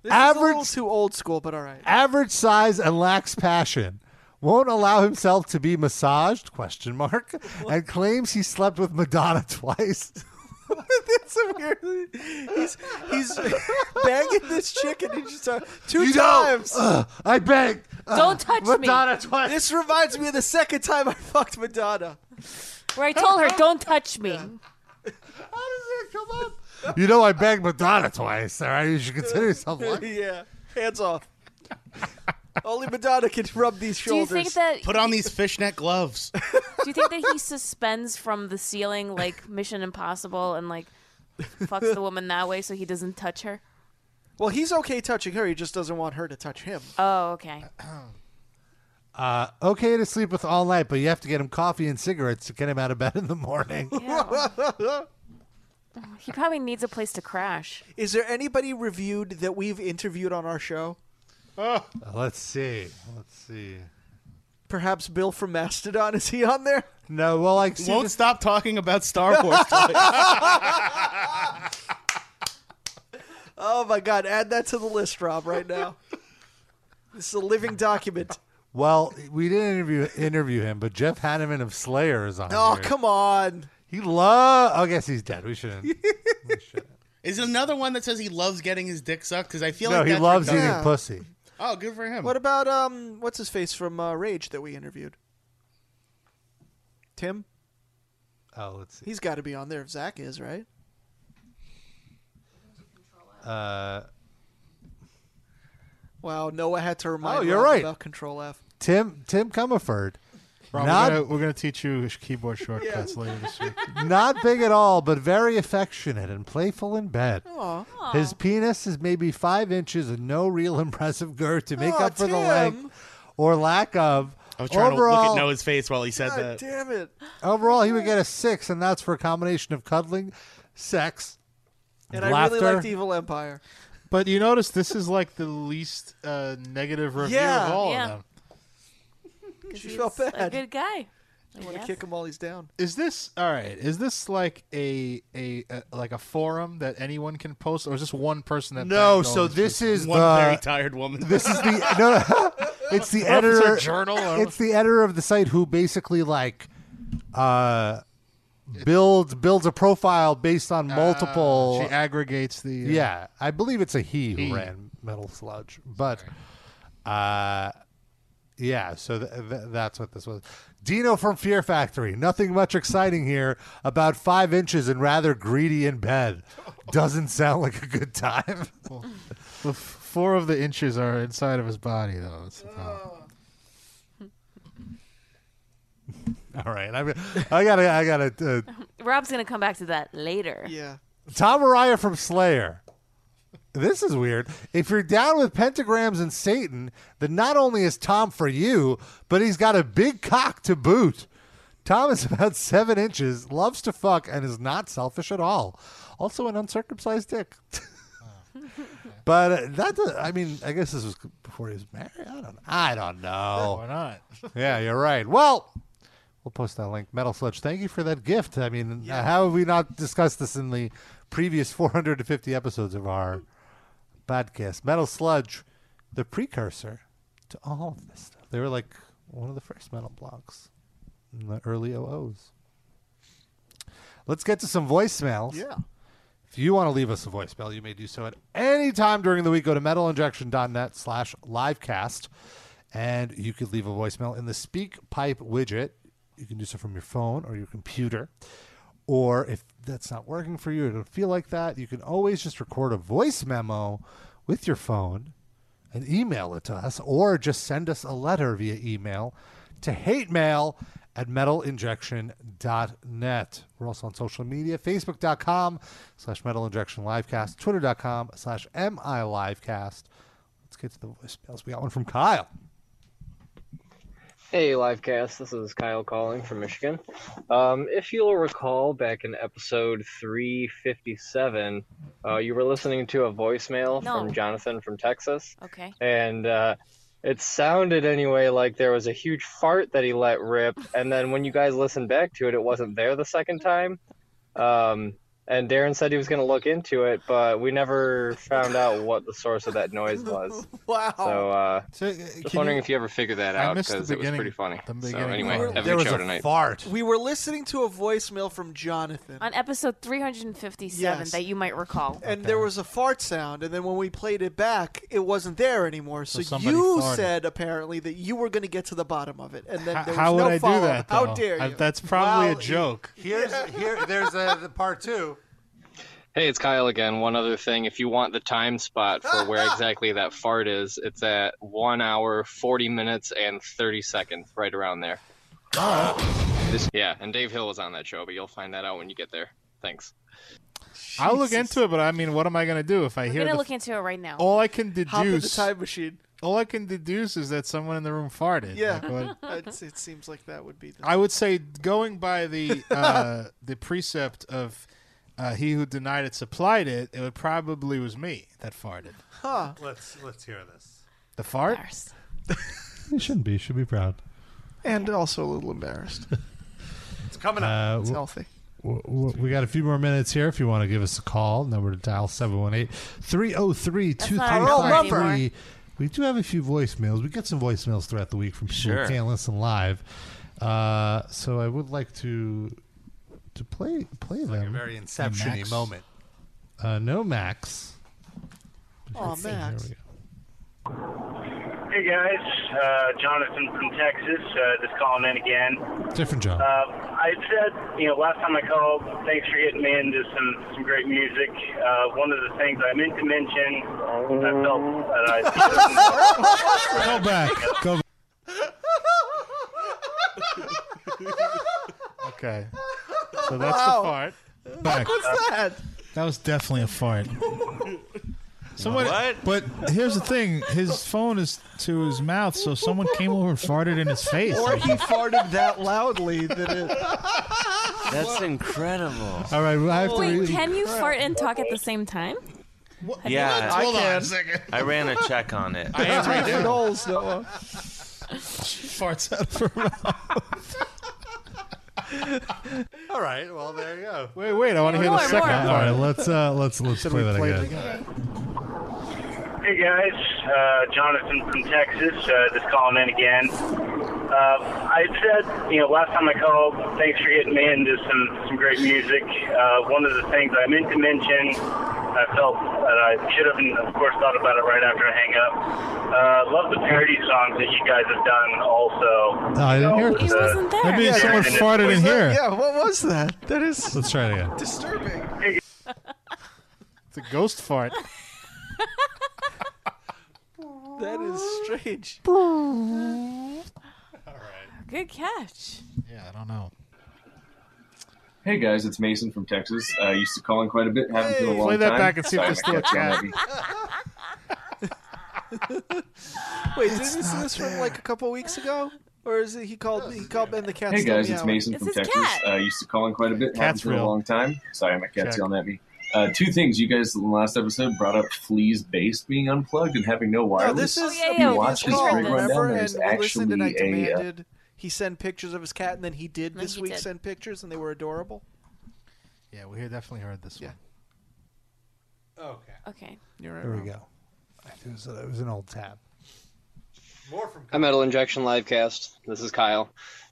This Average... is a little too old school, but all right.
Average size and lacks passion. Won't allow himself to be massaged? Question mark. And claims he slept with Madonna [laughs] twice.
[laughs] That's a weird. He's he's [laughs] banging this chicken. He just uh, two
You don't.
times.
Ugh, I banged. uh,
Don't touch me.
Madonna twice. This reminds me of the second time I [laughs] fucked Madonna.
Where I told her, don't touch me.
You know I banged Madonna twice. All right, you should consider
[laughs]
yourself lucky.
yeah, hands off. [laughs] Only Madonna can rub these
Do you
shoulders.
think that- Put
on these fishnet gloves.
Do you think that he suspends from the ceiling like Mission Impossible and like fucks the woman that way so he doesn't touch her?
[laughs] Well, he's okay touching her. He just doesn't want her to touch him.
Oh, okay.
Uh, okay to sleep with all night, but you have to get him coffee and cigarettes to get him out of bed in the
[laughs]
morning.
Yeah. he probably needs a place to crash.
Is there anybody reviewed that we've interviewed on our show?
Oh,
Uh, Let's see. Let's see.
Perhaps Bill from Mastodon is he on there?
No, well, like
Won't stop talking about Star Wars.
[laughs] oh my god, add that to the list, Rob, right now. this is a living document.
Well, we didn't interview interview him, but Jeff Hanneman of Slayer is on.
Oh,
here.
come on.
He love. I guess he's dead. We shouldn't.
[laughs] Is it another one that says he loves getting his dick sucked? Because I feel
no,
like
he
that's
loves eating
redundant.
pussy.
Oh, good for him.
What about um what's his face from uh, Rage that we interviewed? Tim?
Oh, let's see.
He's got to be on there if Zach is, right?
Uh,
Wow, Noah had to remind
Oh, you're
Rob
right.
about Control F.
Tim Tim Comerford.
Rob,
not
we're, gonna, we're gonna teach you sh- keyboard shortcuts later
[laughs]
this week.
not big at all, but very affectionate and playful in bed.
Aw.
His penis is maybe five inches and no real [laughs] impressive girth to make
Aw,
up for the
Tim.
length or lack of.
I was trying to
Overall-
look at Noah's face while
[laughs]
he said
God
that.
damn it.
Overall, he would get a six, and that's for a combination of cuddling, sex,
And
laughter.
I really liked Evil Empire.
But you notice this is like the least uh, negative review
Yeah.
of all
Yeah.
of them.
[laughs]
'Cause
She
he's
felt
A
bad.
good guy.
I want to
guess.
kick him while he's down.
Is this all right? Is this like a, a a like a forum that anyone can post, or is this one person that?
No,
banged all
so this
these people? Uh,
is One the- very
tired woman.
This
[laughs]
is the no, [laughs] it's the
What if it's a
editor
journal or-
It's the editor of the site who basically like uh builds builds a profile based on multiple.
Ah, she aggregates the. uh,
yeah, I believe it's a he who
He.
ran Metal Sludge, but uh, yeah. So th- th- that's what this was. Dino from Fear Factory. Nothing much exciting here. About five inches
[laughs]
and rather greedy in bed. Doesn't sound like a good time.
Oof. four of the inches are inside of his body, though. That's the problem.
All right, I, I gotta, I gotta. Uh,
Rob's gonna come back to that later.
Yeah.
Tom Araya from Slayer. This is weird. If you're down with pentagrams and Satan, then not only is Tom for you, but he's got a big cock to boot. Tom is [laughs] about seven inches, loves to fuck, and is not selfish at all. Also, an uncircumcised dick. but uh, that, does- I mean, I guess this was before he was married. I don't know. I don't know.
Why not?
yeah, you're right. Well, we'll post that link. Metal Sludge, thank you for that gift. I mean, uh, how have we not discussed this in the previous [laughs] 450 episodes of our podcast? Metal Sludge, the precursor to all of this stuff. They were like one of the first metal blogs in the early 00s. Let's get to some voicemails.
Yeah.
If you want to leave us a voicemail, you may do so at any time during the week. Go to metalinjection.net slash livecast, and you could leave a voicemail in the Speak Pipe widget. You can do so from your phone or your computer. Or if that's not working for you or don't feel like that, you can always just record a voice memo with your phone and email it to us, or just send us a letter via email to hate mail at metalinjection.net. We're also on social media, facebook.com slash metalinjection livecast, twitter.com slash mi livecast. Let's get to the voicemails. We got one from Kyle.
Hey, Livecast. This is Kyle calling from Michigan. Um, if you'll recall, back in episode 357, uh, you were listening to a voicemail
No.
from Jonathan from Texas.
Okay.
And uh, it sounded, anyway, like there was a huge fart that he let rip. And then when you guys listened back to it, it wasn't there the second time. Um, and Darren said he was going to look into it, but we never found out what the source of that noise
[laughs]
was.
Wow.
So, uh,
So, uh,
just
can
wondering
you-
if you ever figured that
I
out
missed the
because it was
beginning-
pretty funny.
the
So
beginning.
anyway,
There-
have a
there
good
was
show
a
tonight.
fart.
We were listening to a voicemail from Jonathan.
On episode 357
Yes.
that you might recall.
And there was a fart sound, and then when we played it back, it wasn't there anymore. So,
So somebody
you
farted.
said apparently that you were going to get to the bottom of it, and then
How,
there was
how would
no
I do
follow-up.
that?
How
though?
dare you?
I- that's probably a joke.
Here's here. There's a the part two.
Hey, it's Kyle again. One other thing, if you want the time spot for where exactly that fart is, it's at one hour, forty minutes, and thirty seconds, right around there. Yeah, and Dave Hill was on that show, but you'll find that out when you get there. Thanks.
I'll look into it, but I mean, what am I going to do if
We're
I hear
going
the
to look into it right now.
All I can deduce.
Hop in the
time machine.
All I can deduce is that someone in the room farted.
Yeah,
Like,
[laughs]
what-
It's- it seems like that would be the.
I would say going
[laughs]
by the uh, the precept of uh, he who denied it supplied it, it would probably was me that farted.
Huh.
Let's let's hear this.
The fart.
You shouldn't be. You should be proud.
And also a little embarrassed.
It's coming
Uh,
up. It's
w-
healthy.
w- w- We got a few more minutes here if you want to give us a call. Number to dial 718 303 2353. We do have a few voicemails. We get some voicemails throughout the week from people
Sure.
who can't listen live. Uh, so I would like to to play play them.
a very Inception-y
Max.
moment.
Uh, no, Max.
Oh, Max.
Hey guys, uh, Jonathan from Texas, uh, just calling in again.
Different
Uh,
job.
I said, you know, last time I called, thanks for getting me into some, some great music. Uh, one of the things I meant to mention, I felt that I.
Go back. Go back.
Okay. So that's
Wow.
the fart.
Back. What's that?
That was definitely a fart. Someone,
What?
But here's the thing:
[laughs]
his phone is to his mouth, so someone came over and farted in his face.
Or he farted [laughs] that loudly that it.
[laughs]
[laughs]
That's incredible.
All right, I have to
Wait,
read-
can you fart and talk at the same time? Have you
Yeah,
not-
I I ran a check on it.
Different holes,
uh,
Noah.
[laughs] Farts out of her mouth.
All right. Well, there you go.
Wait, wait! I want to hear the
More,
second
more.
part.
All right, let's uh, let's let's
[laughs] Should
play
we
that
play
again.
it
Hey guys, uh, Jonathan from Texas, uh, just calling in again. Uh, I said, you know, last time I called, thanks for getting me into some, some great music. Uh, one of the things I meant to mention, I felt that I should have, and of course, thought about it right after I hang up. Uh, love the parody songs that you guys have done
Uh,
also.
No, I didn't hear it.
He wasn't there. Maybe someone farted in
Was that- here.
Yeah, what was that? That is
Let's try it again.
disturbing.
It's a ghost fart.
That is
[laughs]
strange.
Good catch.
Yeah, I don't know.
Hey guys, it's Mason from Texas. I used to call in quite a bit. Haven't been a
Hey.
long
Play that
time.
back and see if
Sorry, my
it's still a
cat's not
cat.
[laughs]
happy.
Wait, did this is this from like a couple weeks ago? Or is it he called he called Ben the cat?
Hey guys, it's Mason from Texas. Uh, I used to call in quite a bit.
Cat's
Haven't been a
real.
long time. Sorry, my cat's
Check.
yelling at me. Uh, two things you guys in the last episode brought up Flea's bass being unplugged and having
Oh,
no wireless.
this is
you
Oh, yeah,
watch his rig run down. There's
and we listened and I
actually a uh,
demanded he send pictures of his cat and then he did this week send pictures and they were adorable.
Yeah, we definitely heard this one.
Okay.
Okay.
You're
There we go. I think It was, uh, it was an old tab.
Hi, Metal Injection Livecast. This is Kyle.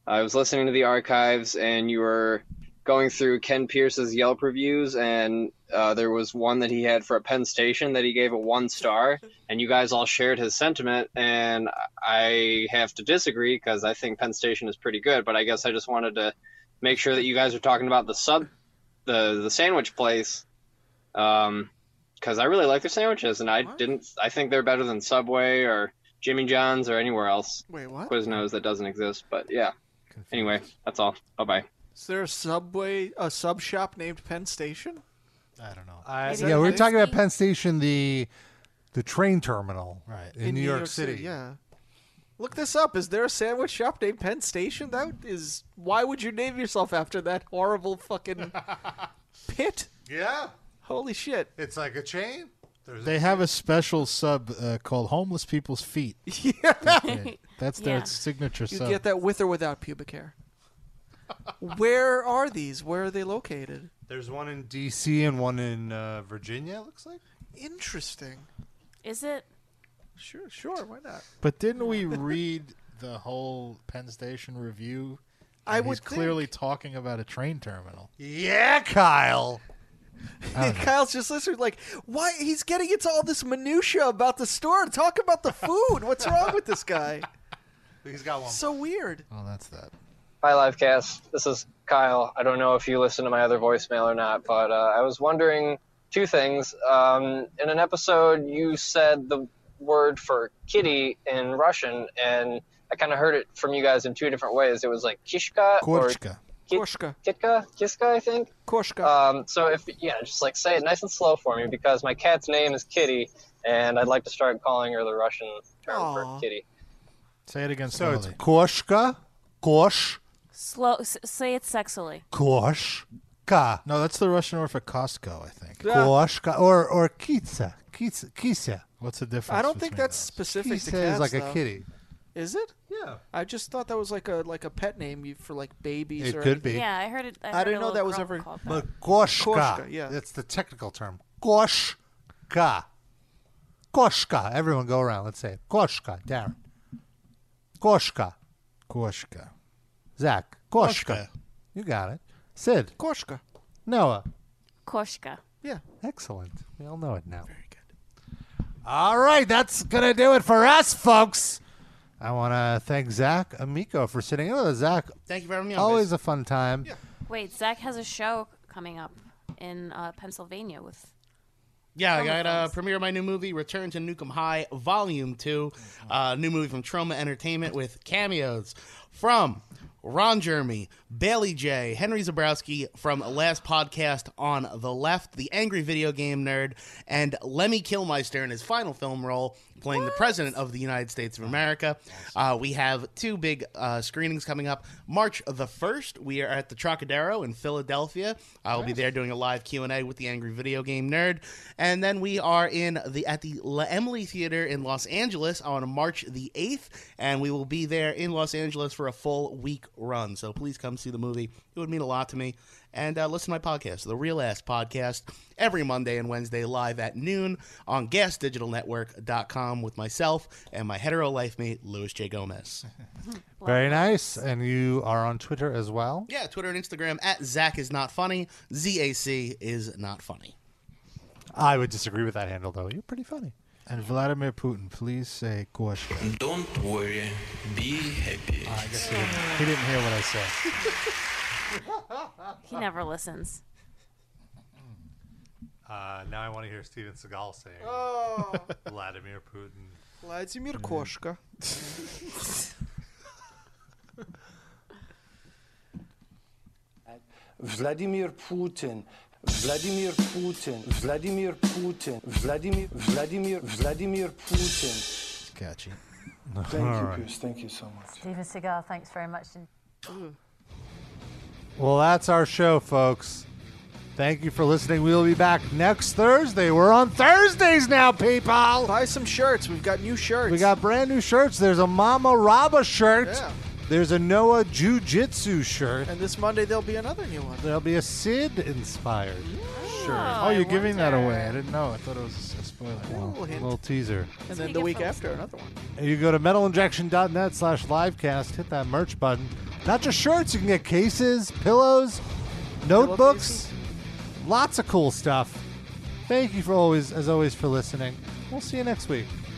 I was listening to the archives, and you were going through Ken Pierce's Yelp reviews, and uh, there was one that he had for a Penn Station that he gave a one star, and you guys all shared his sentiment, and I have to disagree because I think Penn Station is pretty good, but I guess I just wanted to make sure that you guys are talking about the sub, the the sandwich place. Um, because I really like their sandwiches, and I didn't. I think they're better than Subway or Jimmy John's or anywhere else.
Wait, what?
Quiznos that doesn't exist, but yeah. Anyway, that's all. Bye bye.
Is there a subway a sub shop named Penn Station?
I don't know.
I, yeah, we were talking about Penn Station, the the train terminal, right in, New, York, City.
Yeah. Look this up. Is there a sandwich shop named Penn Station? That is why would you name yourself after that
[laughs]
horrible fucking pit?
Yeah.
Holy shit.
It's like a chain. There's
They have a special sub uh, called Homeless People's Feet. That's their
Yeah.
signature
You
sub.
get that with or without
[laughs]
pubic hair. Where are these? Where are they located?
There's one in D.C. and one in uh, Virginia. It looks like.
Interesting.
Is it?
Sure, sure. Why not?
But didn't we read the whole Penn Station review?
I
And
would
he's clearly talking about a train terminal.
Yeah, Kyle.
And Kyle's just listening, like, why? He's getting into all this minutia about the store to talk about the food. What's wrong with this guy?
He's got
one. So weird.
Oh, that's that.
Hi, Livecast. This is Kyle. I don't know if you listen to my other voicemail or not, but uh, I was wondering two things. Um, in an episode, you said the word for kitty in Russian, and I kind of heard it from you guys in two different ways. It was like kishka or
Korchka.
Korshka.
Kitka, Kiska, I think.
Korshka.
Um, so if yeah, just like say it nice and slow for me because my cat's name is Kitty, and I'd like to start calling her the Russian term for kitty.
Say it again.
So
So
it's Koshka, Kosh,
Slow. S- say it sexily.
Koshka,
no, that's the Russian word for Costco, I think.
Koshka, or or Kitsa, Kitsa, Kisa.
What's the difference?
I don't think that's specific
Kisa
to
is
cats.
like a
though.
kitty.
Is it?
Yeah.
I just thought that was like a like a pet name you- for like babies.
It
or
could be.
anything.
Yeah,
I heard it- I
I,
heard
didn't
a
know
little
that was
girl
ever.
called
But Koshka,
Koshka, yeah.
that's the technical term. Koshka, Koshka. Everyone go around. Let's say it. Koshka, Darren. Koshka,
Koshka,
Zach. Koshka. You got it. Sid.
Koshka.
Noah.
Koshka.
Yeah.
Excellent. We all know it now. Very good. All right, that's gonna do it for us, folks. I want to thank Zach Amico for sitting in with us. Zach,
Thank you for having me on.
always
guys.
a fun time.
Wait, Zach has a show coming up in uh, Pennsylvania with.
Yeah, I got uh, premiere of my new movie, Return to Nukem High, Volume Two, uh, new movie from Troma Entertainment with cameos from Ron Jeremy, Bailey J, Henry Zabrowski from Last Podcast on the Left, the Angry Video Game Nerd, and Lemmy Kilmeister in his final film role, playing the President of the United States of America. Uh, we have two big uh, screenings coming up. March the first, we are at the Trocadero in Philadelphia. I will be there doing a live Q and A with the Angry Video Game Nerd, and then we are in the at the La Emily Theater in Los Angeles on March the eighth, and we will be there in Los Angeles for a full week run. So please come see the movie; it would mean a lot to me. And uh, listen to my podcast, the Real Ass Podcast, every Monday and Wednesday live at noon on GasDigitalNetwork.com with myself and my hetero life mate Louis J Gomez.
[laughs] Very nice. And you are on Twitter as well.
Yeah, Twitter and Instagram at Zach is not funny. Z A C is not funny.
I would disagree with that handle, though. You're pretty funny.
And Vladimir Putin, please say Koshka.
Don't worry, be happy. I guess
He didn't hear what I said.
He never listens.
Oh.
Uh, now I want to hear Steven Seagal saying [laughs] Vladimir Putin.
Владимир Кошка.
Vladimir Putin. Vladimir Putin. Vladimir Putin. Vladimir Vladimir Vladimir Putin.
Sketchy.
Thank you, Pierce. Thank you so much.
Steven Seagal, thanks very much. And-
Well, that's our show, folks. Thank you for listening. We'll be back next Thursday. We're on Thursdays now, people.
Buy some shirts. We've got new shirts.
We got brand new shirts. There's a Mama Raba shirt.
Yeah.
There's a Noah Jiu Jitsu shirt.
And [laughs] this Monday there'll be another new one.
There'll be a Sid inspired shirt.
Oh, you're giving that away. I didn't know. I thought it was a spoiler.
Little, little teaser.
And then the week after, another one.
And you go to metalinjection.net slash livecast, hit that merch button. Not just shirts, you can get cases, pillows, notebooks, lots of cool stuff. Thank you for always, as always, for listening. We'll see you next week.